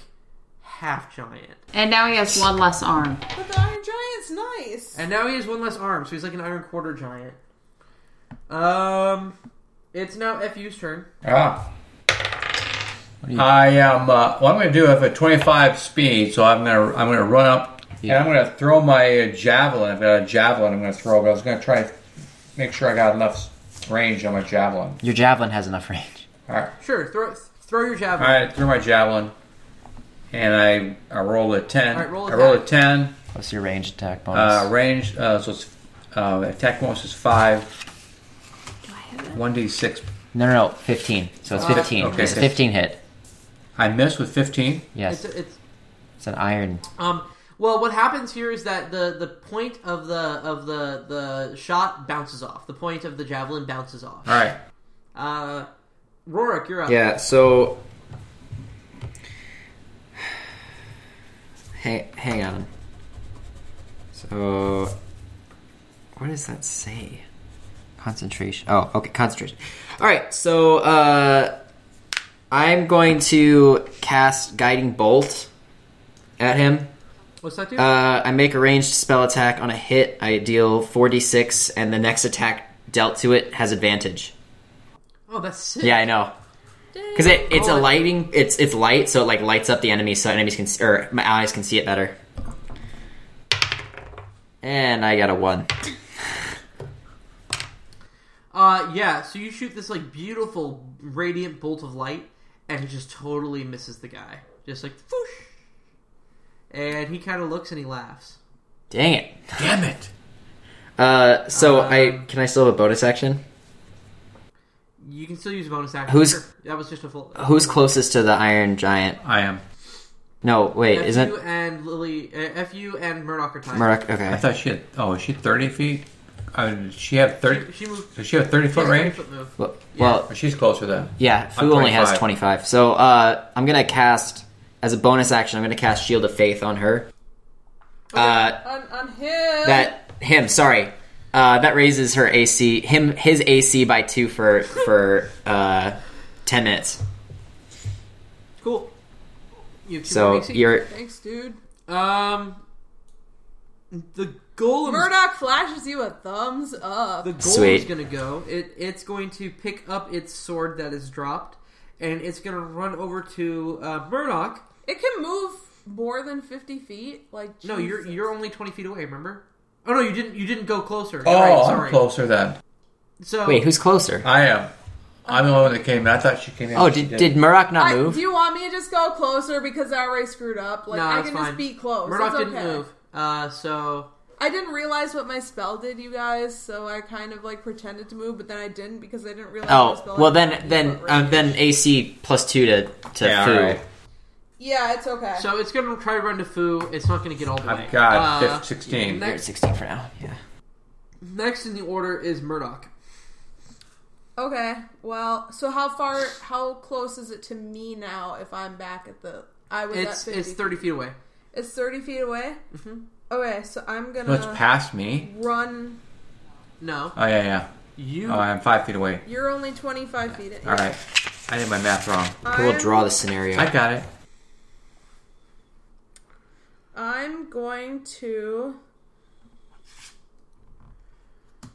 [SPEAKER 1] half giant.
[SPEAKER 4] And now he has one less arm.
[SPEAKER 5] But the Iron Giant's nice.
[SPEAKER 1] And now he has one less arm, so he's like an iron quarter giant. Um, it's now Fu's turn.
[SPEAKER 6] Ah. I am. Uh, well, I'm going to do I have a 25 speed, so I'm going to I'm going to run up and I'm going to throw my uh, javelin. I've got a javelin. I'm going to throw, but I was going to try to make sure I got enough s- range on my javelin.
[SPEAKER 3] Your javelin has enough range.
[SPEAKER 6] All right,
[SPEAKER 1] Sure, throw throw your
[SPEAKER 6] all
[SPEAKER 1] javelin.
[SPEAKER 6] right. I threw my javelin, and I I rolled a 10.
[SPEAKER 1] All right, roll
[SPEAKER 6] I rolled a
[SPEAKER 1] attack.
[SPEAKER 6] 10.
[SPEAKER 3] What's your range attack
[SPEAKER 6] Uh,
[SPEAKER 3] bonus?
[SPEAKER 6] range. Uh, so it's uh, attack bonus is five.
[SPEAKER 4] Do I have it?
[SPEAKER 6] 1d6.
[SPEAKER 3] no, no, no, 15. So it's 15.
[SPEAKER 6] okay,
[SPEAKER 3] it's a
[SPEAKER 6] okay.
[SPEAKER 3] 15 hit.
[SPEAKER 6] I missed with 15.
[SPEAKER 1] It's,
[SPEAKER 3] Yes,
[SPEAKER 1] it's
[SPEAKER 3] it's an iron.
[SPEAKER 1] um. Well, what happens here is that the the point of the of the the shot bounces off. The point of the javelin bounces off.
[SPEAKER 6] All right.
[SPEAKER 1] Uh, Rorik, you're up.
[SPEAKER 3] Yeah, so. Hang, hang on. So. What does that say? Concentration. Oh, okay, concentration. Alright, so, uh. I'm going to cast Guiding Bolt at him.
[SPEAKER 1] What's that do?
[SPEAKER 3] Uh, I make a ranged spell attack on a hit. I deal 46, and the next attack dealt to it has advantage.
[SPEAKER 1] Oh, that's sick.
[SPEAKER 3] Yeah, I know. Because it, it's a lighting, it's it's light, so it like lights up the enemies, so enemies can s- or my allies can see it better. And I got a one.
[SPEAKER 1] Uh, yeah. So you shoot this like beautiful radiant bolt of light, and it just totally misses the guy. Just like whoosh, and he kind of looks and he laughs.
[SPEAKER 3] Dang it!
[SPEAKER 6] Damn it.
[SPEAKER 3] Uh, so I can I still have a bonus action?
[SPEAKER 1] You can still use a bonus action.
[SPEAKER 3] Who's-
[SPEAKER 1] Sure. that was just a full.
[SPEAKER 3] Who's closest to the Iron Giant?
[SPEAKER 6] I am.
[SPEAKER 3] No, wait,
[SPEAKER 1] Fu
[SPEAKER 3] isn't
[SPEAKER 1] and Lily, uh, Fu and Murdoch are tied.
[SPEAKER 3] Murdoch?
[SPEAKER 6] I
[SPEAKER 3] Okay,
[SPEAKER 6] thought she had. Oh, is she 30 feet? I mean, does she have 30.
[SPEAKER 1] She moved.
[SPEAKER 6] Does she have 30 foot range?
[SPEAKER 1] Foot move.
[SPEAKER 3] well, well
[SPEAKER 6] Or she's closer then.
[SPEAKER 3] yeah,
[SPEAKER 6] I'm
[SPEAKER 3] Fu only has
[SPEAKER 6] 25.
[SPEAKER 3] twenty five. So uh, I'm gonna cast as a bonus action. I'm gonna cast Shield of Faith on her. Uh,
[SPEAKER 5] On, on him.
[SPEAKER 3] that him sorry uh, that raises her ac him his ac by two for for uh, 10 minutes
[SPEAKER 1] Cool. You have two more
[SPEAKER 3] so
[SPEAKER 1] AC.
[SPEAKER 3] you're
[SPEAKER 5] Thanks, dude.
[SPEAKER 1] um the golem.
[SPEAKER 5] Murdoch flashes you a thumbs up.
[SPEAKER 1] The goal is
[SPEAKER 3] Sweet.
[SPEAKER 1] going to go. It it's going to pick up its sword that is dropped, and it's going to run over to uh, Murdoch.
[SPEAKER 5] It can move more than fifty feet. Like
[SPEAKER 1] No, you're
[SPEAKER 5] Jesus.
[SPEAKER 1] you're only twenty feet away. Remember? Oh no, you didn't. You didn't go closer. You're
[SPEAKER 6] Oh,
[SPEAKER 1] right,
[SPEAKER 6] I'm
[SPEAKER 1] sorry.
[SPEAKER 6] closer then.
[SPEAKER 1] So
[SPEAKER 3] wait who's closer
[SPEAKER 6] I am. I'm the one that came. in. I thought she came in.
[SPEAKER 3] oh
[SPEAKER 6] She
[SPEAKER 3] did,
[SPEAKER 6] didn't.
[SPEAKER 3] did Murak
[SPEAKER 5] I,
[SPEAKER 3] not
[SPEAKER 5] do
[SPEAKER 3] move
[SPEAKER 5] you want me to just go closer because I already screwed up? Like
[SPEAKER 1] No,
[SPEAKER 5] I
[SPEAKER 1] it's
[SPEAKER 5] can
[SPEAKER 1] fine.
[SPEAKER 5] just be close.
[SPEAKER 1] Murdoch
[SPEAKER 5] it's okay.
[SPEAKER 1] didn't move. Uh, so
[SPEAKER 5] I didn't realize what my spell did, you guys, so I kind of like pretended to move, but then I didn't because I didn't realize. my
[SPEAKER 3] oh
[SPEAKER 5] spell
[SPEAKER 3] well
[SPEAKER 5] had
[SPEAKER 3] then
[SPEAKER 5] 50
[SPEAKER 3] then
[SPEAKER 5] foot
[SPEAKER 3] um,
[SPEAKER 5] range.
[SPEAKER 3] then ac plus two to to
[SPEAKER 6] Yeah,
[SPEAKER 3] Fu.
[SPEAKER 6] alright.
[SPEAKER 5] yeah, it's okay.
[SPEAKER 1] so it's going to try to run to Fu. It's not going to get all the way.
[SPEAKER 6] I've got
[SPEAKER 1] Uh,
[SPEAKER 6] fif- 16.
[SPEAKER 1] yeah.
[SPEAKER 3] you're at 16 for now yeah
[SPEAKER 1] next in the order is Murdoch.
[SPEAKER 5] okay, well, so how far, how close is it to me now? If I'm back at the, I was
[SPEAKER 1] It's
[SPEAKER 5] at 50
[SPEAKER 1] it's thirty feet away.
[SPEAKER 5] It's thirty feet away. Mm-hmm. Okay, so I'm
[SPEAKER 6] No, it's
[SPEAKER 5] gonna
[SPEAKER 1] uh,
[SPEAKER 6] past me.
[SPEAKER 5] run.
[SPEAKER 1] No,
[SPEAKER 6] Oh, yeah, yeah.
[SPEAKER 1] you.
[SPEAKER 6] Oh, I'm five feet away.
[SPEAKER 5] You're only twenty five feet. in.
[SPEAKER 6] All right. I did my math wrong.
[SPEAKER 3] we'll
[SPEAKER 5] I'm-
[SPEAKER 3] draw the scenario
[SPEAKER 6] I got it.
[SPEAKER 5] I'm going to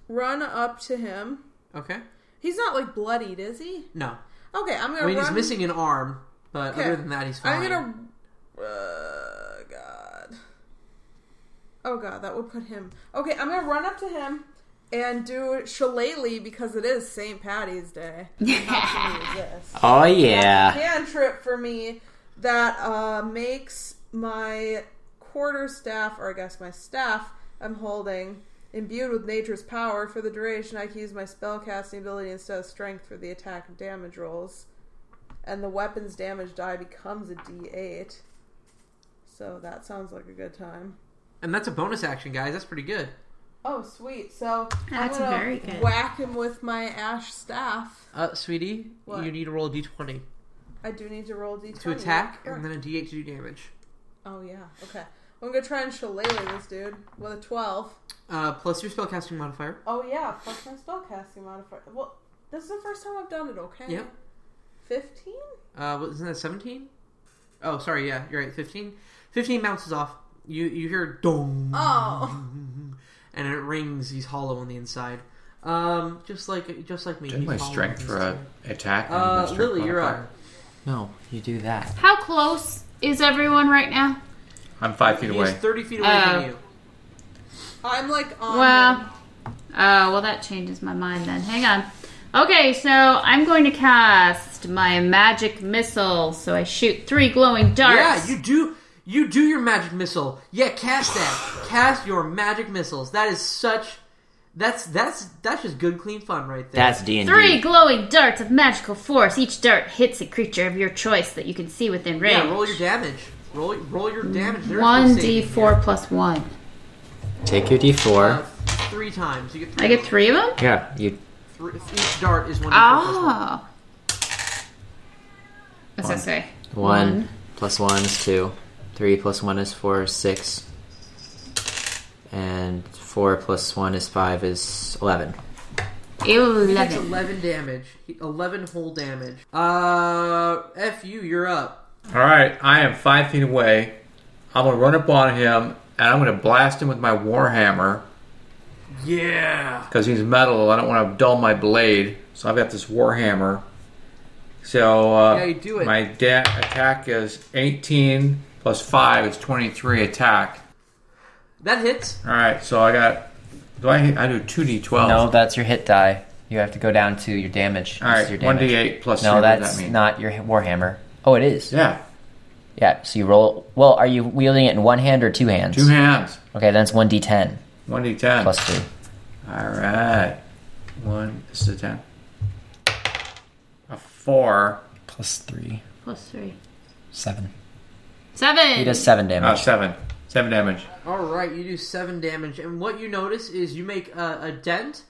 [SPEAKER 5] run up to him.
[SPEAKER 1] okay.
[SPEAKER 5] He's not like bloodied, is he?
[SPEAKER 1] No,
[SPEAKER 5] Okay, I'm gonna.
[SPEAKER 1] I mean
[SPEAKER 5] run,
[SPEAKER 1] he's missing an arm, but
[SPEAKER 5] Okay.
[SPEAKER 1] other than that, he's fine.
[SPEAKER 5] I'm gonna. Uh, God. Oh God, that would put him. Okay, I'm gonna run up to him and do shillelagh because it is St. Patty's Day. How can you resist?
[SPEAKER 3] oh yeah
[SPEAKER 5] cantrip for me that uh, makes my quarter staff, or I guess my staff I'm holding, imbued with nature's power for the duration. I can use my spell casting ability instead of strength for the attack and damage rolls, and the weapon's damage die becomes a D8. So that sounds like a good time.
[SPEAKER 1] And that's a bonus action, guys. That's pretty good.
[SPEAKER 5] Oh, sweet! So
[SPEAKER 4] That's
[SPEAKER 5] I'm gonna
[SPEAKER 4] very good.
[SPEAKER 5] whack him with my ash staff.
[SPEAKER 1] Uh, sweetie,
[SPEAKER 5] What?
[SPEAKER 1] you need to roll a d20
[SPEAKER 5] I do need to roll D20
[SPEAKER 1] to attack,
[SPEAKER 5] Sure.
[SPEAKER 1] and then a d8 to do damage.
[SPEAKER 5] Oh yeah. Okay. I'm gonna try and shillelagh this dude with a twelve.
[SPEAKER 1] Uh, plus your spellcasting modifier.
[SPEAKER 5] Oh yeah, plus my spellcasting modifier. Well, this is the first time I've done it. Okay.
[SPEAKER 1] Yep.
[SPEAKER 5] Fifteen.
[SPEAKER 1] Uh, what, isn't that 17? Oh, sorry, yeah, you're right, 15. 15 bounces off. You you hear dong,
[SPEAKER 5] Oh.
[SPEAKER 1] and it rings. He's hollow on the inside. Um, just like just like me.
[SPEAKER 6] Did
[SPEAKER 1] he's
[SPEAKER 6] my
[SPEAKER 1] hollow on
[SPEAKER 6] strength
[SPEAKER 1] the
[SPEAKER 6] for
[SPEAKER 1] inside.
[SPEAKER 6] a attack? and my
[SPEAKER 1] Uh,
[SPEAKER 6] strength
[SPEAKER 1] Lily, you're
[SPEAKER 6] modifier?
[SPEAKER 1] up.
[SPEAKER 3] no you do that
[SPEAKER 4] How close is everyone right now?
[SPEAKER 6] I'm five feet
[SPEAKER 1] He's
[SPEAKER 6] away.
[SPEAKER 1] 30 feet away
[SPEAKER 4] Oh.
[SPEAKER 5] Uh,
[SPEAKER 1] from you.
[SPEAKER 5] I'm like on.
[SPEAKER 4] Well,
[SPEAKER 5] him.
[SPEAKER 4] uh, well, that changes my mind then. Hang on. Okay, so I'm going to cast my magic missile. So I shoot three glowing darts.
[SPEAKER 1] Yeah, you do. You do your magic missile. Yeah, cast that. cast your magic missiles. That is such. That's that's that's just good, clean fun right there.
[SPEAKER 3] that's d&d
[SPEAKER 4] Three glowing darts of magical force. Each dart hits a creature of your choice that you can see within range.
[SPEAKER 1] yeah. Roll your damage. Roll roll your damage. There's
[SPEAKER 4] One
[SPEAKER 1] no
[SPEAKER 4] d
[SPEAKER 1] saving
[SPEAKER 4] four plus one.
[SPEAKER 3] take your d4
[SPEAKER 1] Uh, three times. You get three.
[SPEAKER 4] I get three of them.
[SPEAKER 3] yeah you
[SPEAKER 1] Three, each dart is one.
[SPEAKER 4] Oh. What's that say?
[SPEAKER 3] One, plus one is two. Three plus one is four is six. And four plus one is five is eleven.
[SPEAKER 1] That's
[SPEAKER 4] Eleven.
[SPEAKER 1] eleven damage. Eleven whole damage. Uh, f you. You're up.
[SPEAKER 6] All right, I am five feet away. I'm gonna run up on him and I'm gonna blast him with my warhammer
[SPEAKER 1] Yeah.
[SPEAKER 6] because he's metal. I don't want to dull my blade. So I've got this warhammer. So uh,
[SPEAKER 8] Yeah, you do it.
[SPEAKER 6] my da- attack is 18 plus 5. It's 23 attack.
[SPEAKER 1] That hits.
[SPEAKER 6] All right, so I got. Do I? I do two d twelve.
[SPEAKER 3] No, that's your hit die. You have to go down to your damage.
[SPEAKER 6] All
[SPEAKER 3] This is
[SPEAKER 6] right,
[SPEAKER 3] your
[SPEAKER 6] one
[SPEAKER 3] damage.
[SPEAKER 6] d eight plus. three,
[SPEAKER 3] No,
[SPEAKER 6] what does
[SPEAKER 3] that's
[SPEAKER 6] that mean?
[SPEAKER 3] not your warhammer. Oh, it is.
[SPEAKER 6] Yeah,
[SPEAKER 3] Yeah, So you roll. Well, are you wielding it in one hand or two hands?
[SPEAKER 6] two hands.
[SPEAKER 3] Okay, then it's one d10
[SPEAKER 6] One d ten.
[SPEAKER 3] plus two.
[SPEAKER 6] All right, one. This is a ten. A four.
[SPEAKER 3] Plus three.
[SPEAKER 4] Plus three.
[SPEAKER 3] Seven.
[SPEAKER 4] Seven.
[SPEAKER 3] He does seven
[SPEAKER 6] Oh,
[SPEAKER 3] damage.
[SPEAKER 6] seven. Seven damage.
[SPEAKER 1] All right, you do seven damage, and what you notice is you make a, a dent,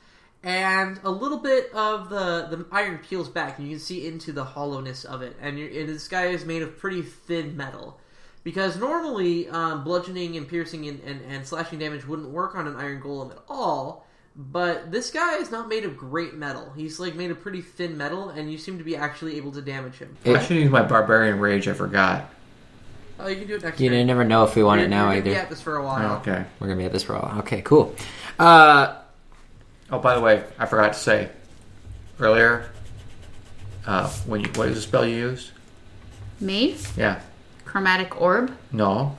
[SPEAKER 1] and a little bit of the the iron peels back, and you can see into the hollowness of it. And, you and this guy is made of pretty thin metal, because normally um, bludgeoning and piercing and, and, and slashing damage wouldn't work on an iron golem at all. But this guy is not made of great metal. He's like made of pretty thin metal, and you seem to be actually able to damage him.
[SPEAKER 6] I should use my barbarian rage. I forgot.
[SPEAKER 1] Uh, you can do it next.
[SPEAKER 3] You
[SPEAKER 1] turn.
[SPEAKER 3] never know if we want
[SPEAKER 1] You're- you're gonna be at this for a while.
[SPEAKER 6] Oh, Okay.
[SPEAKER 3] We're gonna be at this for a while. Okay, cool. Uh,
[SPEAKER 6] Oh, by the way, I forgot to say earlier. Uh, when you, what is the spell you used?
[SPEAKER 4] Me?
[SPEAKER 6] Yeah.
[SPEAKER 4] Chromatic orb?
[SPEAKER 6] No.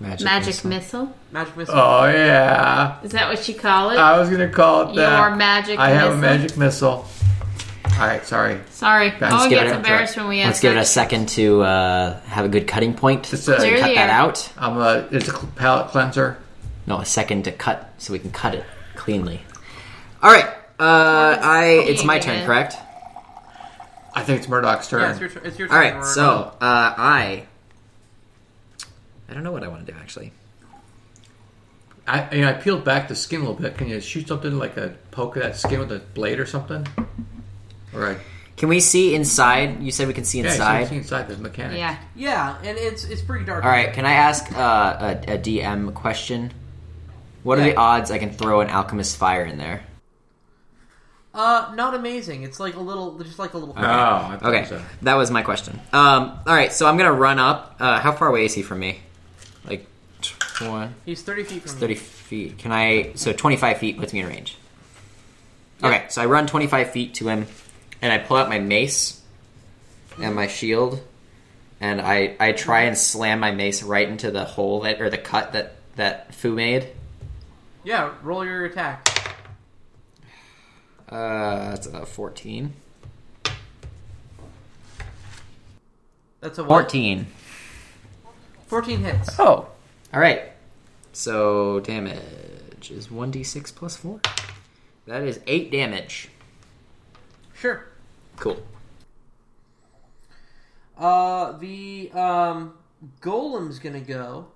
[SPEAKER 3] magic.
[SPEAKER 4] Magic missile?
[SPEAKER 1] Magic missile.
[SPEAKER 6] Oh yeah.
[SPEAKER 4] Is that what you call it?
[SPEAKER 6] I was gonna call it that.
[SPEAKER 4] Your magic
[SPEAKER 6] I have a
[SPEAKER 4] missile?
[SPEAKER 6] magic missile. All right, sorry.
[SPEAKER 4] Sorry. Owen
[SPEAKER 3] give
[SPEAKER 4] gets
[SPEAKER 3] it a-
[SPEAKER 4] embarrassed when we ask
[SPEAKER 3] Let's give it a
[SPEAKER 4] that.
[SPEAKER 3] second to uh, have a good cutting point.
[SPEAKER 6] It's a-
[SPEAKER 3] So you
[SPEAKER 4] Clear
[SPEAKER 3] cut
[SPEAKER 4] the
[SPEAKER 3] that
[SPEAKER 4] air.
[SPEAKER 3] out.
[SPEAKER 6] I'm a. It's a cl- palate cleanser.
[SPEAKER 3] No, a second to cut so we can cut it cleanly. All right. Uh, I. It's my turn, correct?
[SPEAKER 6] I think it's Murdoch's turn.
[SPEAKER 1] Yeah, it's your, tur- it's your
[SPEAKER 3] All
[SPEAKER 1] turn.
[SPEAKER 3] right.
[SPEAKER 1] Aurora.
[SPEAKER 3] So uh, I. I don't know what I want to do actually.
[SPEAKER 6] I, you know, I peeled back the skin a little bit. Can you shoot something like a poke at that skin with a blade or something? All right.
[SPEAKER 3] Can we see inside? You said we can see
[SPEAKER 6] Yeah,
[SPEAKER 3] inside.
[SPEAKER 6] it's inside the mechanic.
[SPEAKER 4] Yeah.
[SPEAKER 1] Yeah, and it's it's pretty dark.
[SPEAKER 3] All right. Can I ask uh, a, a DM question? What are the odds I can throw an alchemist fire in there?
[SPEAKER 1] Uh, not amazing. It's like a little, just like a little.
[SPEAKER 6] Oh, I thought
[SPEAKER 3] Okay,
[SPEAKER 6] so.
[SPEAKER 3] that was my question. Um, all right, so I'm gonna run up. Uh, how far away is he from me? Like one,
[SPEAKER 1] He's thirty feet from
[SPEAKER 3] thirty feet. Can I? So 25 feet puts me in range. Okay, so I run 25 feet to him, and I pull out my mace and my shield, and I I try and slam my mace right into the hole that or the cut that that Fu made.
[SPEAKER 1] you. Yeah, roll your attack.
[SPEAKER 3] Uh, that's a 14.
[SPEAKER 1] That's a what?
[SPEAKER 3] 14.
[SPEAKER 1] Fourteen hits.
[SPEAKER 3] Oh. All right. So damage is 1d6 plus 4. That is 8 damage.
[SPEAKER 1] Sure.
[SPEAKER 3] Cool.
[SPEAKER 1] Uh, the um golem's gonna go,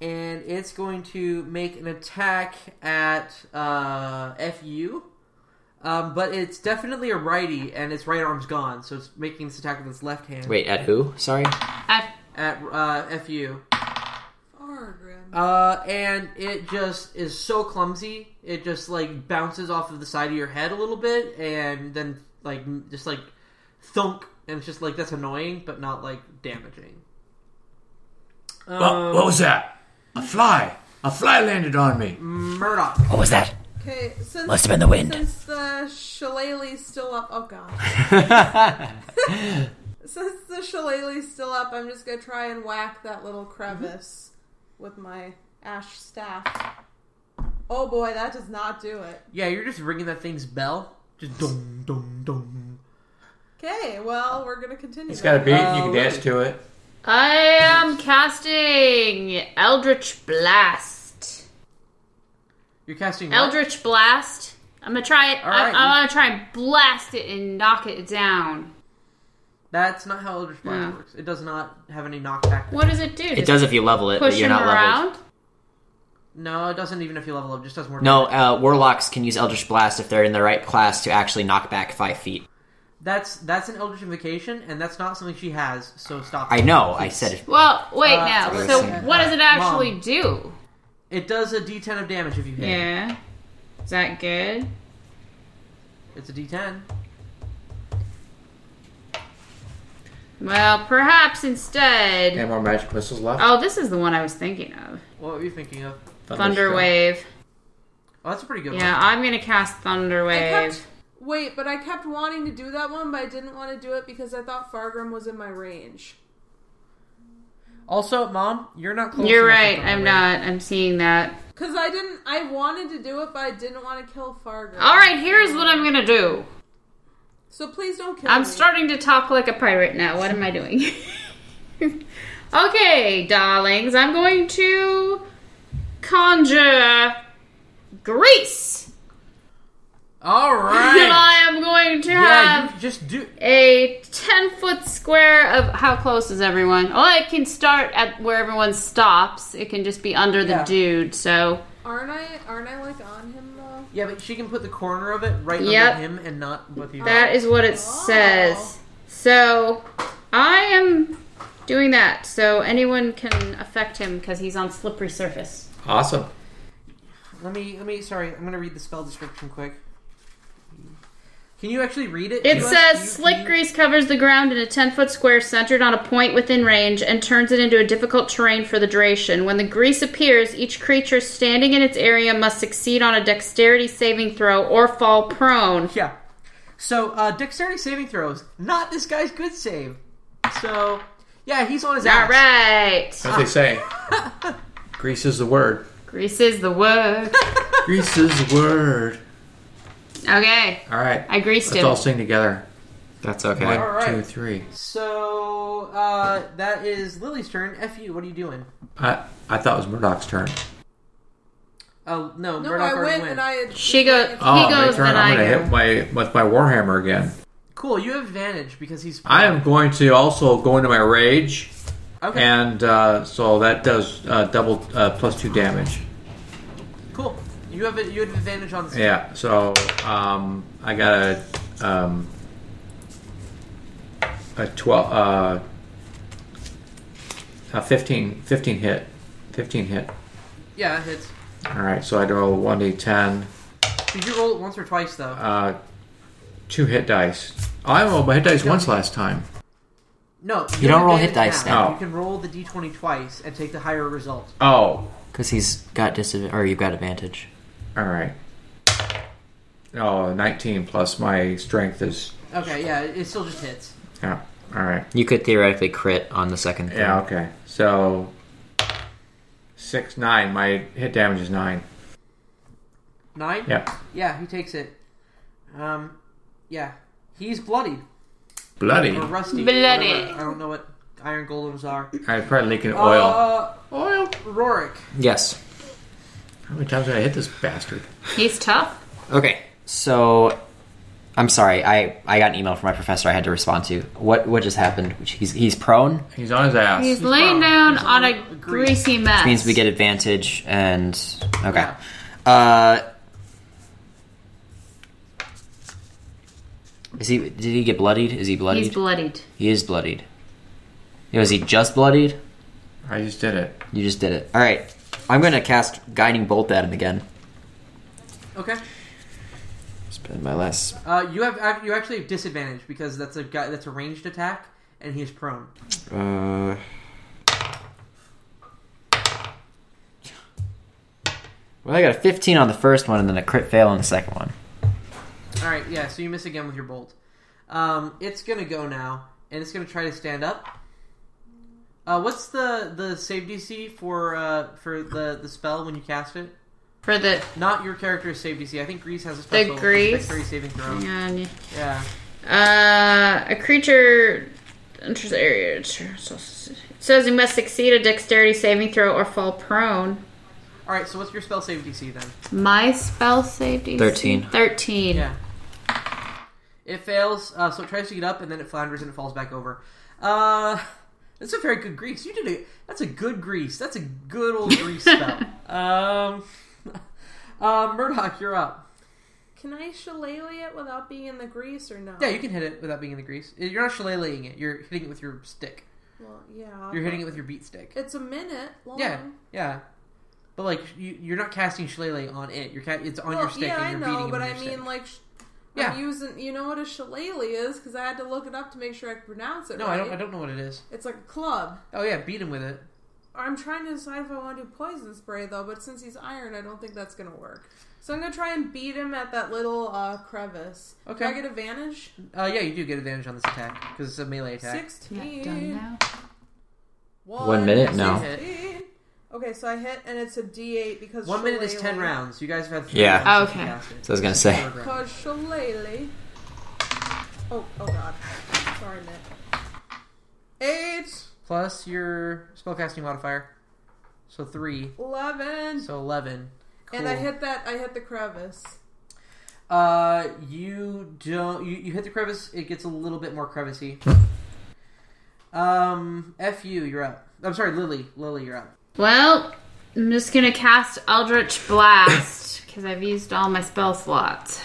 [SPEAKER 1] and it's going to make an attack at uh fu. Um, but it's definitely a righty, and its right arm's gone, so it's making this attack with its left hand.
[SPEAKER 3] Wait, at who? Sorry.
[SPEAKER 4] I-
[SPEAKER 1] At uh, fu.
[SPEAKER 5] Far, Grim.
[SPEAKER 1] Uh, and it just is so clumsy. It just like bounces off of the side of your head a little bit, and then like m- just like thunk, and it's just like that's annoying, but not like damaging.
[SPEAKER 6] Well, what was that? A fly. A fly landed on me.
[SPEAKER 1] Murdoch,
[SPEAKER 3] What was that?
[SPEAKER 5] Okay, since
[SPEAKER 3] Must have been the wind.
[SPEAKER 5] Since the shillelagh's still up, oh god.
[SPEAKER 3] [laughs]
[SPEAKER 5] [laughs] since the shillelagh's still up, I'm just gonna try and whack that little crevice with my ash staff. Oh boy, that does not do it.
[SPEAKER 1] yeah, you're just ringing that thing's bell. Just dum dum dum.
[SPEAKER 5] Okay, well we're gonna continue.
[SPEAKER 6] It's got a
[SPEAKER 5] then.
[SPEAKER 6] beat. You can dance to it.
[SPEAKER 4] I am casting Eldritch Blast.
[SPEAKER 1] You're casting what?
[SPEAKER 4] Eldritch Blast. I'm gonna try it.
[SPEAKER 1] Alright.
[SPEAKER 4] I, I want to try and blast it and knock it down.
[SPEAKER 1] That's not how Eldritch Blast
[SPEAKER 4] Yeah.
[SPEAKER 1] works. It does not have any knockback.
[SPEAKER 4] What does it do? Does
[SPEAKER 3] It does if you level it,
[SPEAKER 4] push
[SPEAKER 3] but you're
[SPEAKER 4] him
[SPEAKER 3] not leveled.
[SPEAKER 4] around.
[SPEAKER 1] No, it doesn't. Even if you level up, it just does more.
[SPEAKER 3] No, uh, warlocks can use Eldritch Blast if they're in the right class to actually knock back five feet.
[SPEAKER 1] That's that's an Eldritch invocation, and that's not something she has. So stop.
[SPEAKER 3] I
[SPEAKER 1] it.
[SPEAKER 3] know. I said it.
[SPEAKER 4] Well, wait
[SPEAKER 1] Uh,
[SPEAKER 4] now.
[SPEAKER 1] sorry,
[SPEAKER 4] So
[SPEAKER 1] sorry.
[SPEAKER 4] what does it actually
[SPEAKER 1] Mom.
[SPEAKER 4] do?
[SPEAKER 1] It does a D10 of damage if you hit.
[SPEAKER 4] Yeah. Is that good?
[SPEAKER 1] It's a D10.
[SPEAKER 4] Well, perhaps instead.
[SPEAKER 6] Any more magic missiles left?
[SPEAKER 4] Oh, this is the one I was thinking of.
[SPEAKER 1] What were you thinking of?
[SPEAKER 4] Thunder
[SPEAKER 6] Thunderstruck.
[SPEAKER 4] Wave.
[SPEAKER 1] Oh, that's a pretty good
[SPEAKER 4] Yeah, I'm gonna cast Thunder
[SPEAKER 5] I
[SPEAKER 4] Wave.
[SPEAKER 5] kept Wait, but I kept wanting to do that one, but I didn't want to do it because I thought Fargrim was in my range.
[SPEAKER 1] Also, mom, you're not close.
[SPEAKER 4] You're
[SPEAKER 1] enough to
[SPEAKER 4] right.
[SPEAKER 1] throw
[SPEAKER 4] I'm
[SPEAKER 1] away.
[SPEAKER 4] not. I'm seeing that.
[SPEAKER 5] Cause I didn't. I wanted to do it, but I didn't want to kill Fargo.
[SPEAKER 4] All right, here's what I'm gonna do.
[SPEAKER 5] So please don't kill
[SPEAKER 4] I'm
[SPEAKER 5] me.
[SPEAKER 4] starting to talk like a pirate now. What am I doing? [laughs] okay, darlings, I'm going to conjure Greece.
[SPEAKER 1] All
[SPEAKER 4] And [laughs]
[SPEAKER 1] right.
[SPEAKER 4] I am going to have
[SPEAKER 1] yeah, you just do.
[SPEAKER 4] a 10 foot square of how close is everyone? Oh, it can start at where everyone stops. It can just be under the
[SPEAKER 1] Yeah.
[SPEAKER 4] dude. So,
[SPEAKER 5] Aren't I? Aren't I like on him though?
[SPEAKER 1] Yeah, but she can put the corner of it right
[SPEAKER 4] Yep.
[SPEAKER 1] under him and not with you.
[SPEAKER 4] that is what it says. So, I am doing that. So, anyone can affect him because he's on slippery surface.
[SPEAKER 6] Awesome.
[SPEAKER 1] Let me. Let me. Sorry, I'm gonna read the spell description quick. Can you actually read it?
[SPEAKER 4] It
[SPEAKER 1] You-
[SPEAKER 4] says
[SPEAKER 1] you-
[SPEAKER 4] slick
[SPEAKER 1] you-
[SPEAKER 4] grease covers the ground in a 10 foot square centered on a point within range and turns it into a difficult terrain for the duration. When the grease appears, each creature standing in its area must succeed on a dexterity saving throw or fall prone.
[SPEAKER 1] Yeah. So uh, dexterity saving throws. Not this guy's good save. So yeah, he's on his
[SPEAKER 4] All
[SPEAKER 1] ass.
[SPEAKER 4] right.
[SPEAKER 6] As they say,
[SPEAKER 4] [laughs]
[SPEAKER 6] grease is the word.
[SPEAKER 4] Grease is
[SPEAKER 1] [laughs]
[SPEAKER 4] the word.
[SPEAKER 6] Grease is the word.
[SPEAKER 4] Okay.
[SPEAKER 6] All right.
[SPEAKER 4] I greased
[SPEAKER 6] Let's all
[SPEAKER 4] him.
[SPEAKER 6] sing together.
[SPEAKER 3] That's
[SPEAKER 6] One,
[SPEAKER 3] okay.
[SPEAKER 1] right.
[SPEAKER 6] two, three.
[SPEAKER 1] So uh, that is Lily's turn. F you. What are you doing?
[SPEAKER 6] I, I thought it was Murdoch's turn.
[SPEAKER 1] Oh no,
[SPEAKER 5] No,
[SPEAKER 1] Murdoch
[SPEAKER 5] I
[SPEAKER 1] already
[SPEAKER 5] went
[SPEAKER 1] went.
[SPEAKER 5] and I. Had,
[SPEAKER 4] She goes,
[SPEAKER 6] Oh,
[SPEAKER 4] he
[SPEAKER 6] my
[SPEAKER 4] goes,
[SPEAKER 6] turn.
[SPEAKER 4] then
[SPEAKER 6] I'm
[SPEAKER 4] I
[SPEAKER 6] gonna
[SPEAKER 4] go.
[SPEAKER 6] hit my with my warhammer again.
[SPEAKER 1] Cool. You have advantage because he's.
[SPEAKER 6] I am going to also go into my rage,
[SPEAKER 1] Okay.
[SPEAKER 6] and uh, so that does uh, double uh, plus two damage.
[SPEAKER 1] Cool. You have a, you have advantage on this.
[SPEAKER 6] Yeah, so um, I got a um, a twelve uh, a 15, 15 hit, fifteen hit.
[SPEAKER 1] Yeah, it hits.
[SPEAKER 6] All right, so I roll one d ten,
[SPEAKER 1] Did you roll it once or twice though?
[SPEAKER 6] uh, two hit dice. Oh, I rolled my hit dice once last time.
[SPEAKER 1] no, you,
[SPEAKER 3] don't
[SPEAKER 1] have
[SPEAKER 3] roll
[SPEAKER 1] advantage
[SPEAKER 3] hit dice
[SPEAKER 1] now.
[SPEAKER 6] now.
[SPEAKER 1] You can roll the d20 twice and take the higher result.
[SPEAKER 6] Oh,
[SPEAKER 3] Because he's got disadvantage, or you've got advantage.
[SPEAKER 6] all right. Oh, 19 plus my strength is
[SPEAKER 1] Okay, yeah, it still just hits.
[SPEAKER 6] yeah. All right.
[SPEAKER 3] You could theoretically crit on the second thing.
[SPEAKER 6] Yeah, okay. So six nine. My hit damage is nine.
[SPEAKER 1] Nine.
[SPEAKER 6] Yep.
[SPEAKER 1] Yeah, he takes it. Um, yeah, he's bloodied
[SPEAKER 6] Bloody.
[SPEAKER 1] or rusty.
[SPEAKER 4] Bloody.
[SPEAKER 1] whatever. I don't know what iron golems are.
[SPEAKER 6] I'm probably leaking oil.
[SPEAKER 1] Uh,
[SPEAKER 6] oil.
[SPEAKER 1] Rorik.
[SPEAKER 3] Yes.
[SPEAKER 6] How many times did I hit this bastard?
[SPEAKER 4] He's tough.
[SPEAKER 3] Okay. So, I'm sorry. I, I got an email from my professor. I had to respond to. What what just happened? Which he's he's prone.
[SPEAKER 6] He's on his ass.
[SPEAKER 4] He's
[SPEAKER 1] prone.
[SPEAKER 4] laying down
[SPEAKER 1] He's on
[SPEAKER 4] on a
[SPEAKER 1] a grease.
[SPEAKER 4] greasy mess.
[SPEAKER 3] Means we get advantage and okay.
[SPEAKER 1] Yeah.
[SPEAKER 3] Uh. Is he? Did he get bloodied? Is he bloodied?
[SPEAKER 4] He's bloodied.
[SPEAKER 3] he is bloodied. Yeah, Was he just bloodied?
[SPEAKER 6] I just did it.
[SPEAKER 3] You just did it. All right. I'm gonna cast guiding bolt at him again.
[SPEAKER 1] Okay.
[SPEAKER 3] Spend my last.
[SPEAKER 1] Uh, you have ac- you actually have disadvantage because that's a guy that's a ranged attack and he's prone.
[SPEAKER 3] Uh. Well, I got a 15 on the first one and then a crit fail on the second one.
[SPEAKER 1] All right, yeah. So you miss again with your bolt. Um, it's gonna go now, and it's gonna try to stand up. Uh, what's the the save DC for uh, for the the spell when you cast it?
[SPEAKER 4] For the.
[SPEAKER 1] Not your character's save DC. I think Grease has a special
[SPEAKER 4] Grease?
[SPEAKER 1] dexterity saving throw. Yeah.
[SPEAKER 4] And Uh, a creature enters the area. It says you must succeed a dexterity saving throw or fall prone.
[SPEAKER 1] All right. So what's your spell save DC then?
[SPEAKER 4] My spell saved DC?
[SPEAKER 3] 13.
[SPEAKER 4] 13.
[SPEAKER 1] Yeah. It fails, uh, so it tries to get up, and then it flounders and it falls back over. Uh, that's a very good grease. You did a that's a good grease. That's a good old
[SPEAKER 5] [laughs]
[SPEAKER 1] grease spell. Um, [laughs] uh, Murdoch, you're up.
[SPEAKER 5] can I shillelagh it without being in the grease or no?
[SPEAKER 1] Yeah, you can hit it without being in the grease. Uh, You're not shillelaging it. You're hitting it with your stick.
[SPEAKER 5] Well, yeah.
[SPEAKER 1] You're hitting it with your beat stick.
[SPEAKER 5] It's a minute long.
[SPEAKER 1] Yeah, yeah. But like you, you're not casting shillelagh on it. You're ca- it's on
[SPEAKER 5] Well,
[SPEAKER 1] your stick
[SPEAKER 5] yeah,
[SPEAKER 1] and
[SPEAKER 5] I
[SPEAKER 1] you're
[SPEAKER 5] know,
[SPEAKER 1] beating it
[SPEAKER 5] but
[SPEAKER 1] with
[SPEAKER 5] I
[SPEAKER 1] your
[SPEAKER 5] mean,
[SPEAKER 1] stick.
[SPEAKER 5] like, sh-
[SPEAKER 1] Yeah.
[SPEAKER 5] I'm using. You know what a shillelagh is? Because I had to look it up to make sure I could pronounce it.
[SPEAKER 1] no,
[SPEAKER 5] right.
[SPEAKER 1] I don't. I don't know what it is.
[SPEAKER 5] It's like a club.
[SPEAKER 1] Oh yeah, beat him with it.
[SPEAKER 5] I'm trying to decide if I want to do poison spray though, but since he's iron, I don't think that's gonna work. So I'm gonna try and beat him at that little uh, crevice.
[SPEAKER 1] Okay.
[SPEAKER 5] Do I get advantage?
[SPEAKER 1] Uh, yeah, you do get advantage on this attack because it's a melee attack.
[SPEAKER 5] Sixteen.
[SPEAKER 4] Done now.
[SPEAKER 5] One,
[SPEAKER 3] minute now.
[SPEAKER 5] 16. Okay, so I hit, and it's a D8 because
[SPEAKER 1] One minute is ten
[SPEAKER 5] Shillelagh-
[SPEAKER 1] rounds. You guys have had three
[SPEAKER 3] Yeah.
[SPEAKER 1] rounds to
[SPEAKER 4] Okay.
[SPEAKER 1] cast it.
[SPEAKER 3] So I was gonna say.
[SPEAKER 1] Third round.
[SPEAKER 5] Cause shillelagh. Oh, oh God. Sorry, Nick. Eight,
[SPEAKER 1] Plus your spellcasting modifier, so three,
[SPEAKER 5] eleven,
[SPEAKER 1] so eleven.
[SPEAKER 5] and I
[SPEAKER 1] Cool.
[SPEAKER 5] hit that. I hit the crevice.
[SPEAKER 1] Uh, you don't. You, you hit the crevice. It gets a little bit more crevicey. um, F you. You're up. I'm sorry, Lily. Lily, you're up.
[SPEAKER 4] Well, I'm just gonna cast Eldritch Blast because I've used all my spell slots.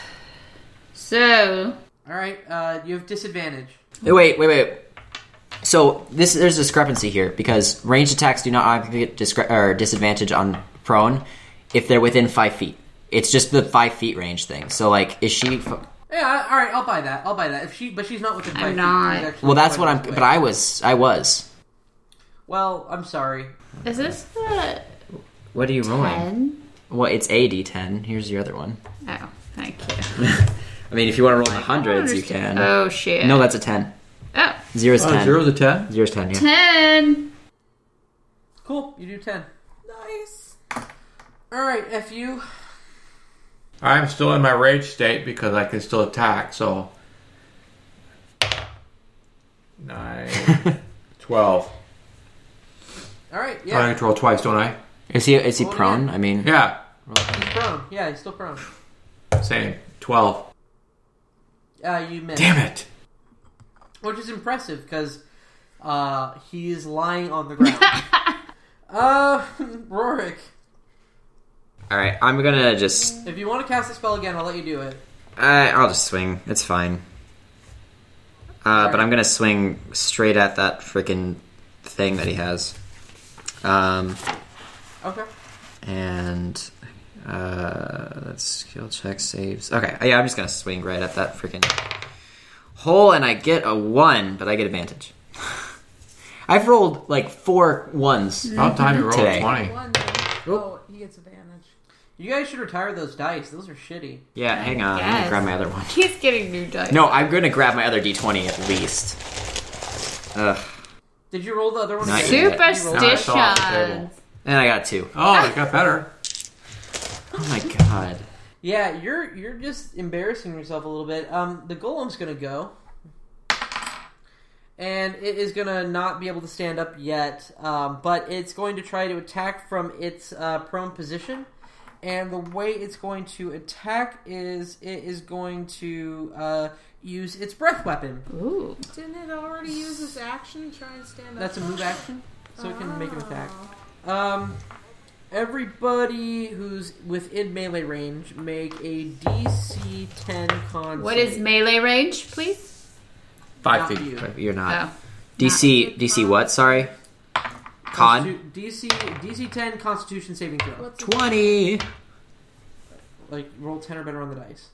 [SPEAKER 4] So
[SPEAKER 1] All right. Uh, you have disadvantage.
[SPEAKER 3] Hey, Wait, wait, wait. So this there's a discrepancy here because ranged attacks do not automatically get discre- or disadvantage on prone if they're within five feet. It's just the five feet range thing. So like, is she? F-
[SPEAKER 1] Yeah. All right. I'll buy that. I'll buy that. If she, but she's not within. five feet,
[SPEAKER 4] not.
[SPEAKER 1] she's actually
[SPEAKER 3] well, that's
[SPEAKER 1] quite a
[SPEAKER 3] what I'm.
[SPEAKER 1] ways
[SPEAKER 3] But
[SPEAKER 1] away.
[SPEAKER 3] I was. I was.
[SPEAKER 1] Well, I'm sorry.
[SPEAKER 4] is this the
[SPEAKER 3] What are you rolling?
[SPEAKER 4] ten?
[SPEAKER 3] Well, it's a d10. Here's your other one.
[SPEAKER 4] Oh, thank you.
[SPEAKER 3] I mean, if you want to roll in the
[SPEAKER 4] I don't
[SPEAKER 3] hundreds, you
[SPEAKER 4] understand.
[SPEAKER 3] can.
[SPEAKER 4] Oh shit.
[SPEAKER 3] Uh, no, that's a ten.
[SPEAKER 4] oh,
[SPEAKER 3] Zero's ten.
[SPEAKER 6] Zero to ten.
[SPEAKER 3] Zero's ten. Yeah.
[SPEAKER 4] ten.
[SPEAKER 1] Cool. You do ten.
[SPEAKER 5] Nice.
[SPEAKER 1] All right. F you.
[SPEAKER 6] I'm still in my rage state because I can still attack. So nine, [laughs] twelve.
[SPEAKER 1] All right.
[SPEAKER 6] Yeah. I
[SPEAKER 1] Yeah.
[SPEAKER 6] control twice, don't I?
[SPEAKER 3] Is he? Is he
[SPEAKER 1] Roll it
[SPEAKER 3] prone? I mean,
[SPEAKER 6] Yeah.
[SPEAKER 1] He's prone. Yeah. He's still prone.
[SPEAKER 6] Same. Twelve.
[SPEAKER 1] Uh, you missed.
[SPEAKER 6] Damn it.
[SPEAKER 1] which is impressive because uh, he is lying on the ground. uh, [laughs] Rorik,
[SPEAKER 3] all right. I'm gonna just.
[SPEAKER 1] if you want to cast a spell again, I'll let you do it.
[SPEAKER 3] I I'll just swing. It's fine. Uh, but I'm gonna swing straight at that freaking thing that he has. Um,
[SPEAKER 1] Okay.
[SPEAKER 3] and uh, that's skill check saves. Okay, yeah, I'm just gonna swing right at that freaking hole, and I get a one, but I get advantage. [laughs] I've rolled like four ones.
[SPEAKER 6] About time you rolled
[SPEAKER 3] Today.
[SPEAKER 6] a twenty.
[SPEAKER 5] One. Oh, he gets advantage.
[SPEAKER 1] You guys should retire those dice. Those are shitty.
[SPEAKER 3] Yeah, hang on, I'm
[SPEAKER 4] Yes.
[SPEAKER 3] gonna grab my other one.
[SPEAKER 4] He's getting new dice.
[SPEAKER 3] No, I'm gonna grab my other d20 at least. Ugh,
[SPEAKER 1] Did you roll the other one?
[SPEAKER 3] Not
[SPEAKER 1] again?
[SPEAKER 3] yet.
[SPEAKER 4] Superstitions.
[SPEAKER 6] Now it's all on the table.
[SPEAKER 3] and I got two.
[SPEAKER 6] Oh, it got better.
[SPEAKER 3] Oh my god.
[SPEAKER 1] Yeah, you're you're just embarrassing yourself a little bit. Um, the golem's gonna go, and it is gonna not be able to stand up yet. Um, but it's going to try to attack from its uh, prone position, and the way it's going to attack is it is going to uh, use its breath weapon.
[SPEAKER 4] Ooh.
[SPEAKER 5] Didn't it already use this action to try and stand up?
[SPEAKER 1] That's a move action, so it can make an attack. Um, everybody who's within melee range make a DC 10 con.
[SPEAKER 4] What
[SPEAKER 1] save.
[SPEAKER 4] is melee range, please?
[SPEAKER 6] Five
[SPEAKER 1] Not
[SPEAKER 6] feet.
[SPEAKER 1] you.
[SPEAKER 3] You're not.
[SPEAKER 4] Oh.
[SPEAKER 3] DC, DC what? Sorry. Con?
[SPEAKER 1] Constitu- DC DC 10 Constitution saving throw.
[SPEAKER 5] What's
[SPEAKER 3] 20.
[SPEAKER 1] Like roll 10 or better on the dice.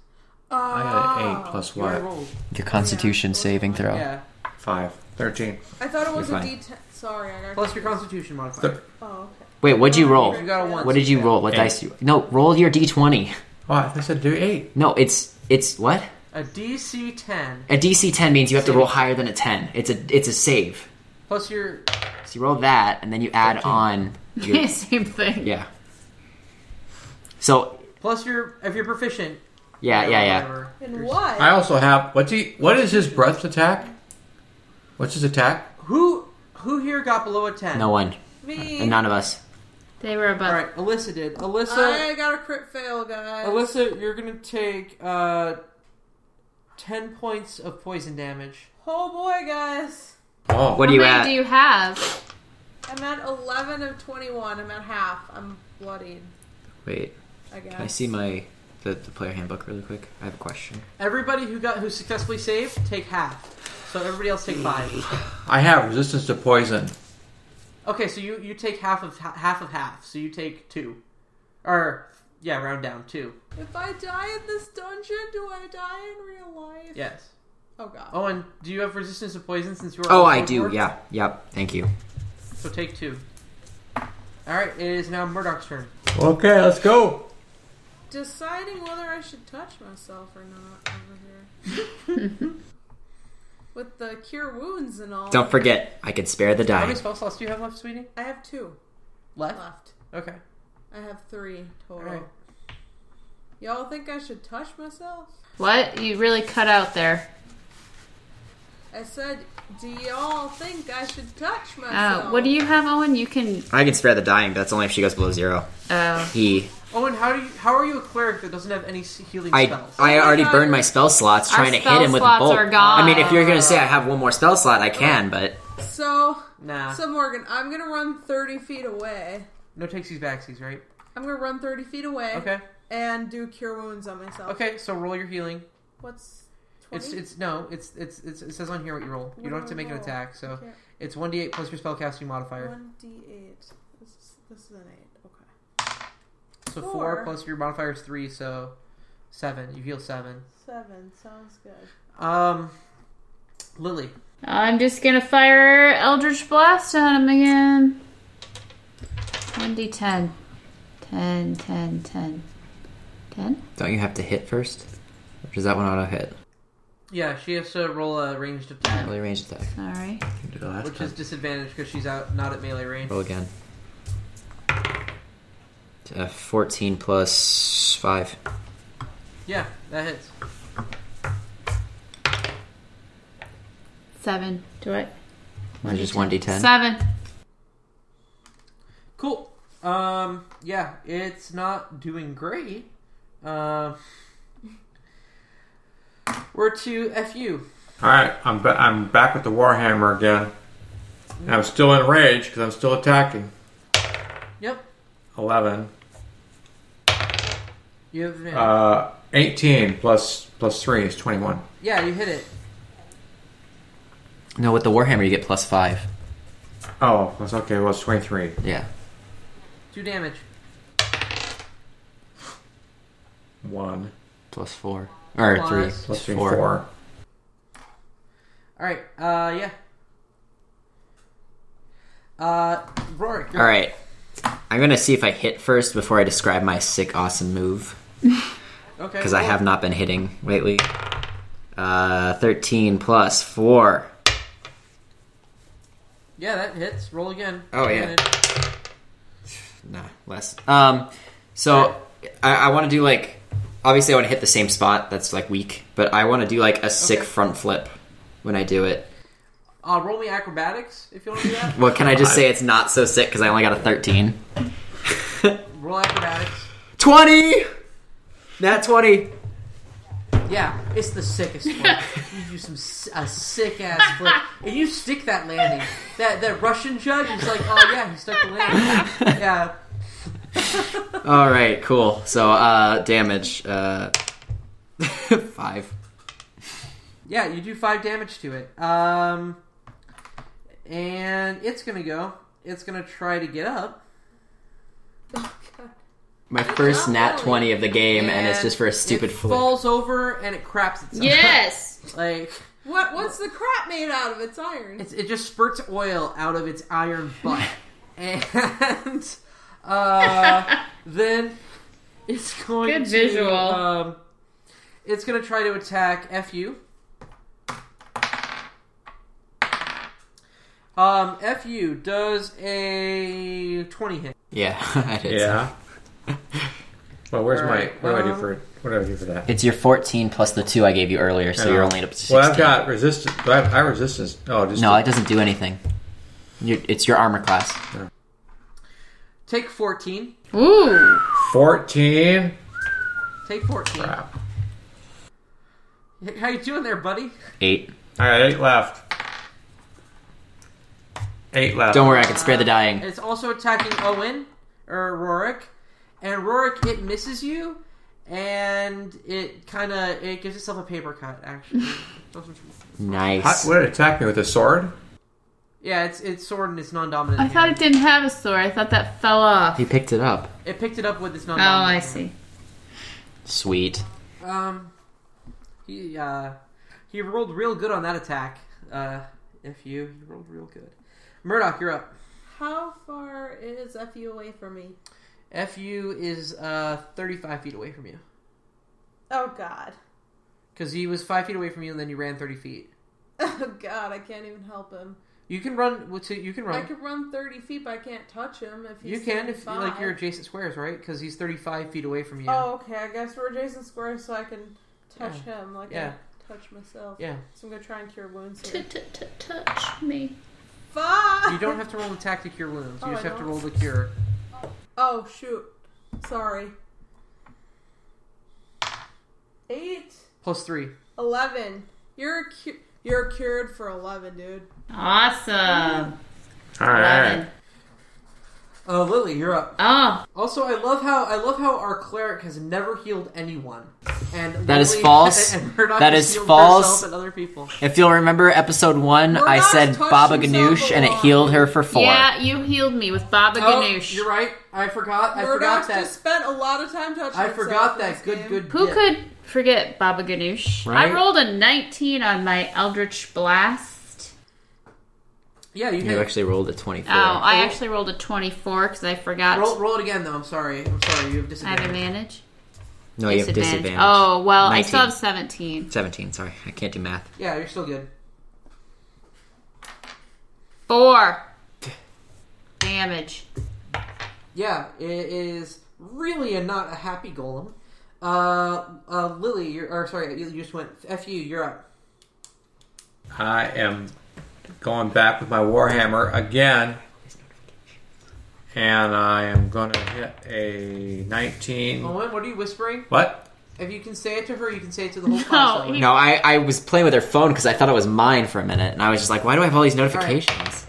[SPEAKER 5] Oh.
[SPEAKER 6] I got an eight plus
[SPEAKER 1] You already
[SPEAKER 6] what?
[SPEAKER 1] rolled.
[SPEAKER 3] Your constitution saving throw.
[SPEAKER 1] Yeah.
[SPEAKER 6] Five. Thirteen.
[SPEAKER 5] I thought it was a
[SPEAKER 3] You're fine.
[SPEAKER 5] D10. Sorry, I got.
[SPEAKER 1] Plus your Constitution modifier.
[SPEAKER 5] oh, okay.
[SPEAKER 3] Wait, what'd you roll?
[SPEAKER 1] You got a one.
[SPEAKER 3] What did you roll? What dice you. No, roll your d20.
[SPEAKER 6] Oh, I said do eight.
[SPEAKER 3] No, it's. It's what?
[SPEAKER 1] A DC 10
[SPEAKER 3] A DC 10 means you have to roll higher than a 10. It's a it's a save.
[SPEAKER 1] plus your
[SPEAKER 3] So you roll that, and then you add on.
[SPEAKER 4] [laughs]
[SPEAKER 3] Your,
[SPEAKER 4] Same thing.
[SPEAKER 3] yeah. So,
[SPEAKER 1] plus your if you're proficient.
[SPEAKER 3] yeah,
[SPEAKER 1] or
[SPEAKER 3] yeah, yeah.
[SPEAKER 1] whatever.
[SPEAKER 5] And what?
[SPEAKER 6] I also have what's he? What is his breath attack? What's his attack?
[SPEAKER 1] Who who here got below a 10?
[SPEAKER 3] No one.
[SPEAKER 5] Me.
[SPEAKER 3] And none of us.
[SPEAKER 4] They were above.
[SPEAKER 1] All right, Alyssa did. Alyssa
[SPEAKER 5] I got a crit fail, guys.
[SPEAKER 3] Oh,
[SPEAKER 1] Alyssa, you're going to take uh 10 points of poison damage.
[SPEAKER 5] Oh boy, guys.
[SPEAKER 6] Oh,
[SPEAKER 3] What
[SPEAKER 4] How
[SPEAKER 3] do you
[SPEAKER 4] many
[SPEAKER 3] at?
[SPEAKER 4] do you have?
[SPEAKER 5] I'm at 11 of 21. I'm at half. I'm bloodied,
[SPEAKER 3] Wait,
[SPEAKER 5] I guess.
[SPEAKER 3] can I see my the, the player handbook really quick? I have a question.
[SPEAKER 1] Everybody who got who successfully saved take half. So everybody else take 5.
[SPEAKER 6] I have resistance to poison.
[SPEAKER 1] Okay, so you you take half of ha- half of half. So you take two, or yeah, round down two.
[SPEAKER 5] If I die in this dungeon, do I die in real life?
[SPEAKER 1] Yes.
[SPEAKER 5] Oh god.
[SPEAKER 1] Oh, and do you have resistance to poison since you are?
[SPEAKER 3] Oh,
[SPEAKER 1] also
[SPEAKER 3] I
[SPEAKER 1] a
[SPEAKER 3] do.
[SPEAKER 1] dwarf?
[SPEAKER 3] Yeah. Yep. Thank you.
[SPEAKER 1] So take two. All right, it is now Murdoch's turn.
[SPEAKER 6] Okay, let's go.
[SPEAKER 5] Deciding whether I should touch myself or not over here.
[SPEAKER 3] [laughs]
[SPEAKER 5] [laughs] With the cure wounds and all.
[SPEAKER 3] Don't forget, I can spare the
[SPEAKER 1] How many
[SPEAKER 3] dime.
[SPEAKER 1] spell slots do you have left, sweetie?
[SPEAKER 5] I have two
[SPEAKER 1] Left.
[SPEAKER 5] left.
[SPEAKER 1] Okay.
[SPEAKER 5] I have three total.
[SPEAKER 1] Alright.
[SPEAKER 5] Y'all think I should touch myself?
[SPEAKER 4] What? You really cut out there.
[SPEAKER 5] I said, do y'all think I should touch myself?
[SPEAKER 4] Uh, what do you have, Owen? You can.
[SPEAKER 3] I can spare the dime, but that's only if she goes below zero.
[SPEAKER 4] Uh,
[SPEAKER 3] He,
[SPEAKER 1] Owen, how do you? How are you a cleric that doesn't have any s- healing
[SPEAKER 3] I,
[SPEAKER 1] spells?
[SPEAKER 3] I already burned my spell slots
[SPEAKER 4] Oh Our
[SPEAKER 3] trying to
[SPEAKER 4] spell
[SPEAKER 3] hit him with a
[SPEAKER 4] slots
[SPEAKER 3] bolt.
[SPEAKER 4] are gone.
[SPEAKER 3] I mean, if you're gonna say I have one more spell slot, I can, but
[SPEAKER 5] So,
[SPEAKER 1] nah.
[SPEAKER 5] so Morgan, I'm gonna run 30 feet away.
[SPEAKER 1] no takesies, backsies, right?
[SPEAKER 5] I'm gonna run 30 feet away.
[SPEAKER 1] Okay.
[SPEAKER 5] And do cure wounds on myself.
[SPEAKER 1] Okay. So roll your healing.
[SPEAKER 5] What's 20?
[SPEAKER 1] It's it's no. It's it's, it's it says on here what you roll. You don't
[SPEAKER 5] What do
[SPEAKER 1] have to
[SPEAKER 5] I
[SPEAKER 1] make an
[SPEAKER 5] roll?
[SPEAKER 1] attack. So
[SPEAKER 5] Okay.
[SPEAKER 1] it's one d eight plus your spellcasting modifier.
[SPEAKER 5] 1d8. This is, this is an 8. Okay.
[SPEAKER 1] so four.
[SPEAKER 5] four.
[SPEAKER 1] plus your modifier is three. So seven. You heal seven.
[SPEAKER 5] 7. Sounds good.
[SPEAKER 1] Um, Lily.
[SPEAKER 4] I'm just gonna fire Eldritch Blast at him again. 1d10. 10, 10, 10. 10?
[SPEAKER 3] don't you have to hit first? Or does that one auto hit?
[SPEAKER 1] Yeah, she has to roll a ranged attack,
[SPEAKER 3] Really ranged attack.
[SPEAKER 4] Alright.
[SPEAKER 3] You did it last
[SPEAKER 1] which
[SPEAKER 3] time.
[SPEAKER 1] is disadvantage because she's out not at melee range.
[SPEAKER 3] Roll again. Uh, 14 plus 5.
[SPEAKER 1] Yeah, that hits.
[SPEAKER 4] 7. Do I?
[SPEAKER 3] Mine's just 1d10.
[SPEAKER 4] 7.
[SPEAKER 1] Cool. Um, yeah, it's not doing great. Um, we're to fu.
[SPEAKER 6] All right, I'm ba- I'm back with the warhammer again. And I'm still in rage because I'm still attacking.
[SPEAKER 1] Yep,
[SPEAKER 6] Eleven.
[SPEAKER 1] you have advantage.
[SPEAKER 6] Uh, 18 plus plus three is 21.
[SPEAKER 3] Uh.
[SPEAKER 1] yeah, you hit it.
[SPEAKER 3] No, with the Warhammer, you get plus 5.
[SPEAKER 6] Oh, that's okay. Well, it's 23.
[SPEAKER 3] Yeah.
[SPEAKER 1] Two damage.
[SPEAKER 6] One
[SPEAKER 3] Plus 4. Or
[SPEAKER 1] Plus-
[SPEAKER 3] 3.
[SPEAKER 1] Plus
[SPEAKER 6] plus three,
[SPEAKER 3] four.
[SPEAKER 6] four.
[SPEAKER 1] All right. Uh, yeah. Uh, Rorik. you're-
[SPEAKER 3] Alright. I'm going to see if I hit first before I describe my sick, awesome move.
[SPEAKER 1] Okay.
[SPEAKER 3] Because I have not been hitting lately. Uh, 13 plus 4.
[SPEAKER 1] Yeah, that hits. Roll again.
[SPEAKER 3] Oh, yeah.
[SPEAKER 1] Advantage.
[SPEAKER 3] Nah, less. Um, so I, I want to do like. Obviously, I want to hit the same spot that's like weak, but I want to do like a sick
[SPEAKER 1] Okay.
[SPEAKER 3] front flip when I do it.
[SPEAKER 1] Uh, roll me acrobatics if you want to do that.
[SPEAKER 3] [laughs] Well, can I just say it's not so sick because I only got a [laughs] 13?
[SPEAKER 1] roll acrobatics.
[SPEAKER 3] 20! Nat 20!
[SPEAKER 1] Yeah, it's the sickest flip. you do some s- a sick ass flip, and you stick that landing. That that Russian judge is like, oh yeah, he stuck the
[SPEAKER 3] [laughs]
[SPEAKER 1] landing. Yeah,
[SPEAKER 3] Alright, cool. So, uh, damage. Uh, [laughs] 5.
[SPEAKER 1] yeah, you do five damage to it. Um, and it's gonna go. It's gonna try to get up.
[SPEAKER 3] My first Nat 20 of the game, and, it's
[SPEAKER 1] And
[SPEAKER 3] just for a stupid
[SPEAKER 1] it
[SPEAKER 3] flip.
[SPEAKER 1] Falls over and it craps itself.
[SPEAKER 4] Yes!
[SPEAKER 1] like
[SPEAKER 5] What? What's the crap made out of? It's iron.
[SPEAKER 1] it's, it just spurts oil out of its iron
[SPEAKER 4] [laughs]
[SPEAKER 1] butt, and
[SPEAKER 4] [laughs]
[SPEAKER 1] uh, then it's going
[SPEAKER 4] Good
[SPEAKER 1] to,
[SPEAKER 4] visual.
[SPEAKER 1] Um, it's going to try to attack fu. Um, fu does a twenty hit.
[SPEAKER 3] Yeah, [laughs] I did.
[SPEAKER 6] Yeah. [laughs] well, where's
[SPEAKER 1] Alright,
[SPEAKER 6] my. What do I do
[SPEAKER 1] um,
[SPEAKER 6] for What do I do for that?
[SPEAKER 3] It's your 14 plus the 2 I gave you earlier, so you're only up to 16.
[SPEAKER 6] Well, I've got resistance. Do I have high resistance? Oh, just
[SPEAKER 3] No, it doesn't do anything. you it's your armor class.
[SPEAKER 1] Take fourteen.
[SPEAKER 4] Ooh!
[SPEAKER 6] 14.
[SPEAKER 1] Take fourteen.
[SPEAKER 6] Crap.
[SPEAKER 1] How you doing there, buddy?
[SPEAKER 3] Eight.
[SPEAKER 6] All right, eight left. Eight left.
[SPEAKER 3] Don't worry, I can spare the dying.
[SPEAKER 1] It's also attacking Owen or Rorik, and Rorik it misses you, and it kind of it gives itself a paper cut
[SPEAKER 4] [laughs]
[SPEAKER 1] actually. Doesn't-
[SPEAKER 6] How,
[SPEAKER 3] Nice.
[SPEAKER 6] what did it attack me with a sword?
[SPEAKER 1] yeah, it's it's sword and it's non-dominant.
[SPEAKER 4] I thought
[SPEAKER 1] hand.
[SPEAKER 4] it didn't have a sword. I thought that fell off.
[SPEAKER 3] He picked it up.
[SPEAKER 1] it picked it up with its
[SPEAKER 4] Oh,
[SPEAKER 1] non-dominant.
[SPEAKER 4] I
[SPEAKER 1] hand.
[SPEAKER 4] see.
[SPEAKER 3] Sweet.
[SPEAKER 1] Um, he uh, he rolled real good on that attack. Uh, if you he rolled real good. Murdoch, you're up.
[SPEAKER 5] How far is FU away from me?
[SPEAKER 1] Fu is uh, 35 feet away from you
[SPEAKER 5] Oh god.
[SPEAKER 1] because he was five feet away from you, and then you ran 30 feet.
[SPEAKER 5] [laughs] Oh god, I can't even help him.
[SPEAKER 1] You can run. what's it- You can
[SPEAKER 5] I
[SPEAKER 1] run.
[SPEAKER 5] could run 30 feet, but I can't touch him if he's
[SPEAKER 1] you can if like
[SPEAKER 5] 35.
[SPEAKER 1] you're adjacent squares, right? Because he's 35 feet away from you.
[SPEAKER 5] Oh, okay. I guess we're adjacent squares, so I can touch him like
[SPEAKER 1] Yeah.
[SPEAKER 5] I touch myself.
[SPEAKER 1] Yeah.
[SPEAKER 5] So I'm gonna try and cure wounds here.
[SPEAKER 4] Touch me.
[SPEAKER 5] [laughs] Fuck!
[SPEAKER 1] You don't have to roll an attack to cure wounds. You
[SPEAKER 5] Oh,
[SPEAKER 1] just
[SPEAKER 5] I
[SPEAKER 1] have to
[SPEAKER 5] don't?
[SPEAKER 1] roll the cure.
[SPEAKER 5] Oh shoot! Sorry. Eight,
[SPEAKER 1] Plus three.
[SPEAKER 5] eleven. You're cu- you're cured for eleven, dude.
[SPEAKER 8] Awesome.
[SPEAKER 2] All right.
[SPEAKER 8] Eleven.
[SPEAKER 1] Uh, Lily, you're up.
[SPEAKER 8] Oh,
[SPEAKER 1] Also, I love how I love how our cleric has never healed anyone, and
[SPEAKER 3] That is
[SPEAKER 1] Lily
[SPEAKER 3] false.
[SPEAKER 1] [laughs] And Murdoch
[SPEAKER 3] That
[SPEAKER 1] has
[SPEAKER 3] is
[SPEAKER 1] healed
[SPEAKER 3] false.
[SPEAKER 1] herself And other people.
[SPEAKER 3] If you'll remember episode one, I
[SPEAKER 5] Murdoch
[SPEAKER 3] said
[SPEAKER 5] touched
[SPEAKER 3] Baba
[SPEAKER 5] himself
[SPEAKER 3] Ganoush and it
[SPEAKER 5] a lot.
[SPEAKER 3] healed her for four.
[SPEAKER 8] yeah, you healed me with Baba Ganoush.
[SPEAKER 1] Oh, you're right. I forgot. I
[SPEAKER 5] Murdoch
[SPEAKER 1] forgot that.
[SPEAKER 5] just spent a lot of time touching.
[SPEAKER 1] I forgot
[SPEAKER 5] himself
[SPEAKER 1] that.
[SPEAKER 5] in this
[SPEAKER 1] Good,
[SPEAKER 5] game.
[SPEAKER 1] good.
[SPEAKER 8] Who
[SPEAKER 1] bit.
[SPEAKER 8] could forget Baba Ganoush?
[SPEAKER 3] Right?
[SPEAKER 8] I rolled a 19 on my Eldritch Blast.
[SPEAKER 1] Yeah, you
[SPEAKER 3] You
[SPEAKER 1] can.
[SPEAKER 3] actually rolled a 24.
[SPEAKER 8] Oh, I actually rolled a 24 because I forgot
[SPEAKER 1] Roll, roll it again, though. I'm sorry. I'm sorry. You have
[SPEAKER 8] I have
[SPEAKER 1] disadvantage.
[SPEAKER 8] advantage.
[SPEAKER 3] no, you have disadvantage.
[SPEAKER 8] Oh, well, I
[SPEAKER 3] 19.
[SPEAKER 8] still have 17.
[SPEAKER 3] 17, sorry. I can't do math.
[SPEAKER 1] Yeah, you're still good.
[SPEAKER 8] Four damage.
[SPEAKER 1] Yeah, it is really a not a happy golem. Uh, uh, Lily, you're or sorry, you you just went. F you. You're up.
[SPEAKER 6] I am going back with my Warhammer again. And I am going to hit a 19.
[SPEAKER 1] Owen, what are you whispering?
[SPEAKER 6] What?
[SPEAKER 1] If you can say it to her, you can say it to the whole class.
[SPEAKER 8] [laughs] No,
[SPEAKER 1] Owen.
[SPEAKER 8] he-
[SPEAKER 3] No, I, I was playing with her phone because I thought it was mine for a minute, and I was just like, why do I have all these notifications?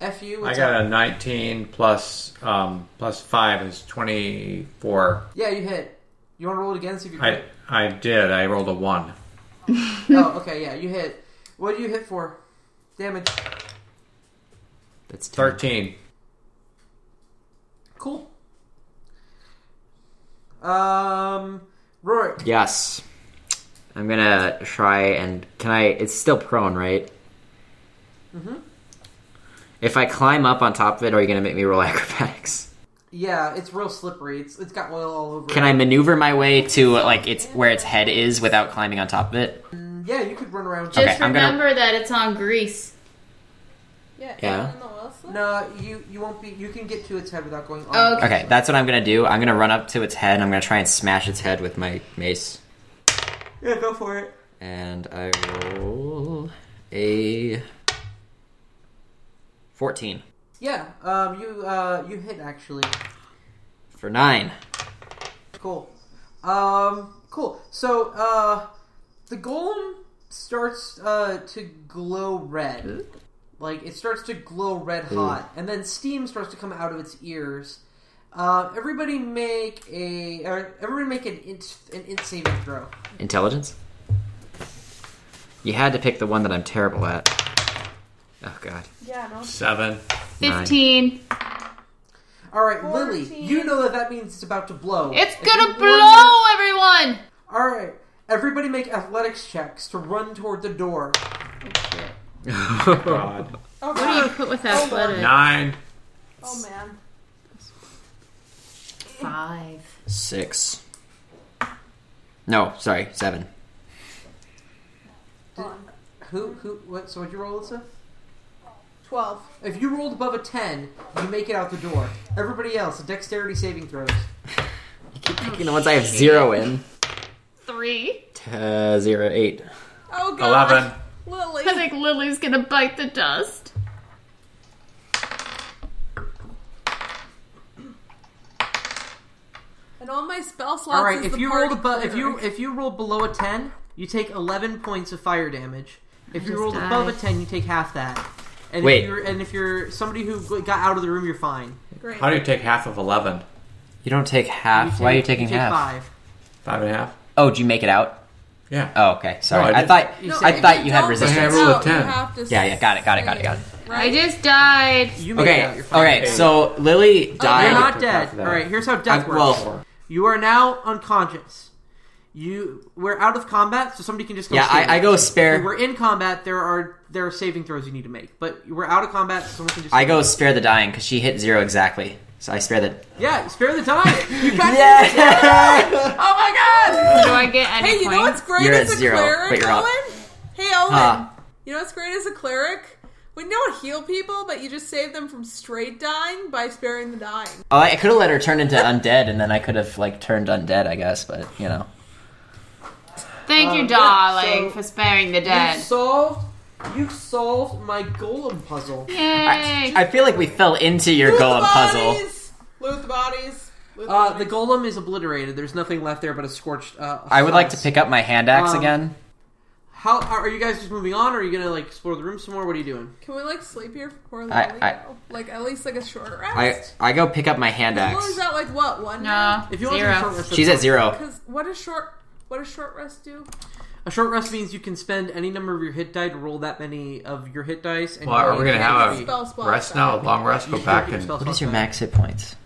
[SPEAKER 1] F you.
[SPEAKER 6] I
[SPEAKER 1] what's up?
[SPEAKER 6] got a 19 plus um, plus 5 is 24.
[SPEAKER 1] Yeah, you hit. You want to roll it again? See if you
[SPEAKER 6] I
[SPEAKER 8] [laughs]
[SPEAKER 1] hit.
[SPEAKER 6] I did. I rolled a 1.
[SPEAKER 1] oh, okay. Yeah, you hit. What do you hit for? Damage.
[SPEAKER 3] That's 10.
[SPEAKER 6] 13.
[SPEAKER 1] Cool. Um, Rorik.
[SPEAKER 3] Yes. I'm gonna try and can I? It's still prone, right? Mm-hmm. If I climb up on top of it, are you gonna make me roll [laughs] acrobatics?
[SPEAKER 1] Yeah, it's real slippery. It's it's got oil all over.
[SPEAKER 3] Can
[SPEAKER 1] it.
[SPEAKER 3] I maneuver my way to like its where its head is without climbing on top of it?
[SPEAKER 1] Yeah, you could run around.
[SPEAKER 8] Just
[SPEAKER 3] I'm gonna-
[SPEAKER 8] remember that it's on grease.
[SPEAKER 5] Yeah.
[SPEAKER 3] Yeah.
[SPEAKER 5] Alan and the Wilson?
[SPEAKER 1] No, you you won't be. You can get to its head without going. all
[SPEAKER 8] Oh,
[SPEAKER 1] the way.
[SPEAKER 3] Okay, that's what I'm gonna do. I'm gonna run up to its head. and I'm gonna try and smash its head with my mace.
[SPEAKER 1] Yeah, go for it.
[SPEAKER 3] And I roll a fourteen
[SPEAKER 1] Yeah. Um. You uh. You hit actually.
[SPEAKER 3] for nine.
[SPEAKER 1] Cool. Um, cool. So, uh, the golem starts uh, to glow red. Like, it starts to glow red hot. And then steam starts to come out of its ears. Uh, everybody make a. Or everybody make an int, an int saving throw.
[SPEAKER 3] Intelligence? You had to pick the one that I'm terrible at. Oh god.
[SPEAKER 5] Yeah. No.
[SPEAKER 6] 7.
[SPEAKER 8] 15.
[SPEAKER 1] Alright, Lily,
[SPEAKER 5] Fourteen.
[SPEAKER 1] you know that that means it's about to blow.
[SPEAKER 8] It's
[SPEAKER 1] If
[SPEAKER 8] gonna
[SPEAKER 1] you run-
[SPEAKER 8] blow, everyone!
[SPEAKER 1] Alright, everybody make athletics checks to run toward the door.
[SPEAKER 6] God.
[SPEAKER 5] Oh,
[SPEAKER 8] What do you
[SPEAKER 5] God.
[SPEAKER 8] put with athletics?
[SPEAKER 6] 9.
[SPEAKER 5] oh man.
[SPEAKER 8] Five.
[SPEAKER 3] Six. No, sorry, seven.
[SPEAKER 1] Who, who, what, so what'd you roll, Lisa?
[SPEAKER 5] Twelve.
[SPEAKER 1] If you rolled above a 10, you make it out the door. Everybody else, dexterity saving throws.
[SPEAKER 3] Picking the ones I have zero in.
[SPEAKER 4] Three.
[SPEAKER 3] Uh, zero, eight.
[SPEAKER 5] Oh god.
[SPEAKER 6] 11.
[SPEAKER 5] Lily.
[SPEAKER 4] I think Lily's gonna bite the dust.
[SPEAKER 5] And all my spell slots.
[SPEAKER 1] All right,
[SPEAKER 5] is
[SPEAKER 1] if
[SPEAKER 5] the
[SPEAKER 1] you
[SPEAKER 5] party
[SPEAKER 1] rolled above, if
[SPEAKER 5] clear.
[SPEAKER 1] you if you roll below a 10, you take 11 points of fire damage. If you
[SPEAKER 8] just
[SPEAKER 1] rolled above a
[SPEAKER 8] died.
[SPEAKER 1] 10, you take half that. And
[SPEAKER 3] Wait.
[SPEAKER 1] if you're and if you're somebody who got out of the room, you're fine.
[SPEAKER 5] Great.
[SPEAKER 6] How do you take half of 11?
[SPEAKER 3] You don't take half. Uh, Why are you taking
[SPEAKER 1] take
[SPEAKER 3] half?
[SPEAKER 1] Five.
[SPEAKER 6] 5 and a half?
[SPEAKER 3] Oh, did you make it out?
[SPEAKER 6] Yeah.
[SPEAKER 3] Oh, okay. Sorry.
[SPEAKER 6] No, I
[SPEAKER 3] I, thought
[SPEAKER 1] No,
[SPEAKER 3] I
[SPEAKER 1] it-
[SPEAKER 3] thought you had
[SPEAKER 5] Don't
[SPEAKER 6] I
[SPEAKER 3] resistance.
[SPEAKER 6] rolled a
[SPEAKER 5] count, you
[SPEAKER 6] 10.
[SPEAKER 5] have to
[SPEAKER 3] Yeah, yeah, got it, got it, got it, got it.
[SPEAKER 5] say-
[SPEAKER 8] I
[SPEAKER 5] Right?
[SPEAKER 8] just died.
[SPEAKER 1] You make it out.
[SPEAKER 3] Okay.
[SPEAKER 1] You're fine.
[SPEAKER 3] Okay. So Lily
[SPEAKER 1] You're
[SPEAKER 3] died.
[SPEAKER 1] not
[SPEAKER 6] Half
[SPEAKER 1] dead.
[SPEAKER 6] of
[SPEAKER 1] All
[SPEAKER 6] that.
[SPEAKER 1] right, here's how death
[SPEAKER 3] I-
[SPEAKER 1] works.
[SPEAKER 3] well,
[SPEAKER 1] You are now unconscious. You we're out of combat, so somebody can just go.
[SPEAKER 3] Yeah,
[SPEAKER 1] steal
[SPEAKER 3] I, I
[SPEAKER 1] it.
[SPEAKER 3] go
[SPEAKER 1] If
[SPEAKER 3] spare.
[SPEAKER 1] we're in combat. There are there are saving throws you need to make, but we're out of combat, so someone can just.
[SPEAKER 3] I go spare the dying because she hit zero exactly. So I spare the.
[SPEAKER 1] Yeah, spare the
[SPEAKER 3] [laughs]
[SPEAKER 1] time. You got
[SPEAKER 3] Yeah.
[SPEAKER 5] Oh my god!
[SPEAKER 4] Do I get any
[SPEAKER 5] Hey, you
[SPEAKER 4] points?
[SPEAKER 5] know what's great
[SPEAKER 3] You're
[SPEAKER 5] as
[SPEAKER 3] at
[SPEAKER 5] a
[SPEAKER 3] zero, but
[SPEAKER 5] cleric,
[SPEAKER 3] you're up.
[SPEAKER 5] Owen? Hey, Owen.
[SPEAKER 3] Huh.
[SPEAKER 5] You know what's great as a cleric? When you don't heal people, but you just save them from straight dying by sparing the dying.
[SPEAKER 3] Oh, I could have let her turn into undead, and then I could have like turned undead, I guess. But you know,
[SPEAKER 4] Thank you,
[SPEAKER 1] Um,
[SPEAKER 4] darling,
[SPEAKER 1] yeah, so-
[SPEAKER 4] for sparing the
[SPEAKER 1] You
[SPEAKER 4] dead.
[SPEAKER 1] solved. You solved my golem puzzle.
[SPEAKER 4] Yay!
[SPEAKER 3] I feel like we fell into your
[SPEAKER 5] Loot
[SPEAKER 3] golem
[SPEAKER 5] the
[SPEAKER 3] puzzle.
[SPEAKER 5] bodies! Loot the bodies. Loot the
[SPEAKER 1] Uh, the
[SPEAKER 5] bodies.
[SPEAKER 1] golem is obliterated. There's nothing left there but a scorched. Uh,
[SPEAKER 3] I would like to
[SPEAKER 1] slice.
[SPEAKER 3] pick up my hand axe
[SPEAKER 1] Um,
[SPEAKER 3] again.
[SPEAKER 1] How are you guys just moving on, or are you gonna like explore the room some more? What are you doing?
[SPEAKER 5] Can we like sleep here for poor
[SPEAKER 3] I-
[SPEAKER 5] Lily?
[SPEAKER 3] I-
[SPEAKER 5] though? like at least like a short
[SPEAKER 3] I
[SPEAKER 5] rest.
[SPEAKER 3] I go pick up my hand
[SPEAKER 5] Well, is
[SPEAKER 3] axe.
[SPEAKER 5] that like what one?
[SPEAKER 8] No,
[SPEAKER 1] If you want to do a short
[SPEAKER 8] zero.
[SPEAKER 1] rest, that's
[SPEAKER 3] She's at
[SPEAKER 1] fine.
[SPEAKER 3] zero.
[SPEAKER 5] Because what does short what does short rest do?
[SPEAKER 1] A short rest means you can spend any number of your hit die to roll that many of your hit dice. And
[SPEAKER 6] Well, are we gonna have a
[SPEAKER 5] Spell slot
[SPEAKER 6] rest
[SPEAKER 5] back.
[SPEAKER 6] now? A long rest? Go back and
[SPEAKER 1] What
[SPEAKER 3] What is your max hit points?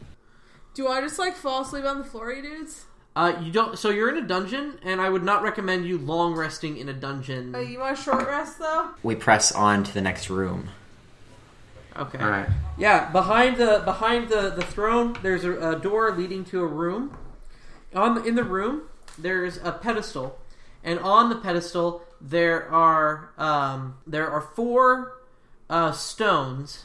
[SPEAKER 5] Do I just like fall asleep on the floor, you dudes?
[SPEAKER 1] Uh, you don't. So you're in a dungeon, and I would not recommend you long resting in a dungeon.
[SPEAKER 5] Uh, you want a short rest though?
[SPEAKER 3] We press on to the next room.
[SPEAKER 1] Okay.
[SPEAKER 6] all right.
[SPEAKER 1] Yeah, behind the behind the the throne, there's a, a door leading to a room. On the, in the room, there's a pedestal, and on the pedestal there are um, there are four uh, stones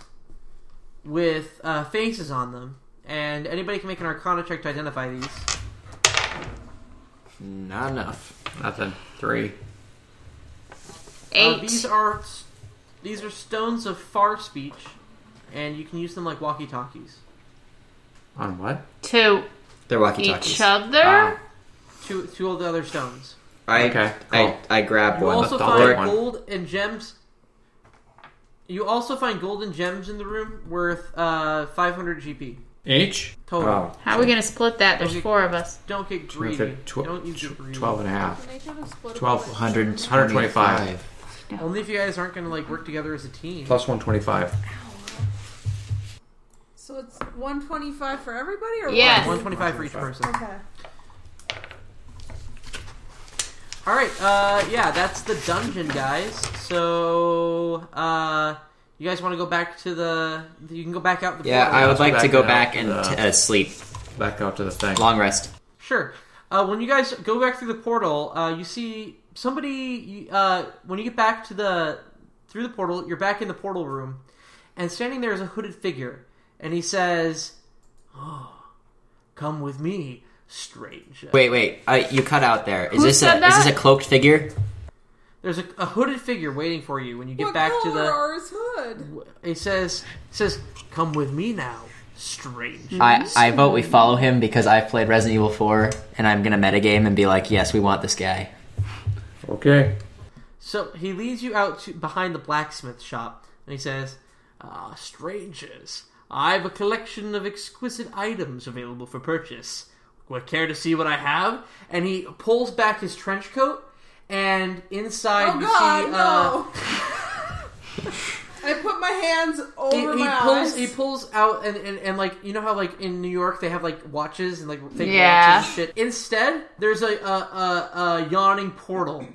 [SPEAKER 1] with uh, faces on them, and anybody can make an Arcana check to identify these. Uh,
[SPEAKER 6] Not enough. Nothing. Three.
[SPEAKER 1] Uh,
[SPEAKER 4] Eight.
[SPEAKER 1] these are these are stones of far speech, and you can use them like walkie talkies.
[SPEAKER 6] On what?
[SPEAKER 4] Two.
[SPEAKER 3] They're walkie
[SPEAKER 4] Each
[SPEAKER 3] talkies.
[SPEAKER 4] other.
[SPEAKER 6] Ah.
[SPEAKER 1] Two two of the other stones.
[SPEAKER 3] I,
[SPEAKER 6] Okay,
[SPEAKER 3] I,
[SPEAKER 6] cool.
[SPEAKER 3] I grab
[SPEAKER 1] You
[SPEAKER 3] one.
[SPEAKER 1] also
[SPEAKER 6] the dollar
[SPEAKER 1] find
[SPEAKER 6] one.
[SPEAKER 1] gold and gems. You also find gold and gems in the room worth uh, 500 GP
[SPEAKER 6] Each?
[SPEAKER 1] total.
[SPEAKER 8] How are we gonna split that? There's
[SPEAKER 1] Okay.
[SPEAKER 8] four of us.
[SPEAKER 1] Don't get
[SPEAKER 6] Oh, Tw-
[SPEAKER 1] greedy.
[SPEAKER 6] tw-
[SPEAKER 1] Don't you get
[SPEAKER 6] tw-
[SPEAKER 1] greedy.
[SPEAKER 6] 12 and a half.
[SPEAKER 5] Can I try to split up
[SPEAKER 6] 1200. 125.
[SPEAKER 1] Only if you guys aren't going to like work together as a team.
[SPEAKER 6] Plus 125.
[SPEAKER 5] So it's one twenty five for everybody, or
[SPEAKER 4] Yes.
[SPEAKER 1] 125 for each person.
[SPEAKER 5] What? Okay.
[SPEAKER 1] All right. Uh, yeah, that's the dungeon, guys. So uh, you guys want to go back to the? You can go back out the.
[SPEAKER 3] Yeah,
[SPEAKER 1] portal.
[SPEAKER 3] I would like to
[SPEAKER 6] back
[SPEAKER 3] go
[SPEAKER 6] now
[SPEAKER 3] back
[SPEAKER 6] to
[SPEAKER 3] and
[SPEAKER 6] the-
[SPEAKER 3] t- uh, sleep.
[SPEAKER 6] Back out to the thing.
[SPEAKER 3] Long rest.
[SPEAKER 1] Sure. Uh, when you guys go back through the portal, uh, you see somebody. you- Uh, when you get back to the through the portal, you're back in the portal room, and standing there is a hooded figure, and he says, "Oh, come with me, stranger."
[SPEAKER 3] Wait, wait. Uh, you cut out there. Is
[SPEAKER 4] Who
[SPEAKER 3] this a
[SPEAKER 4] said
[SPEAKER 3] is this
[SPEAKER 4] that?
[SPEAKER 3] a cloaked figure?
[SPEAKER 1] There's a, a hooded figure waiting for you when you get
[SPEAKER 5] What
[SPEAKER 1] back to
[SPEAKER 5] color
[SPEAKER 1] the.
[SPEAKER 5] are his hood?
[SPEAKER 1] He says, "says Come with me now, stranger."
[SPEAKER 3] I, I vote we follow him because I've played Resident Evil 4 and I'm gonna metagame and be like, yes, we want this guy.
[SPEAKER 6] Okay.
[SPEAKER 1] So he leads you out to behind the blacksmith shop, and he says, "Ah, strangers, I've a collection of exquisite items available for purchase. Would care to see what I have?" And he pulls back his trench coat, and inside
[SPEAKER 5] Oh
[SPEAKER 1] you
[SPEAKER 5] God,
[SPEAKER 1] see. Uh,
[SPEAKER 5] no!
[SPEAKER 1] [laughs]
[SPEAKER 5] I put my hands over
[SPEAKER 1] he, he
[SPEAKER 5] my
[SPEAKER 1] pulls
[SPEAKER 5] eyes.
[SPEAKER 1] he pulls out and, and and like you know how like in New York they have like watches and like fake
[SPEAKER 4] Yeah.
[SPEAKER 1] watches and shit. Instead, there's a a, a, a yawning portal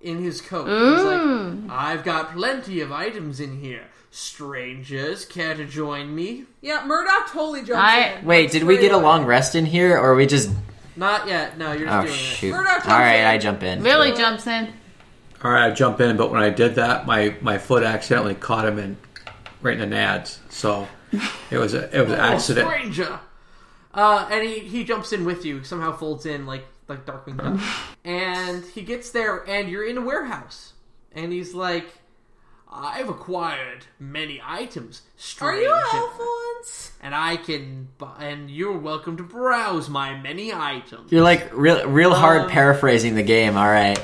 [SPEAKER 1] in his coat. He's
[SPEAKER 5] Mm.
[SPEAKER 1] like, I've got plenty of items in here. Strangers, care to join me?
[SPEAKER 5] yeah, Murdoch totally jumps
[SPEAKER 4] I-
[SPEAKER 5] in.
[SPEAKER 3] Wait, did we get a long rest in here or are we just.
[SPEAKER 1] Not yet. No, you're just
[SPEAKER 3] Oh,
[SPEAKER 1] doing
[SPEAKER 3] shoot.
[SPEAKER 5] We're not
[SPEAKER 3] Alright,
[SPEAKER 5] jumping.
[SPEAKER 3] I jump in.
[SPEAKER 8] Billy jumps in.
[SPEAKER 6] All right, I jump in, but when I did that, my, my foot accidentally caught him in right in the nads. So it was a, it was
[SPEAKER 1] it.
[SPEAKER 6] an accident.
[SPEAKER 1] Oh, stranger. Uh, and he, he jumps in with you. Somehow folds in like like Darkwing Duck. and he gets there, and you're in a warehouse. And he's like, "I've acquired many items,
[SPEAKER 5] Are
[SPEAKER 1] stranger."
[SPEAKER 5] you Alphonse?
[SPEAKER 1] and I can, bu- and you're welcome to browse my many items.
[SPEAKER 3] You're like real, real
[SPEAKER 1] Um,
[SPEAKER 3] hard paraphrasing the game, alright.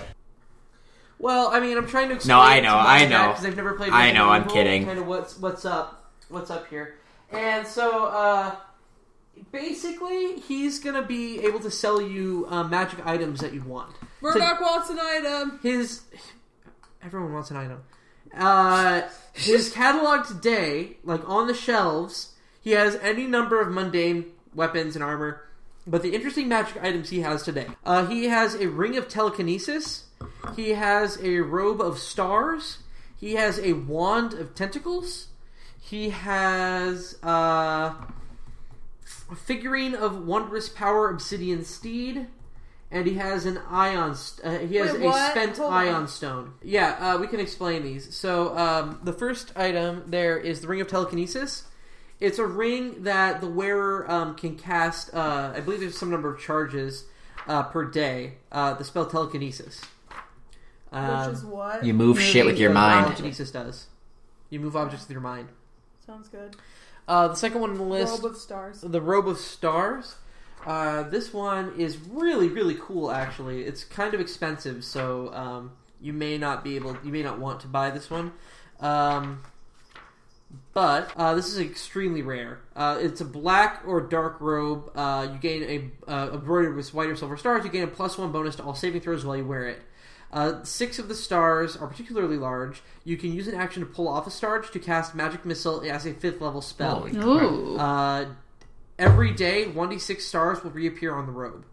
[SPEAKER 1] Well, I mean, I'm trying to explain.
[SPEAKER 3] No, I
[SPEAKER 1] it to
[SPEAKER 3] know,
[SPEAKER 1] my
[SPEAKER 3] I
[SPEAKER 1] dad,
[SPEAKER 3] know.
[SPEAKER 1] 'cause I've never played.
[SPEAKER 3] I
[SPEAKER 1] Resident
[SPEAKER 3] know, I'm
[SPEAKER 1] Evil,
[SPEAKER 3] kidding.
[SPEAKER 1] Kind of what's what's up? What's up here? And so, uh, basically, he's gonna be able to sell you uh, magic items that you want.
[SPEAKER 5] Murdoch wants an item.
[SPEAKER 1] His everyone wants an item. Uh,
[SPEAKER 3] [laughs]
[SPEAKER 1] his catalog today, like on the shelves, he has any number of mundane weapons and armor. But the interesting magic items he has today uh, he has a ring of telekinesis, he has a robe of stars, he has a wand of tentacles, he has uh, a figurine of wondrous power obsidian steed. And he has an ion. St- uh, he has
[SPEAKER 5] Wait,
[SPEAKER 1] a
[SPEAKER 5] what?
[SPEAKER 1] spent
[SPEAKER 5] Hold on.
[SPEAKER 1] ion stone. Yeah, uh, we can explain these. So um, the first item there is the ring of telekinesis. It's a ring that the wearer um, can cast. Uh, I believe there's some number of charges uh, per day. Uh, the spell telekinesis. Um,
[SPEAKER 5] Which is what?
[SPEAKER 3] You move shit with your
[SPEAKER 1] uh,
[SPEAKER 3] mind.
[SPEAKER 1] Telekinesis does. You move objects with your mind.
[SPEAKER 5] Sounds good.
[SPEAKER 1] Uh, the second one on the list,
[SPEAKER 5] World of stars.
[SPEAKER 1] the robe of stars. Uh, this one is really really cool. Actually, it's kind of expensive, so um, you may not be able, you may not want to buy this one. Um, but uh, this is extremely rare. Uh, it's a black or dark robe. Uh, you gain a uh, embroidered with white or silver stars. You gain a plus one bonus to all saving throws while you wear it. Uh, six of the stars are particularly large. You can use an action to pull off a star to cast magic missile as a fifth level spell.
[SPEAKER 4] Oh, Ooh.
[SPEAKER 1] Uh, every day, 1d6 stars will reappear on the robe.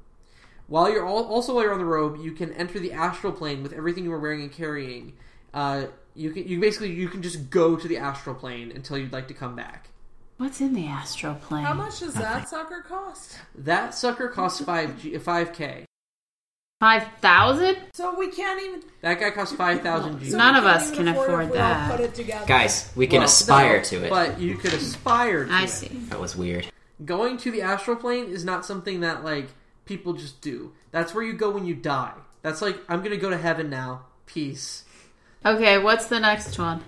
[SPEAKER 1] While you're all, also while you're on the robe, you can enter the astral plane with everything you are wearing and carrying. Uh, you can you basically you can just go to the astral plane until you'd like to come back.
[SPEAKER 8] What's in the astral plane?
[SPEAKER 5] How much does that sucker cost?
[SPEAKER 1] That sucker costs five g uh, five k.
[SPEAKER 4] Five thousand?
[SPEAKER 5] So we can't even.
[SPEAKER 1] That guy costs five thousand g.
[SPEAKER 5] so
[SPEAKER 8] None
[SPEAKER 5] we
[SPEAKER 8] of
[SPEAKER 5] can't
[SPEAKER 8] us
[SPEAKER 5] even
[SPEAKER 8] can
[SPEAKER 5] it
[SPEAKER 8] afford
[SPEAKER 5] if we all
[SPEAKER 8] that.
[SPEAKER 5] Put it together.
[SPEAKER 3] Guys, we can aspire to it.
[SPEAKER 1] but you could aspire. to
[SPEAKER 8] I
[SPEAKER 1] it.
[SPEAKER 8] see.
[SPEAKER 3] that was weird.
[SPEAKER 1] Going to the astral plane is not something that like people just do. That's where you go when you die. That's like I'm gonna go to heaven now. Peace.
[SPEAKER 8] Okay, what's the next one?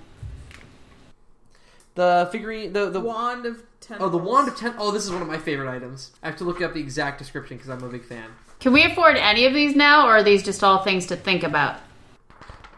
[SPEAKER 1] The figurine, the the
[SPEAKER 5] Wand of ten.
[SPEAKER 1] oh, the wand of ten. Oh, this is one of my favorite items. I have to look up the exact description because I'm a big fan.
[SPEAKER 8] Can we afford any of these now, or are these just all things to think about?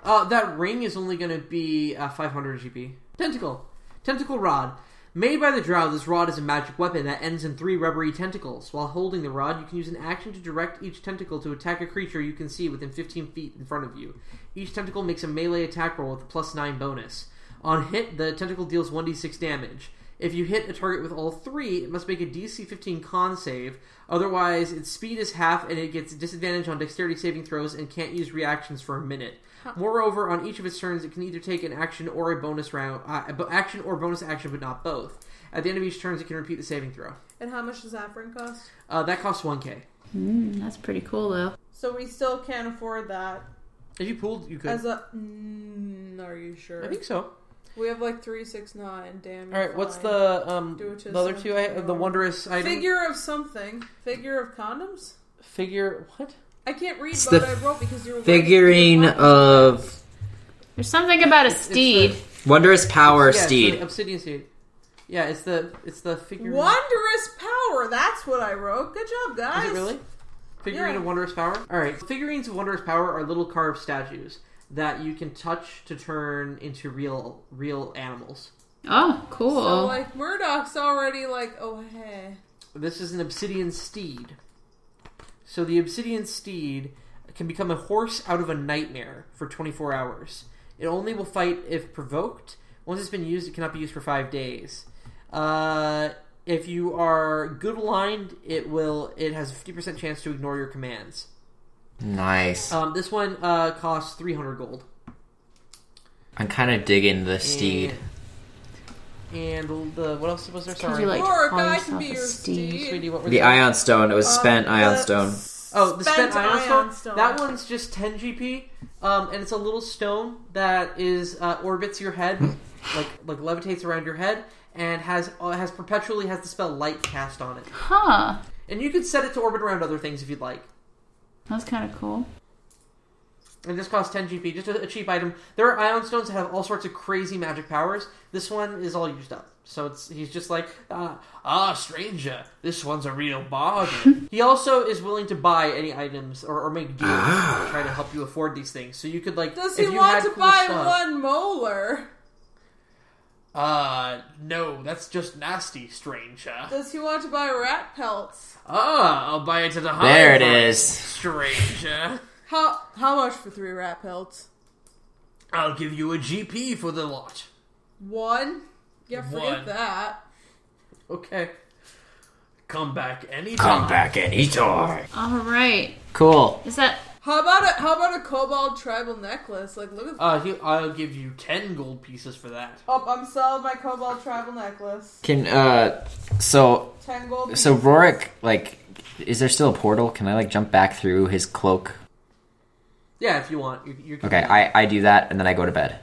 [SPEAKER 1] Uh, that ring is only going to be uh, 500 GP. Tentacle, tentacle rod. Made by the Drow, this rod is a magic weapon that ends in three rubbery tentacles. While holding the rod, you can use an action to direct each tentacle to attack a creature you can see within 15 feet in front of you. Each tentacle makes a melee attack roll with a plus 9 bonus. On hit, the tentacle deals 1d6 damage. If you hit a target with all three, it must make a DC 15 con save. Otherwise, its speed is half and it gets disadvantage on dexterity saving throws and can't use reactions for a minute. Moreover, on each of its turns, it can either take an action or a bonus round, uh, a bo- action or bonus action, but not both. At the end of each turn, it can repeat the saving throw.
[SPEAKER 5] And how much does that ring cost?
[SPEAKER 1] Uh, that costs 1k.
[SPEAKER 8] Hmm, that's pretty cool, though.
[SPEAKER 5] So we still can't afford that.
[SPEAKER 1] If you pulled, you could.
[SPEAKER 5] As a. Mm, are you sure?
[SPEAKER 1] I think so.
[SPEAKER 5] We have like three, six, nine. Damn.
[SPEAKER 1] All right, what's
[SPEAKER 5] fine.
[SPEAKER 1] the um
[SPEAKER 5] Do it to
[SPEAKER 1] the other
[SPEAKER 5] some-
[SPEAKER 1] two? I, the wondrous item
[SPEAKER 5] figure of something? Figure of condoms?
[SPEAKER 1] figure what?
[SPEAKER 5] I can't read
[SPEAKER 3] It's
[SPEAKER 5] what
[SPEAKER 3] the
[SPEAKER 5] I wrote because you're
[SPEAKER 3] Figurine of
[SPEAKER 8] There's something about a steed.
[SPEAKER 3] wondrous power
[SPEAKER 1] yeah, it's the
[SPEAKER 3] steed.
[SPEAKER 1] obsidian steed. Yeah, it's the it's the figure.
[SPEAKER 5] wondrous power. That's what I wrote. Good job, guys.
[SPEAKER 1] Is it really? Figurine
[SPEAKER 5] Yeah.
[SPEAKER 1] of wondrous power. All right, figurines of wondrous power are little carved statues that you can touch to turn into real real animals.
[SPEAKER 8] Oh, cool.
[SPEAKER 5] So like Murdoch's already like, oh hey,
[SPEAKER 1] This is an obsidian steed. So the obsidian steed can become a horse out of a nightmare for 24 hours. It only will fight if provoked. Once it's been used, it cannot be used for five days. Uh, if you are good aligned, it will. It has a 50% chance to ignore your commands.
[SPEAKER 3] Nice.
[SPEAKER 1] Um, this one uh, costs 300 gold.
[SPEAKER 3] I'm kind of digging the steed.
[SPEAKER 1] And, and the what else was there?
[SPEAKER 8] Could
[SPEAKER 1] Sorry,
[SPEAKER 8] you like
[SPEAKER 5] Or a
[SPEAKER 8] call
[SPEAKER 5] guy
[SPEAKER 8] yourself
[SPEAKER 5] can be
[SPEAKER 8] a
[SPEAKER 5] your
[SPEAKER 8] steed?
[SPEAKER 1] sweetie, what were
[SPEAKER 3] The ion stone. It was spent ion
[SPEAKER 5] the
[SPEAKER 3] stone.
[SPEAKER 1] Oh, the spent, ion, stone? That one's just 10 GP, um, and it's a little stone that is uh, orbits your head, like like levitates around your head, and has uh, has perpetually has the spell light cast on it.
[SPEAKER 8] Huh.
[SPEAKER 1] And you could set it to orbit around other things if you'd like.
[SPEAKER 8] That's kind of cool.
[SPEAKER 1] And this costs 10 GP, just a, a cheap item. There are ion stones that have all sorts of crazy magic powers. This one is all used up. So it's he's just like, ah, ah stranger, this one's a real
[SPEAKER 5] [laughs]
[SPEAKER 1] bargain. he also is willing to buy any items or, or make deals
[SPEAKER 3] Ah.
[SPEAKER 1] to try to help you afford these things. So you could, like,
[SPEAKER 5] Does
[SPEAKER 1] if
[SPEAKER 5] he
[SPEAKER 1] you
[SPEAKER 5] want
[SPEAKER 1] had
[SPEAKER 5] to
[SPEAKER 1] cool
[SPEAKER 5] buy
[SPEAKER 1] stuff-
[SPEAKER 5] one molar?
[SPEAKER 1] Uh, no, that's just nasty, stranger.
[SPEAKER 5] Does he want to buy rat pelts?
[SPEAKER 1] Ah, I'll buy it at a high
[SPEAKER 3] There it
[SPEAKER 1] price,
[SPEAKER 3] is.
[SPEAKER 1] Stranger.
[SPEAKER 5] How how much for three rat pelts?
[SPEAKER 1] I'll give you a GP for the lot.
[SPEAKER 5] One. Yeah, forget
[SPEAKER 1] One.
[SPEAKER 5] that.
[SPEAKER 1] Okay.
[SPEAKER 2] Come back anytime.
[SPEAKER 7] Come back anytime.
[SPEAKER 8] All right.
[SPEAKER 3] Cool.
[SPEAKER 8] Is that
[SPEAKER 5] How about a how about a cobalt tribal necklace? Like, look at
[SPEAKER 1] Uh, he, I'll give you ten gold pieces for that.
[SPEAKER 5] up. I'm selling my cobalt tribal necklace.
[SPEAKER 3] Can uh, so
[SPEAKER 5] Ten gold.
[SPEAKER 3] so
[SPEAKER 5] pieces.
[SPEAKER 3] Rorik like, is there still a portal? Can I like jump back through his cloak?
[SPEAKER 1] Yeah, if you want. You're, you're
[SPEAKER 3] Okay, I I do that and then I go to bed.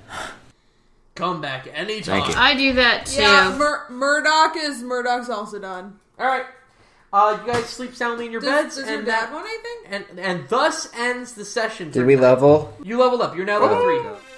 [SPEAKER 1] come back anytime.
[SPEAKER 3] Thank you.
[SPEAKER 8] I do that too?
[SPEAKER 5] yeah, Mur- Murdoch is Murdoch's also done.
[SPEAKER 1] All right. Uh, you guys sleep soundly in your
[SPEAKER 5] Does,
[SPEAKER 1] beds,
[SPEAKER 5] does
[SPEAKER 1] and
[SPEAKER 5] your dad want anything?
[SPEAKER 1] and and thus ends the session.
[SPEAKER 3] Did we level? Oh.
[SPEAKER 1] You leveled up. You're now level three.